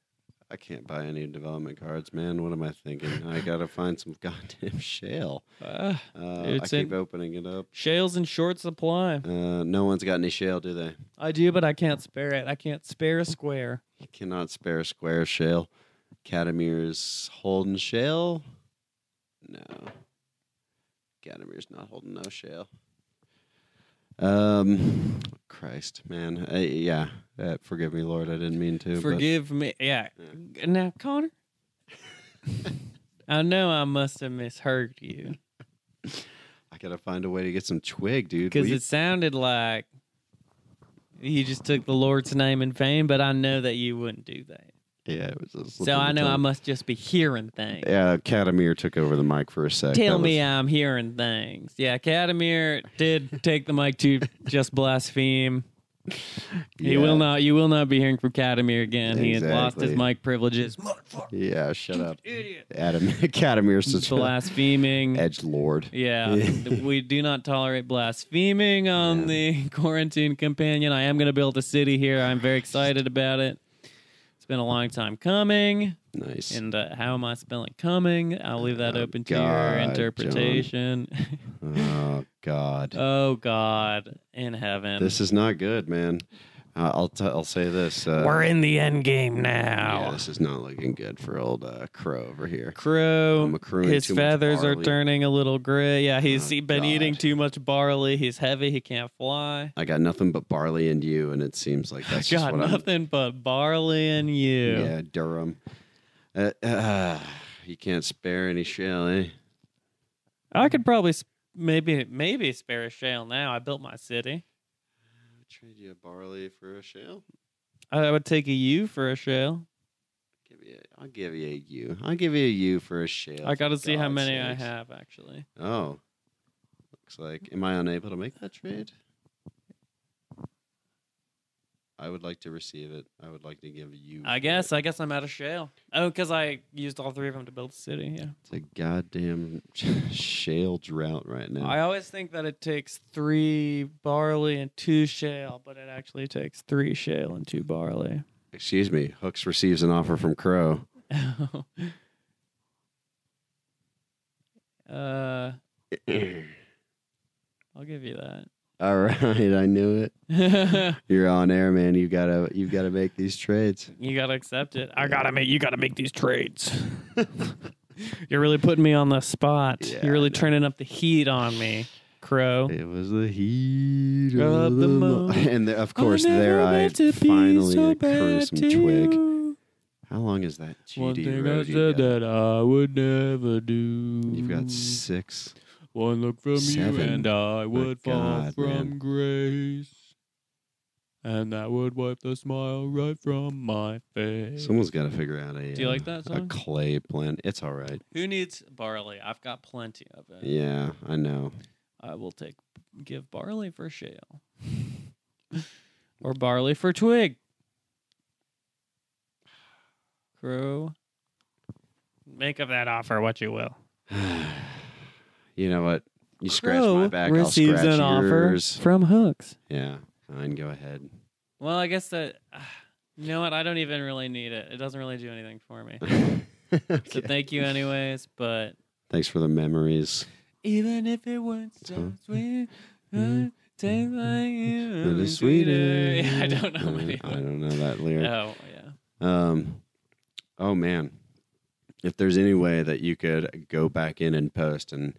I can't buy any development cards, man. What am I thinking? I gotta find some [laughs] goddamn shale.
Uh,
Uh, I
It's
keep
in-
opening it up.
shale's in short supply.
Uh, no one's got any shale, do they?
I do, but I can't spare it. I can't spare a square.
You cannot spare a square shale. Catamir's holding shale. No. Catamir's not holding no shale. Um, Christ, man. I, yeah. Uh, forgive me, Lord. I didn't mean to. but-
Forgive me. Yeah. Now,
[laughs]
Connor, I know I must have misheard you
I gotta find a way to get some twig, dude. Will
because
you-
it sounded like you just took the Lord's name in vain, but I know that you wouldn't do that.
yeah, it was a slip
So
of the
I know I
tongue.
must just be hearing things.
Yeah, Catamir took over the mic for a sec.
Tell
That [laughs]
me
was-
I'm hearing things. Yeah, Catamir did take the mic to just blaspheme. He
Yeah.
will not. You will not be hearing from Catamir again. He has lost his
Exactly.
mic privileges.
Yeah, shut up.
Idiot.
Adam [laughs] Catamir's such an
Blaspheming.
edge lord.
Yeah, we do not tolerate blaspheming on the [laughs] quarantine companion. I am going to build a city here. I'm very excited about it. It's been a long time coming.
Nice.
And uh, how am I spelling coming? I'll leave that
Oh,
open to
God,
your
John.
interpretation.
Oh God,
[laughs] Oh God in heaven.
this is not good, man. Uh, I'll t- I'll say this. Uh,
We're in the end game
yeah,
now.
this is not looking good for old uh, Crow over here. I'm
Crow.
accruing
His
too much
feathers are
barley.
turning a little gray. Yeah, he's
Oh,
he been
God.
eating too much barley. He's heavy. He can't fly.
I got nothing but barley and you, and it seems like that's just
Got
what I'm
nothing but barley and you.
Yeah, Durham. Uh, uh, [sighs] you can't spare any shell, eh?
I could probably s- maybe maybe spare a shale now. I built my city.
Trade you a barley for a shell?
I I would take a U for a shale.
Give you, I'll give you a U. I'll give you a U for a shell.
I got to
for
see how
God's
many I
sakes.
have actually.
Oh, looks like am I unable to make that trade? I would like to receive it. I would like to give you.
I
for
guess
it.
I guess I'm out of shale. Oh, because I used all three of them to build a city. Yeah.
it's a goddamn shale drought right now.
I always think that it takes three barley and two shale, but it actually takes three shale and two barley. [laughs]
Excuse me. Hooks receives an offer from Crow. [clears throat]
uh, I'll give you
All right, I knew it.
that. [laughs]
You're on air, man. You gotta you gotta make these trades.
you gotta accept it. I gotta make you gotta make these trades. You're really putting me on the spot.
Yeah,
You're really
I know.
turning up the heat on me, Crow.
It was the heat of,
Of
the
the Oh,
mo-
moment.
[laughs] and the, of course there I finally accrue some twig. How long is that
One
GD
thing I
road? You
said that mm. I would never do.
have got six.
One look from you
Seven.
and I would fall
God,
from
man.
grace. And that would wipe the smile right from my face.
Someone's got to figure out a.
Do you
uh,
like that
A
song?
clay plant. It's all right.
Who needs barley? I've got plenty of it.
Yeah, I know. [sighs]
I will take give barley for shale. [laughs] or barley for twig. Crow.
Make of that offer what you will.
you know what? You scratch my
Crow
back.
receives
I'll scratch
an
yours.
offer from Hooks.
Yeah, mine. Go ahead. [laughs]
Well, I guess that. [sighs] You know what? I don't even really need it. It doesn't really do anything for
[laughs]
me. So
Okay.
thank you, anyways. But
Thanks for the memories.
even if it weren't so
Huh?
sweet, I'd taste like you
That
[laughs] and
is sweeter.
Yeah, I don't know
Uh,
many.
I don't know that lyric.
Oh yeah.
Um, oh man, if there's any way that you could go back in and post and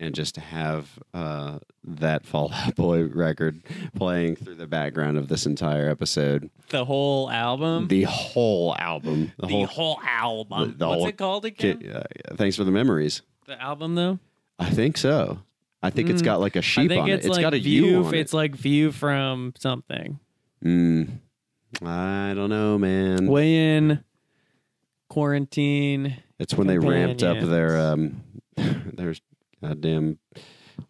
and just have uh, that Fallout [laughs] Boy record playing through the background of this entire episode,
The whole album.
the whole album, the, whole.
album.
the- the
What's
whole
it called
ki-
again?
uh, thanks for the memories.
The album though.
I think so. I think it's
Mm,
got like a sheep
I think
on
it's
it. It's
like
got a
view.
U on
it's
it.
like view from something.
Mm, I don't know, man.
Way in. Quarantine.
It's when they ramped up
Companions.
their um [laughs] their goddamn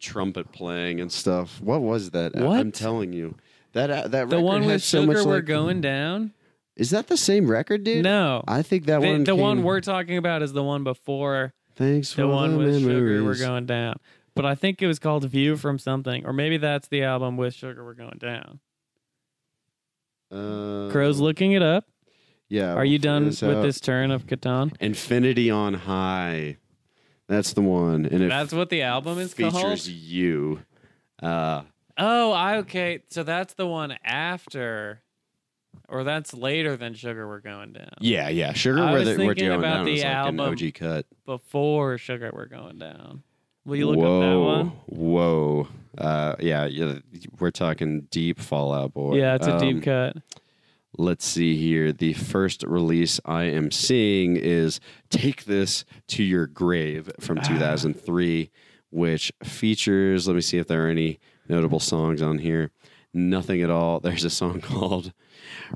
trumpet playing and stuff. What was that? I- I'm
What?
telling you. That uh, that
The
record
one
had
with
so
sugar
much
we're
like-
going down.
Is that the same record, dude?
no.
I think that
the,
one
the one
came-
we're talking about is the one before
Thanks for
the one with
memories.
sugar we're going down but i think it was called view from something or maybe that's the album with sugar we're going down
Uh,
crow's looking it up
Yeah.
are you
we'll
done
figure
with
this out.
this turn of catan
Infinity on High. That's the one. And it
that's what the album is
features
called
you. Uh
oh I, okay so that's the one after or that's later than sugar we're going down
yeah, yeah. Sugar
I
where
was
the- we're
thinking
doing
about
down
the
is like
album.
an OG cut.
before sugar we're going down will you look
whoa,
up that one
Whoa. Uh, yeah, yeah, we're talking deep Fallout Boy.
yeah it's a
Um,
deep cut
Let's see here. The first release I am seeing is Take This to Your Grave from
Ah.
2003, which features, let me see if there are any notable songs on here. Nothing at all. [laughs] There's a song called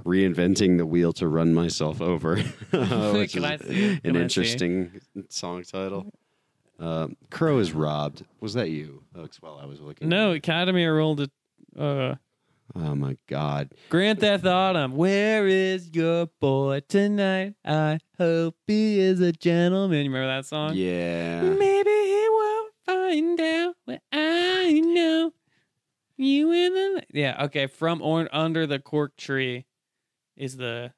Reinventing the Wheel to Run Myself Over, [laughs] which
[laughs] Can
is
I see it?
an
Can I see?
interesting song title. Um, Crow is robbed. Was that you, Hooks, while I was looking?
no academy ruled it uh
Oh my God.
Grand Theft Autumn. Where is your boy tonight? I hope he is a gentleman. You remember that song?
Yeah.
Maybe he won't find out what I know. You in the yeah okay from or under the cork tree is the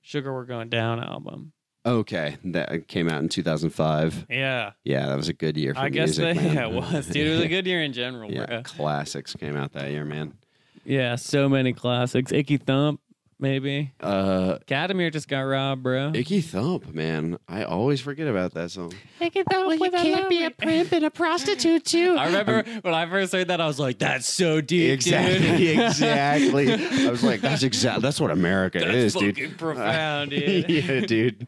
sugar we're going down album.
Okay, that came out in 2005.
Yeah.
Yeah, that was a good year for
I guess
music,
that [laughs]
man.
yeah, it was, dude. It was a good year in general,
[laughs] Yeah,
bruh.
classics came out that year, man.
Yeah, so many classics. Icky Thump, maybe.
Uh,
Catamir just got robbed, bro.
Icky Thump, man. I always forget about that song.
Well, you can't be a pimp and a prostitute too. I remember when I first heard that, I was like, "That's so deep, [laughs] [laughs] dude.
Exactly, exactly. I was like, that's
[laughs]
exact. That's what America is,
That's
dude. [laughs]
fucking profound, dude."
yeah, dude.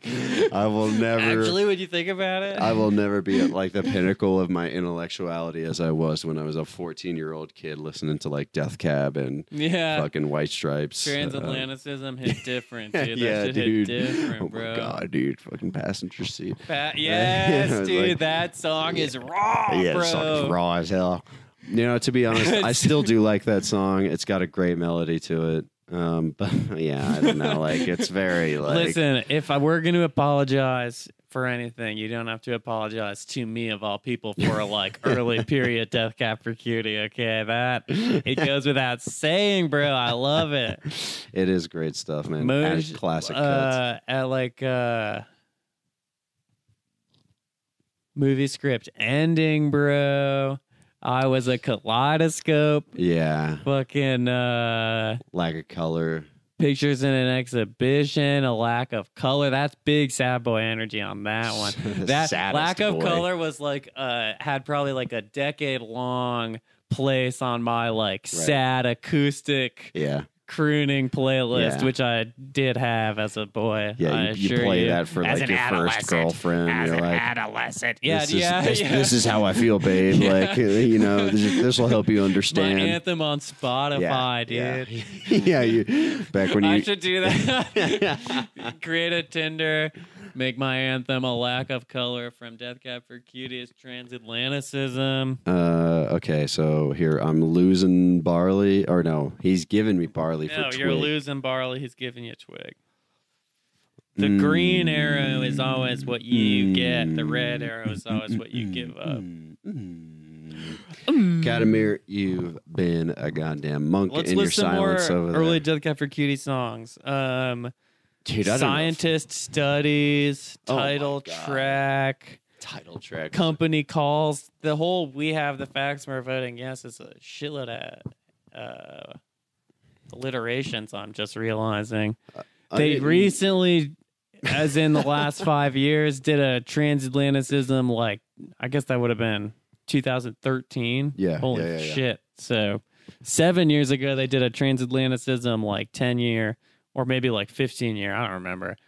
I will never.
Actually, when you think about it,
I will never be at like the pinnacle of my intellectuality as I was when I was a 14 year old kid listening to like Death Cab and
yeah,
fucking White Stripes. Uh,
transatlanticism
[laughs]
hit different, dude. That
yeah,
shit
dude.
hit different,
oh
bro.
my god, dude. Fucking passenger seat. [laughs]
Fat- yes,
Yeah,
dude,
like-
that song is raw,
yeah,
Oh, bro.
the song is raw as hell. You know, to be honest,
[laughs]
I still do like that song. It's got a great melody to it. Um, but [laughs] yeah, I don't know. Like, it's
[laughs]
very like.
Listen, if I were going to apologize for anything, you don't have to apologize to me of all people for
[laughs]
like early period death cap for cutie. Okay, that
[laughs]
it goes without saying, bro. I love it.
It is great stuff, man.
Moosh,
And classic cuts.
Uh, at like uh, movie script ending, bro. I was a kaleidoscope,
Yeah,
fucking uh,
lack of color.
pictures in an exhibition, a lack of color. That's big sad boy energy on
[laughs]
that one. That
Saddest
lack of
boy.
color was like uh had probably like a decade long place on my like sad acoustic
Yeah,
crooning playlist,
Yeah.
which I did have as a boy. I
yeah. You, you
assure
play
you.
that for
As
like
an
your first
adolescent.
girlfriend.
As
You're
an
like,
adolescent,
Yeah,
this
yeah,
is, this,
yeah.
this is how I feel, babe.
[laughs] Yeah.
Like, you know, this will help you
my
understand.
anthem on Spotify, dude.
Yeah, [laughs] yeah you, back when you.
[laughs] I should do that.
[laughs]
Create a Tinder, make my anthem a lack of color from Death Cab for Cuties, transatlanticism.
Uh, okay, so here I'm losing barley, or no, he's giving me barley for
No,
twig.
you're losing barley. He's giving you twig. The
Mm.
green arrow is always what you get. The red arrow is always what you give up.
Mm.
Mm.
Katamir, you've been a goddamn monk
Let's
in your
list some more
silence over there.
early Death Cab for Cutie songs. Um,
Dude, I don't know if-
Scientist Studies,
Oh my
title
God.
track.
title track.
company calls the whole we have the facts we're voting yes is a shitload of uh, alliterations i'm just realizing
I
they
didn't-
recently as in the
[laughs]
last five years did a transatlanticism like i guess that would have been 2013
Yeah,
holy
yeah, yeah, yeah.
shit so seven years ago they did a transatlanticism like 10 year or maybe like 15 year i don't remember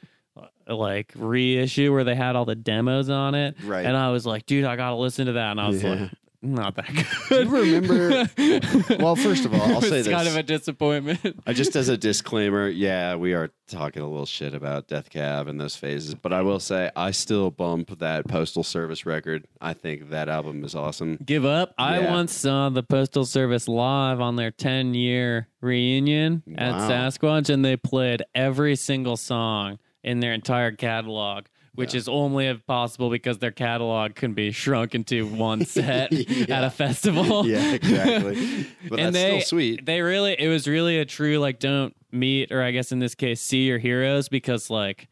like reissue where they had all the demos on it
Right.
and i was like dude i gotta listen to that and i was
Yeah.
like not that good
you remember-
[laughs]
Well, first of all, I'll say
it's kind
this.
of a disappointment
[laughs] Uh, just as a disclaimer, yeah, we are talking a little shit about Death Cab and those phases, but I will say I still bump that Postal Service record. I think that album is
[laughs]
awesome.
give up. I
Yeah.
once saw the Postal Service live on their 10 year reunion at
Wow.
Sasquatch, and they played every single song in their entire catalog. Which is only possible because their catalog can be shrunk into one
[laughs]
set at
Yeah.
a
[laughs]
festival.
Yeah, exactly. But
and
that's
they,
still sweet.
They really, it was really a true like don't meet or I guess in this case see your heroes because like,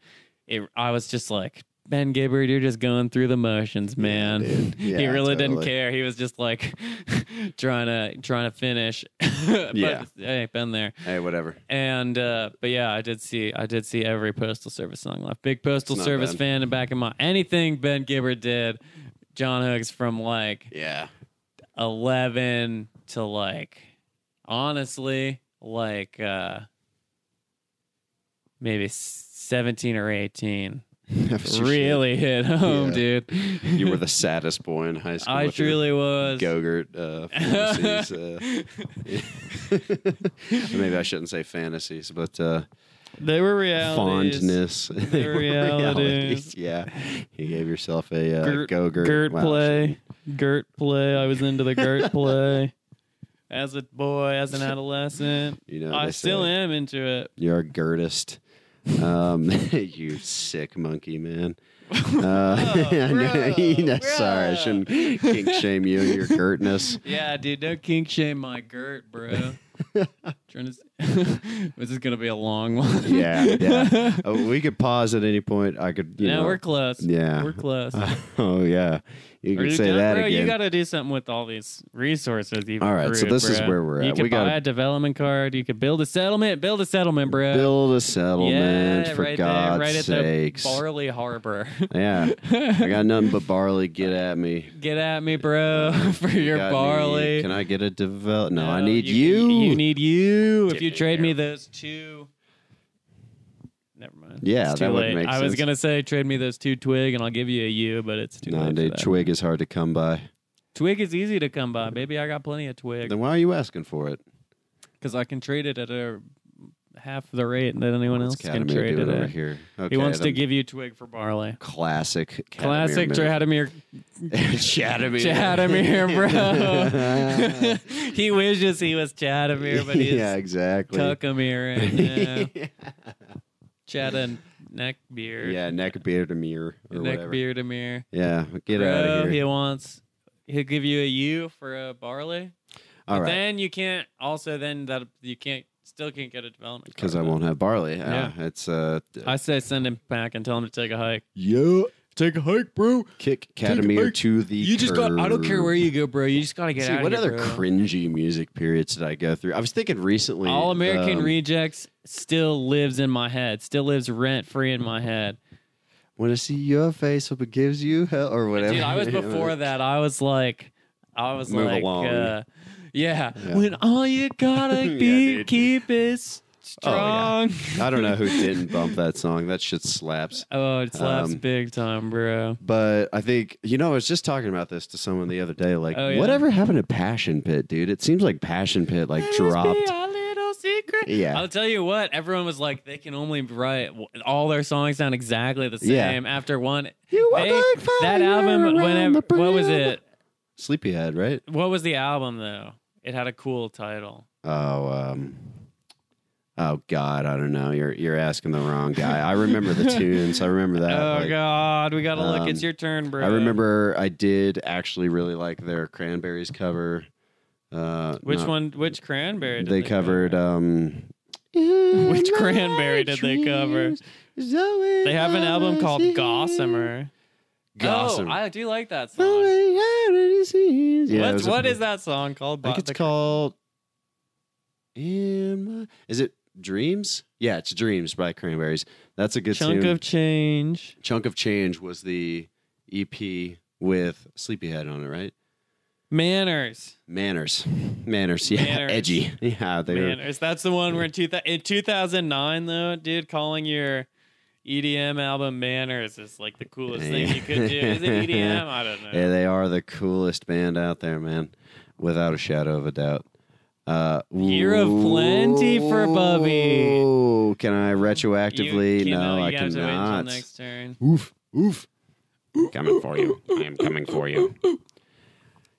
it. I was just like Ben Gibbard, you're just going through the motions, man. [laughs]
dude.
he
Yeah,
really didn't
totally.
care. He was just like [laughs] trying to trying to finish. [laughs] but,
Yeah.
hey, been there.
Hey, whatever.
And uh, but yeah, I did see I did see every postal service song left. Big postal
It's not
service
bad.
fan and back in my anything Ben Gibbard did. John Hooks from like
Yeah. [laughs]
11 to like honestly like uh maybe 17
[laughs]
or 18
That was your shit.
really hit home
Yeah.
dude
You were the saddest boy in high school.
i
with your
truly was
Gogurt uh, fantasies. uh, [laughs]
[laughs]
maybe I shouldn't say fantasies, but uh,
they were realities
[laughs] fondness. They were
realities.
Yeah. You gave yourself a uh,
Gert-
Gogurt.
Gert
Wow,
play Gert play i was into
[laughs]
the Gert play as a boy as an
[laughs]
adolescent
You know,
i
they
still
say-
am into it
You're a Gertist. Um, [laughs] you sick monkey, man.
[laughs]
Uh, [laughs] I know- you know, sorry, I
bro. [laughs]
shouldn't kink shame you and your Gertness. [laughs]
yeah dude don't kink shame my Gert, bro Trying to see- [laughs] this is gonna be a long one.
Yeah, yeah. Uh, we could pause at any point. I could. You
no,
know.
we're close.
Yeah.
we're close.
[laughs] oh yeah, you
Are
can
you
say
done,
that
bro?
again.
You got to do something with all these resources. You've
All right, so
accrued,
this is
bro.
where we're
You
at.
could
We
buy
gotta-
a development card. You could build a settlement. Build a settlement, bro.
Build a settlement
yeah,
for
right
God's
there, right at
sakes.
the Barley Harbor.
yeah,
[laughs]
I got nothing but barley. Get at me.
Get at me, bro, [laughs] for your
Got me.
barley.
Can I get a develop? No, I
No,
need
you.
you.
need you. If
Get
you
me
trade
there.
me those two. Never mind.
Yeah,
It's
that
too
would
late.
make
I was
sense.
gonna say trade me those two twig, and I'll give you a you, but it's too
no,
late. for
dude,
that.
twig is hard to come by.
Twig is easy to come by, baby. I got plenty of twig.
Then why are you asking for it?
because I can trade it at a half the rate that anyone else can
Kadamir
trade
doing
it
over
at.
here.
he wants to
then
give you twig for barley.
classic. Kadamir
Classic
move. [laughs]
Chadimir,
Chadamir.
Chadimir,
[laughs]
bro. he wishes he was Chadimir, but he's
yeah, exactly. [laughs]
Tuckamir and uh, Chadda neck beard,
Yeah, neck beard a mirror or
neck
whatever.
beard Amir.
Yeah, get out
Bro,
of
he
here.
wants. He'll give you a U for a barley.
All right,
Then you can't. Also, then that you can't. Still can't get a development
because I
card, though.
won't have barley. Yeah,
Yeah.
it's uh,
I say send him back and tell him to take a hike.
yo,
Take a hike, bro.
kick
a
Cadamir
break.
to the.
You just got. I don't care where you go, bro. You just gotta get
See,
out.
what
of
other
here, bro.
cringy music periods did I go through? I was thinking recently.
All American
um,
Rejects still lives in my head. Still lives rent free in
[laughs]
my head.
Want to see your face? Hope it gives you hell or whatever.
Dude, I was
[laughs]
before that. I was like, I was
Move
like,
along.
uh, yeah.
Yeah.
When all you
[laughs]
gotta
Yeah,
be
dude.
keep is
Oh, yeah.
strong.
I don't
[laughs]
know who didn't bump that song. That shit slaps.
Oh, it slaps
Um,
big time, bro.
But I think you know, I was just talking about this to someone the other day. Like,
Oh, yeah?
whatever happened to Passion Pit, dude? It seems like Passion Pit like dropped. Yeah.
I'll tell you what, everyone was like, they can only write all their songs sound exactly the same
Yeah.
after one.
You
They- that album, whenever, what was it?
Sleepyhead, right?
What was the album though? It had a cool title.
Oh, um, oh God, I don't know. You're you're asking the wrong guy. I remember
[laughs]
the tunes. I remember that.
oh
like,
God, we gotta
um,
look. It's your turn, bro.
I remember I did actually really like their Cranberries cover. Uh,
which
not-
one? Which cranberry? Did
They covered. Um,
[laughs] Which Cranberry did they cover? They have an album called Gossamer.
uh, Gossamer.
Oh, I do like that song.
Yeah, it
What's,
was a-
what is that song called?
I think
by
it's
the-
called. In my, is it Dreams? Yeah, it's Dreams by Cranberries. That's a good
Chunk
tune.
of Change.
Chunk of Change was the EP with Sleepyhead on it, right?
Manners.
Manners, manners, yeah,
Manners.
edgy, yeah. They were,
Manners. That's the one where in, two, in 2009, though, dude, calling your EDM album Manners is like the coolest thing you could do. Is it EDM? I don't know.
yeah, they are the coolest band out there, man, without a shadow of a doubt. Uh,
Year of plenty for Bubby.
ooh, Can I
You-
retroactively?
you
no,
know,
I
you have to wait until
cannot.
next turn.
Oof, oof.
coming for you. I am coming for you.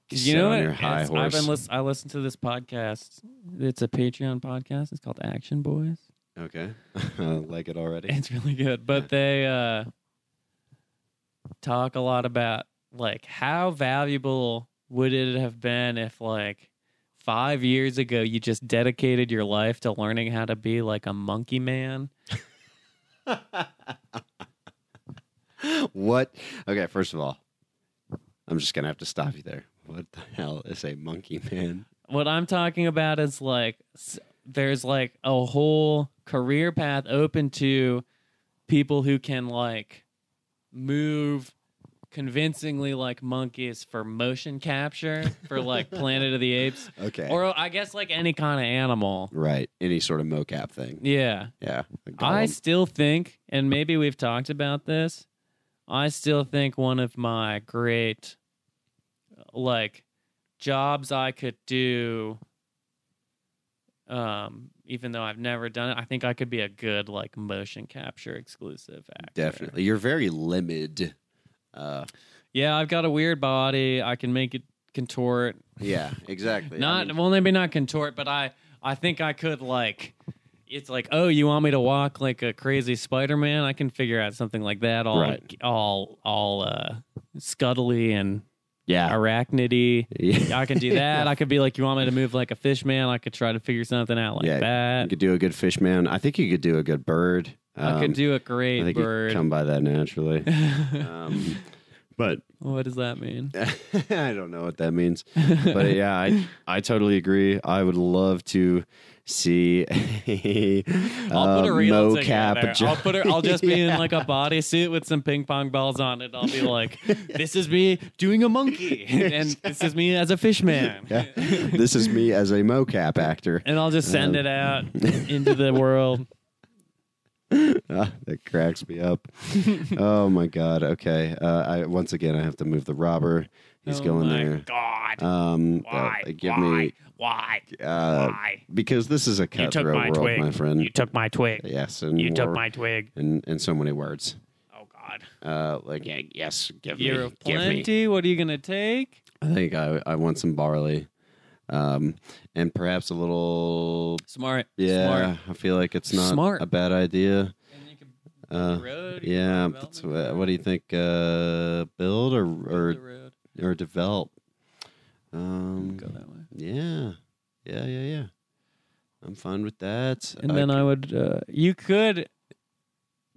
You
Sit
know
on
what?
your high
It's- I've been
horse.
lis- I listen to this podcast. It's a Patreon podcast. It's called Action Boys.
Okay, [laughs] I like it already.
It's really good, but they uh, talk a lot about like how valuable would it have been if like five years ago you just dedicated your life to learning how to be like a monkey man.
What? Okay, first of all, I'm just gonna have to stop you there. What the hell is a monkey man?
What I'm talking about is like s- there's like a whole career path open to people who can like move convincingly like monkeys for motion capture for like Planet of the Apes.
Okay,
Or I guess like any kind of animal.
right? Any sort of mocap thing?
Yeah.
Yeah, a
I
golem.
still think, and maybe we've talked about this, I still think one of my great like jobs I could do um even though I've never done it, I think I could be a good like motion capture exclusive actor.
Definitely. You're very limited. Uh,
Yeah, I've got a weird body. I can make it contort.
yeah, exactly. I
not
mean,
well maybe not contort but i i think i could like it's like oh you want me to walk like a crazy spider-man i can figure out something like that all
Right.
all all uh scuttly and [laughs]
Yeah.
arachnidy.
Yeah.
I
[laughs]
can do that. I could be like, you want me to move like a fish man? I could try to figure something out like
Yeah, You
that.
could do a good fish man. I think you could do a good bird.
I could
Um,
do a
I
great
think you
bird.
come by that
[laughs]
naturally. um, but
what does that mean?
[laughs] I don't know what that means. But yeah, I, I totally agree. I would love to see a,
I'll put
uh,
a reel
mocap
together.
jo-
I'll put her.
[laughs]
I'll just be in like a bodysuit with some ping pong balls on it. I'll be like, "This is me doing a monkey, [laughs]
[laughs]
and this is me as a fish man."
Yeah. This is me as a mocap
[laughs]
actor.
And I'll just send it out into
[laughs]
the world.
Ah, that cracks me up. oh my god. Okay. Uh, I once again I have to move the robber. He's
Oh
going
my
there.
God.
Um, uh,
why?
give
why?
me
Why?
uh,
why?
because this is a
You took
cutthroat
my
world,
twig.
my friend.
You took my twig.
yes, and
You took
more-
my twig.
in, in so many words.
Oh God.
Uh, like
Yeah, yes, give
You're
me, give me.
plenty. What are you gonna take?
I think I, I want some barley, um, and perhaps a little.
Smart.
Yeah, Uh,
Smart.
I feel like it's not
Smart.
a bad idea.
And you can
Uh,
road. you
yeah,
can develop
that's,
it.
what, what do you think? Uh, build or
The
or
road.
or develop? Um,
Go that way.
yeah, yeah, yeah, yeah. I'm fine with that.
And then
could
I would. Uh, you could,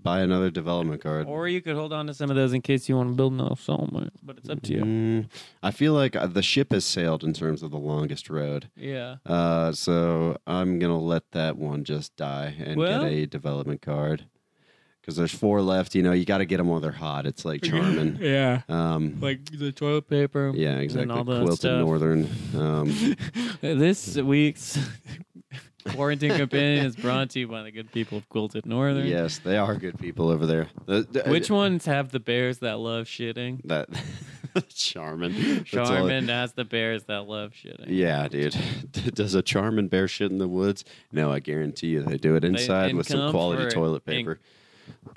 buy another development card.
or you could hold on to some of those in case you want to build another settlement. But it's up to you.
Mm, I feel like uh, the ship has sailed in terms of the longest road.
Yeah.
Uh, so I'm gonna let that one just die and
Well-
get a development card because there's four left. You know, you got to get them while they're hot. It's like Charmin.
Yeah. [laughs]
Um,
Like the toilet paper.
yeah, exactly.
all that
Quilted
stuff.
Northern. Um,
This week's [laughs] quarantine companion is brought to you by the good people of Quilted [laughs] Northern.
yes, they are good people over there. The- the- uh,
Which ones have the bears that love shitting?
That [laughs] Charmin. That's all it-
Charmin has the bears that love shitting.
Yeah, dude. [laughs] Does a Charmin bear shit in the woods? No, I guarantee you they do it inside
and
with some
come
quality
for
toilet
ink.
paper.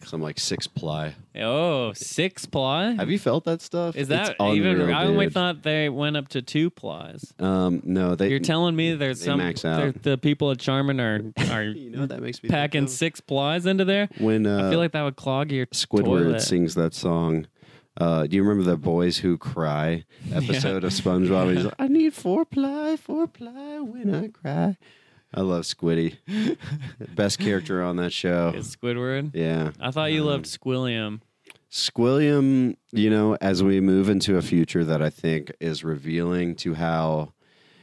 Some like six ply.
Oh, six ply?
Have you felt that stuff? It's
Is that even?
unreal,
I only
dude.
thought they went up to two plies.
Um, no, they.
You're telling me there's
they
some
max out.
there- the people at
[laughs]
Charmin are are
you know what that makes me think
packing
of?
six plies into there.
when uh,
I feel like that would clog your
Squidward
toilet.
sings that song. Uh, do you remember the Boys Who
[laughs]
Cry episode of SpongeBob? He's like, I need four ply, four ply when I cry. I love
[laughs]
Squiddy, best character on that show.
Is Squidward.
Yeah,
I thought you loved Squilliam.
Squilliam, you know, as we move into a future that I think is revealing to how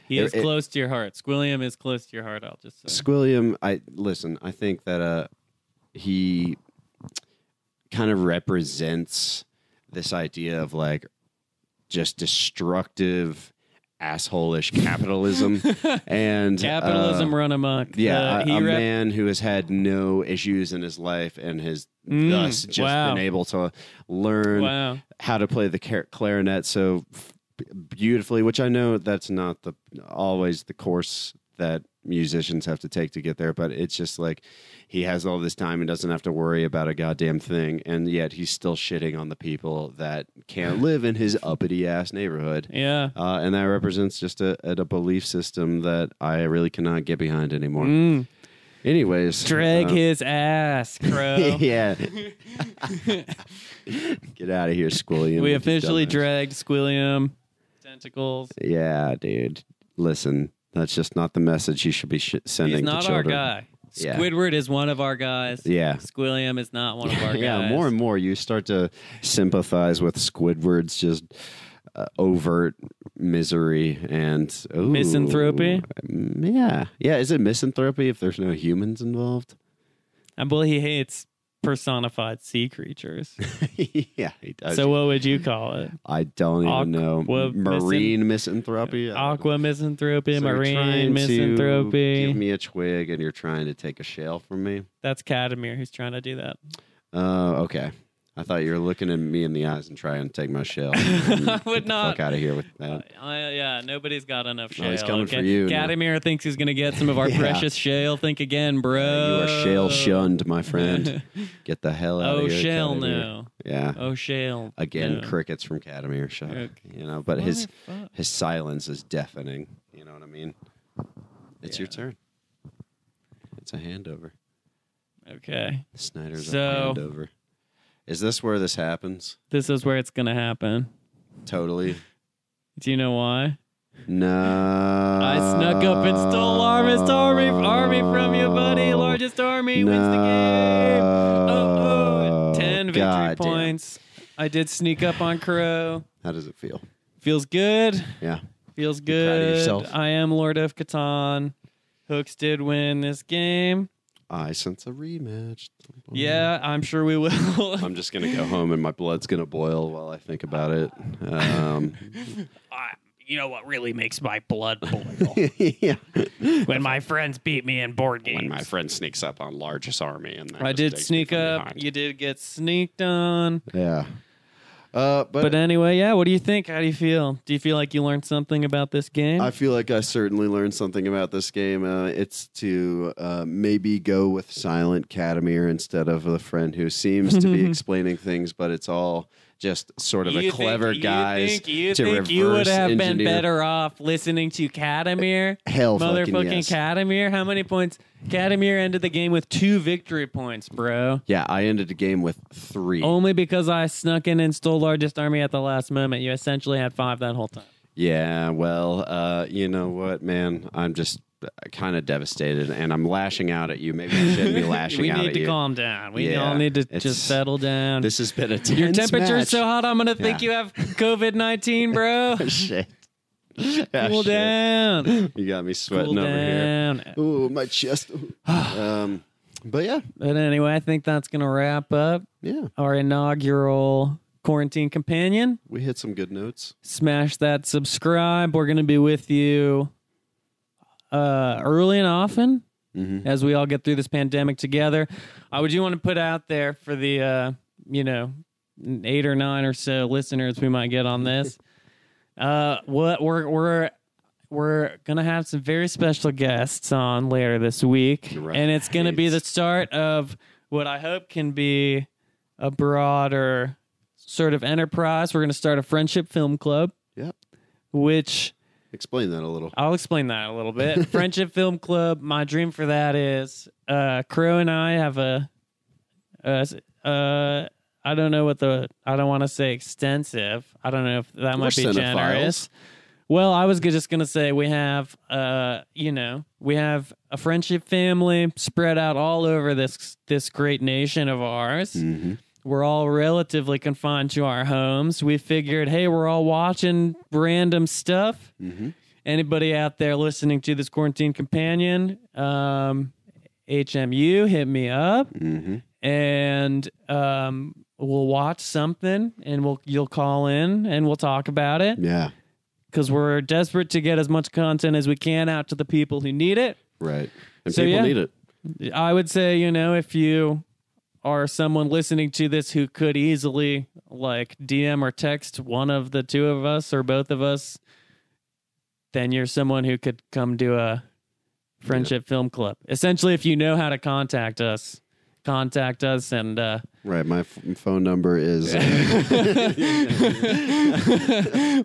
He
It-
is
it-
close to your heart. Squilliam is close to your heart. I'll just say.
Squilliam, I listen, I think that uh he kind of represents this idea of like just destructive asshole-ish
[laughs]
capitalism and uh,
Capitalism run amok.
yeah,
The-
a,
he
a
rep-
man who has had no issues in his life and has
Mm,
thus just
wow.
been able to learn
Wow.
how to play the car- clarinet so f- beautifully which i know that's not the always the course that musicians have to take to get there but it's just like he has all this time and doesn't have to worry about a goddamn thing and yet he's still shitting on the people that can't live in his uppity ass neighborhood
Yeah.
uh, and that represents just a, a belief system that i really cannot get behind anymore
Mm.
anyways
Drag
uh,
his [laughs] ass, crow.
[laughs] yeah get out of here squilliam
we
you
officially
dumbass.
dragged Squilliam. Tentacles.
Yeah, dude. Listen, that's just not the message you should be sh- sending
He's not
to
our
children.
guy.
Yeah.
Squidward is one of our guys.
Yeah.
Squilliam is not one [laughs] of our
[laughs]
guys.
Yeah, more and more you start to sympathize with Squidward's just uh, overt misery and ooh,
Misanthropy?
Mm, Yeah, yeah. Is it misanthropy if there's no humans involved? [laughs]
And well, Ah, he hates personified sea [laughs] creatures.
yeah, he does.
so what would you call it?
I don't even
Aqua
know
misan-
marine misanthropy. I don't know.
Aqua misanthropy,
So you're
marine
trying to
misanthropy.
Give me a twig, and you're trying to take a shell from me.
That's Cadamir who's trying to do that.
Oh, okay. I thought you were looking at me in the eyes and trying to take my
[laughs]
shell.
I would not.
Fuck out of here with that.
Uh, yeah, nobody's got enough shale.
No, he's coming
okay?
for you now.
Cadamir thinks he's gonna get some of
[laughs]
our
Yeah. Uh,
precious shale. Think again, bro.
you are shell
[laughs]
shunned, my friend. Get the hell out
Oh,
of here.
shale
Cadamir.
no.
Yeah.
Oh, shale.
Again,
no.
crickets from Cadamir. Shut up.
Okay.
You know, but his
Motherfuck.
his silence is deafening. You know what I mean? It's your turn. It's a handover.
Okay,
Snyder's
So-
a handover. Is this where this happens?
this is where it's gonna happen.
Totally.
Do you know why?
No. I
I snuck up and
Uh,
stole largest army, army from you, buddy. Largest army wins the game. Oh, oh, 10 victory
God damn.
points. I did sneak up on Crow.
How does it feel?
Feels good.
Yeah. proud
Feels
of
good.
yourself.
I am Lord of Catan. Hooks did win this game.
I sense a rematch.
Yeah, I'm sure we will.
Mm-hmm. [laughs]
[laughs]
I'm just gonna go home and my blood's gonna boil while I think about it. Um,
I, Uh, you know what really makes my blood boil?
[laughs] [laughs] yeah.
when my friends beat me in board games.
When my friend sneaks up on largest army and then
I
just
did
takes me
sneak
from
up.
behind.
You did get sneaked on.
Yeah. Uh, but,
But anyway, yeah, what do you think? How do you feel? Do you feel like you learned something about this game?
I feel like I certainly learned something about this game. Uh, it's to uh, maybe go with Silent Catamir instead of the friend who seems to be explaining things, but it's all just sort of a
You
clever
think- you
guys
think- you
to
think
reverse
you would have
engineer.
been better off listening to Katamir?
[laughs] Hell fucking
Motherfucking
yes.
Katamir. How many points? Katamir ended the game with two victory points, bro.
Yeah, I ended the game with three.
Only because I snuck in and stole largest army at the last moment. You essentially had five that whole time.
Yeah, well, uh, you know what, man? I'm just kind of devastated, and I'm lashing out at you. Maybe I shouldn't be lashing
[laughs] we
out
need
at
to
you.
calm down. We
Yeah,
all need to
it's-
just settle down.
This has been a tense
Your temperature's so
match. [laughs]
hot, I'm gonna think
Yeah.
you have COVID
[laughs]
nineteen, bro.
shit. Yeah,
cool
Ah, shit.
down.
[laughs] You got me sweating
Cool
over here.
down. Ah.
Oh, my
[sighs]
chest. um, but yeah,
But anyway, I think that's gonna wrap up.
yeah,
our inaugural quarantine companion.
we hit some good notes.
Smash that subscribe. We're going to be with you uh, early and often
Mhm.
as we all get through this pandemic together. I would do want to put out there for the, uh, you know, eight or nine or so listeners we might get
[laughs]
on this. uh, what we're, we're, we're gonna have some very special guests on later this week,
Right.
and it's gonna be the start of what I hope can be a broader sort of enterprise. We're gonna start a friendship film club.
Yep.
Which
Explain that a little.
I'll explain that a little bit. friendship film club. My dream for that is uh, Crow and I have a, a uh, I don't know what the I don't want to say extensive. I don't know if that might be
cinephiles.
generous. Well, I was g- just gonna say we have, uh, you know, we have a friendship family spread out all over this this great nation of ours. We're all relatively confined to our homes. We figured, hey, we're all watching random stuff. Anybody out there listening to this quarantine companion, um, HMU, hit me up mm-hmm. and um, we'll watch something and we'll you'll call in and we'll talk about it
Yeah,
because we're desperate to get as much content as we can out to the people who need it.
right. And
So,
people
yeah.
need it.
I would say, you know, if you are someone listening to this who could easily like DM or text one of the two of us or both of us, then you're someone who could come do a friendship film club. Essentially, if you know how to contact us, contact us and uh,
Right. My f- phone number is.
[laughs]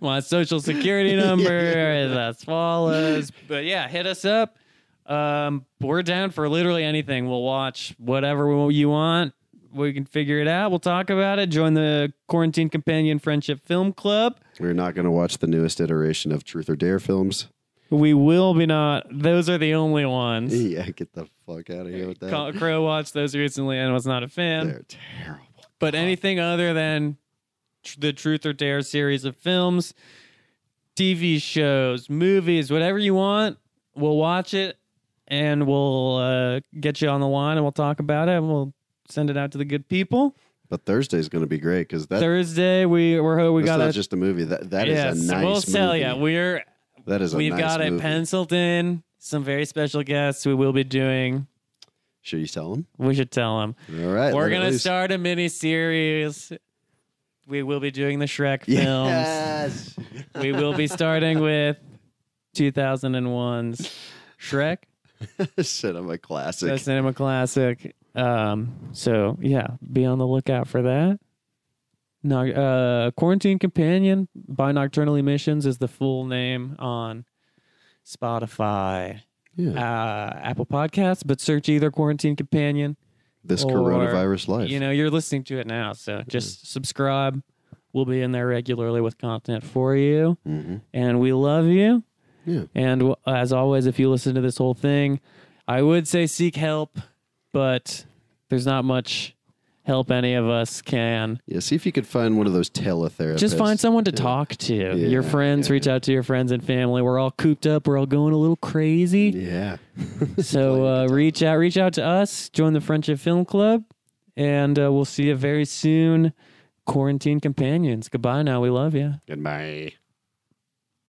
my social security number is as follows. But yeah, hit us up. Um, we're down for literally anything. We'll watch whatever we- you want. We can figure it out. We'll talk about it. Join the Quarantine Companion Friendship Film Club.
[laughs] We're not going to watch the newest iteration of Truth or Dare films.
We will be not. Those are the only ones.
Yeah, get the fuck out of here with that.
Co- Crow watched those recently and was not a fan.
They're terrible.
but anything other than tr- the truth or dare series of films tv shows movies whatever you want we'll watch it and we'll uh, get you on the line and we'll talk about it and we'll send it out to the good people
But Thursday's going to be great because that,
thursday we we're ho- we
that's
got
not
a
just a movie. That that is
yes,
a nice
we'll
movie.
tell you we're
that is a
we've
nice
got
movie.
it penciled in some very special guests we will be doing
Should you tell them?
we should tell them
All right.
we're
let it
gonna
loose.
start a mini series we will be doing
[laughs]
the shrek films
Yes.
we will be starting with 2001's Shrek.
[laughs] Shit, I'm a classic.
That's cinema classic. Um, so yeah, be on the lookout for that. No, uh, Quarantine Companion by Nocturnal Emissions is the full name on Spotify, uh,
yeah.
Apple Podcasts, but search either Quarantine Companion.
this
or,
coronavirus life. Mm-hmm.
You know, you're listening to it now, so just subscribe, We'll be in there regularly with content for you,
Mm-hmm.
and we love you.
Yeah.
And w- as always, if you listen to this whole thing, I would say seek help, but there's not much help any of us can.
Yeah. See if you could find one of those teletherapists.
Just find someone to
Yeah.
talk to.
Yeah,
your friends,
yeah,
reach out to your friends and family. We're all cooped up. We're all going a little crazy.
Yeah.
So uh, reach out, reach out to us. Join the Friendship Film Club, and uh, we'll see you very soon. Quarantine companions. Goodbye. Now we love you.
Goodbye.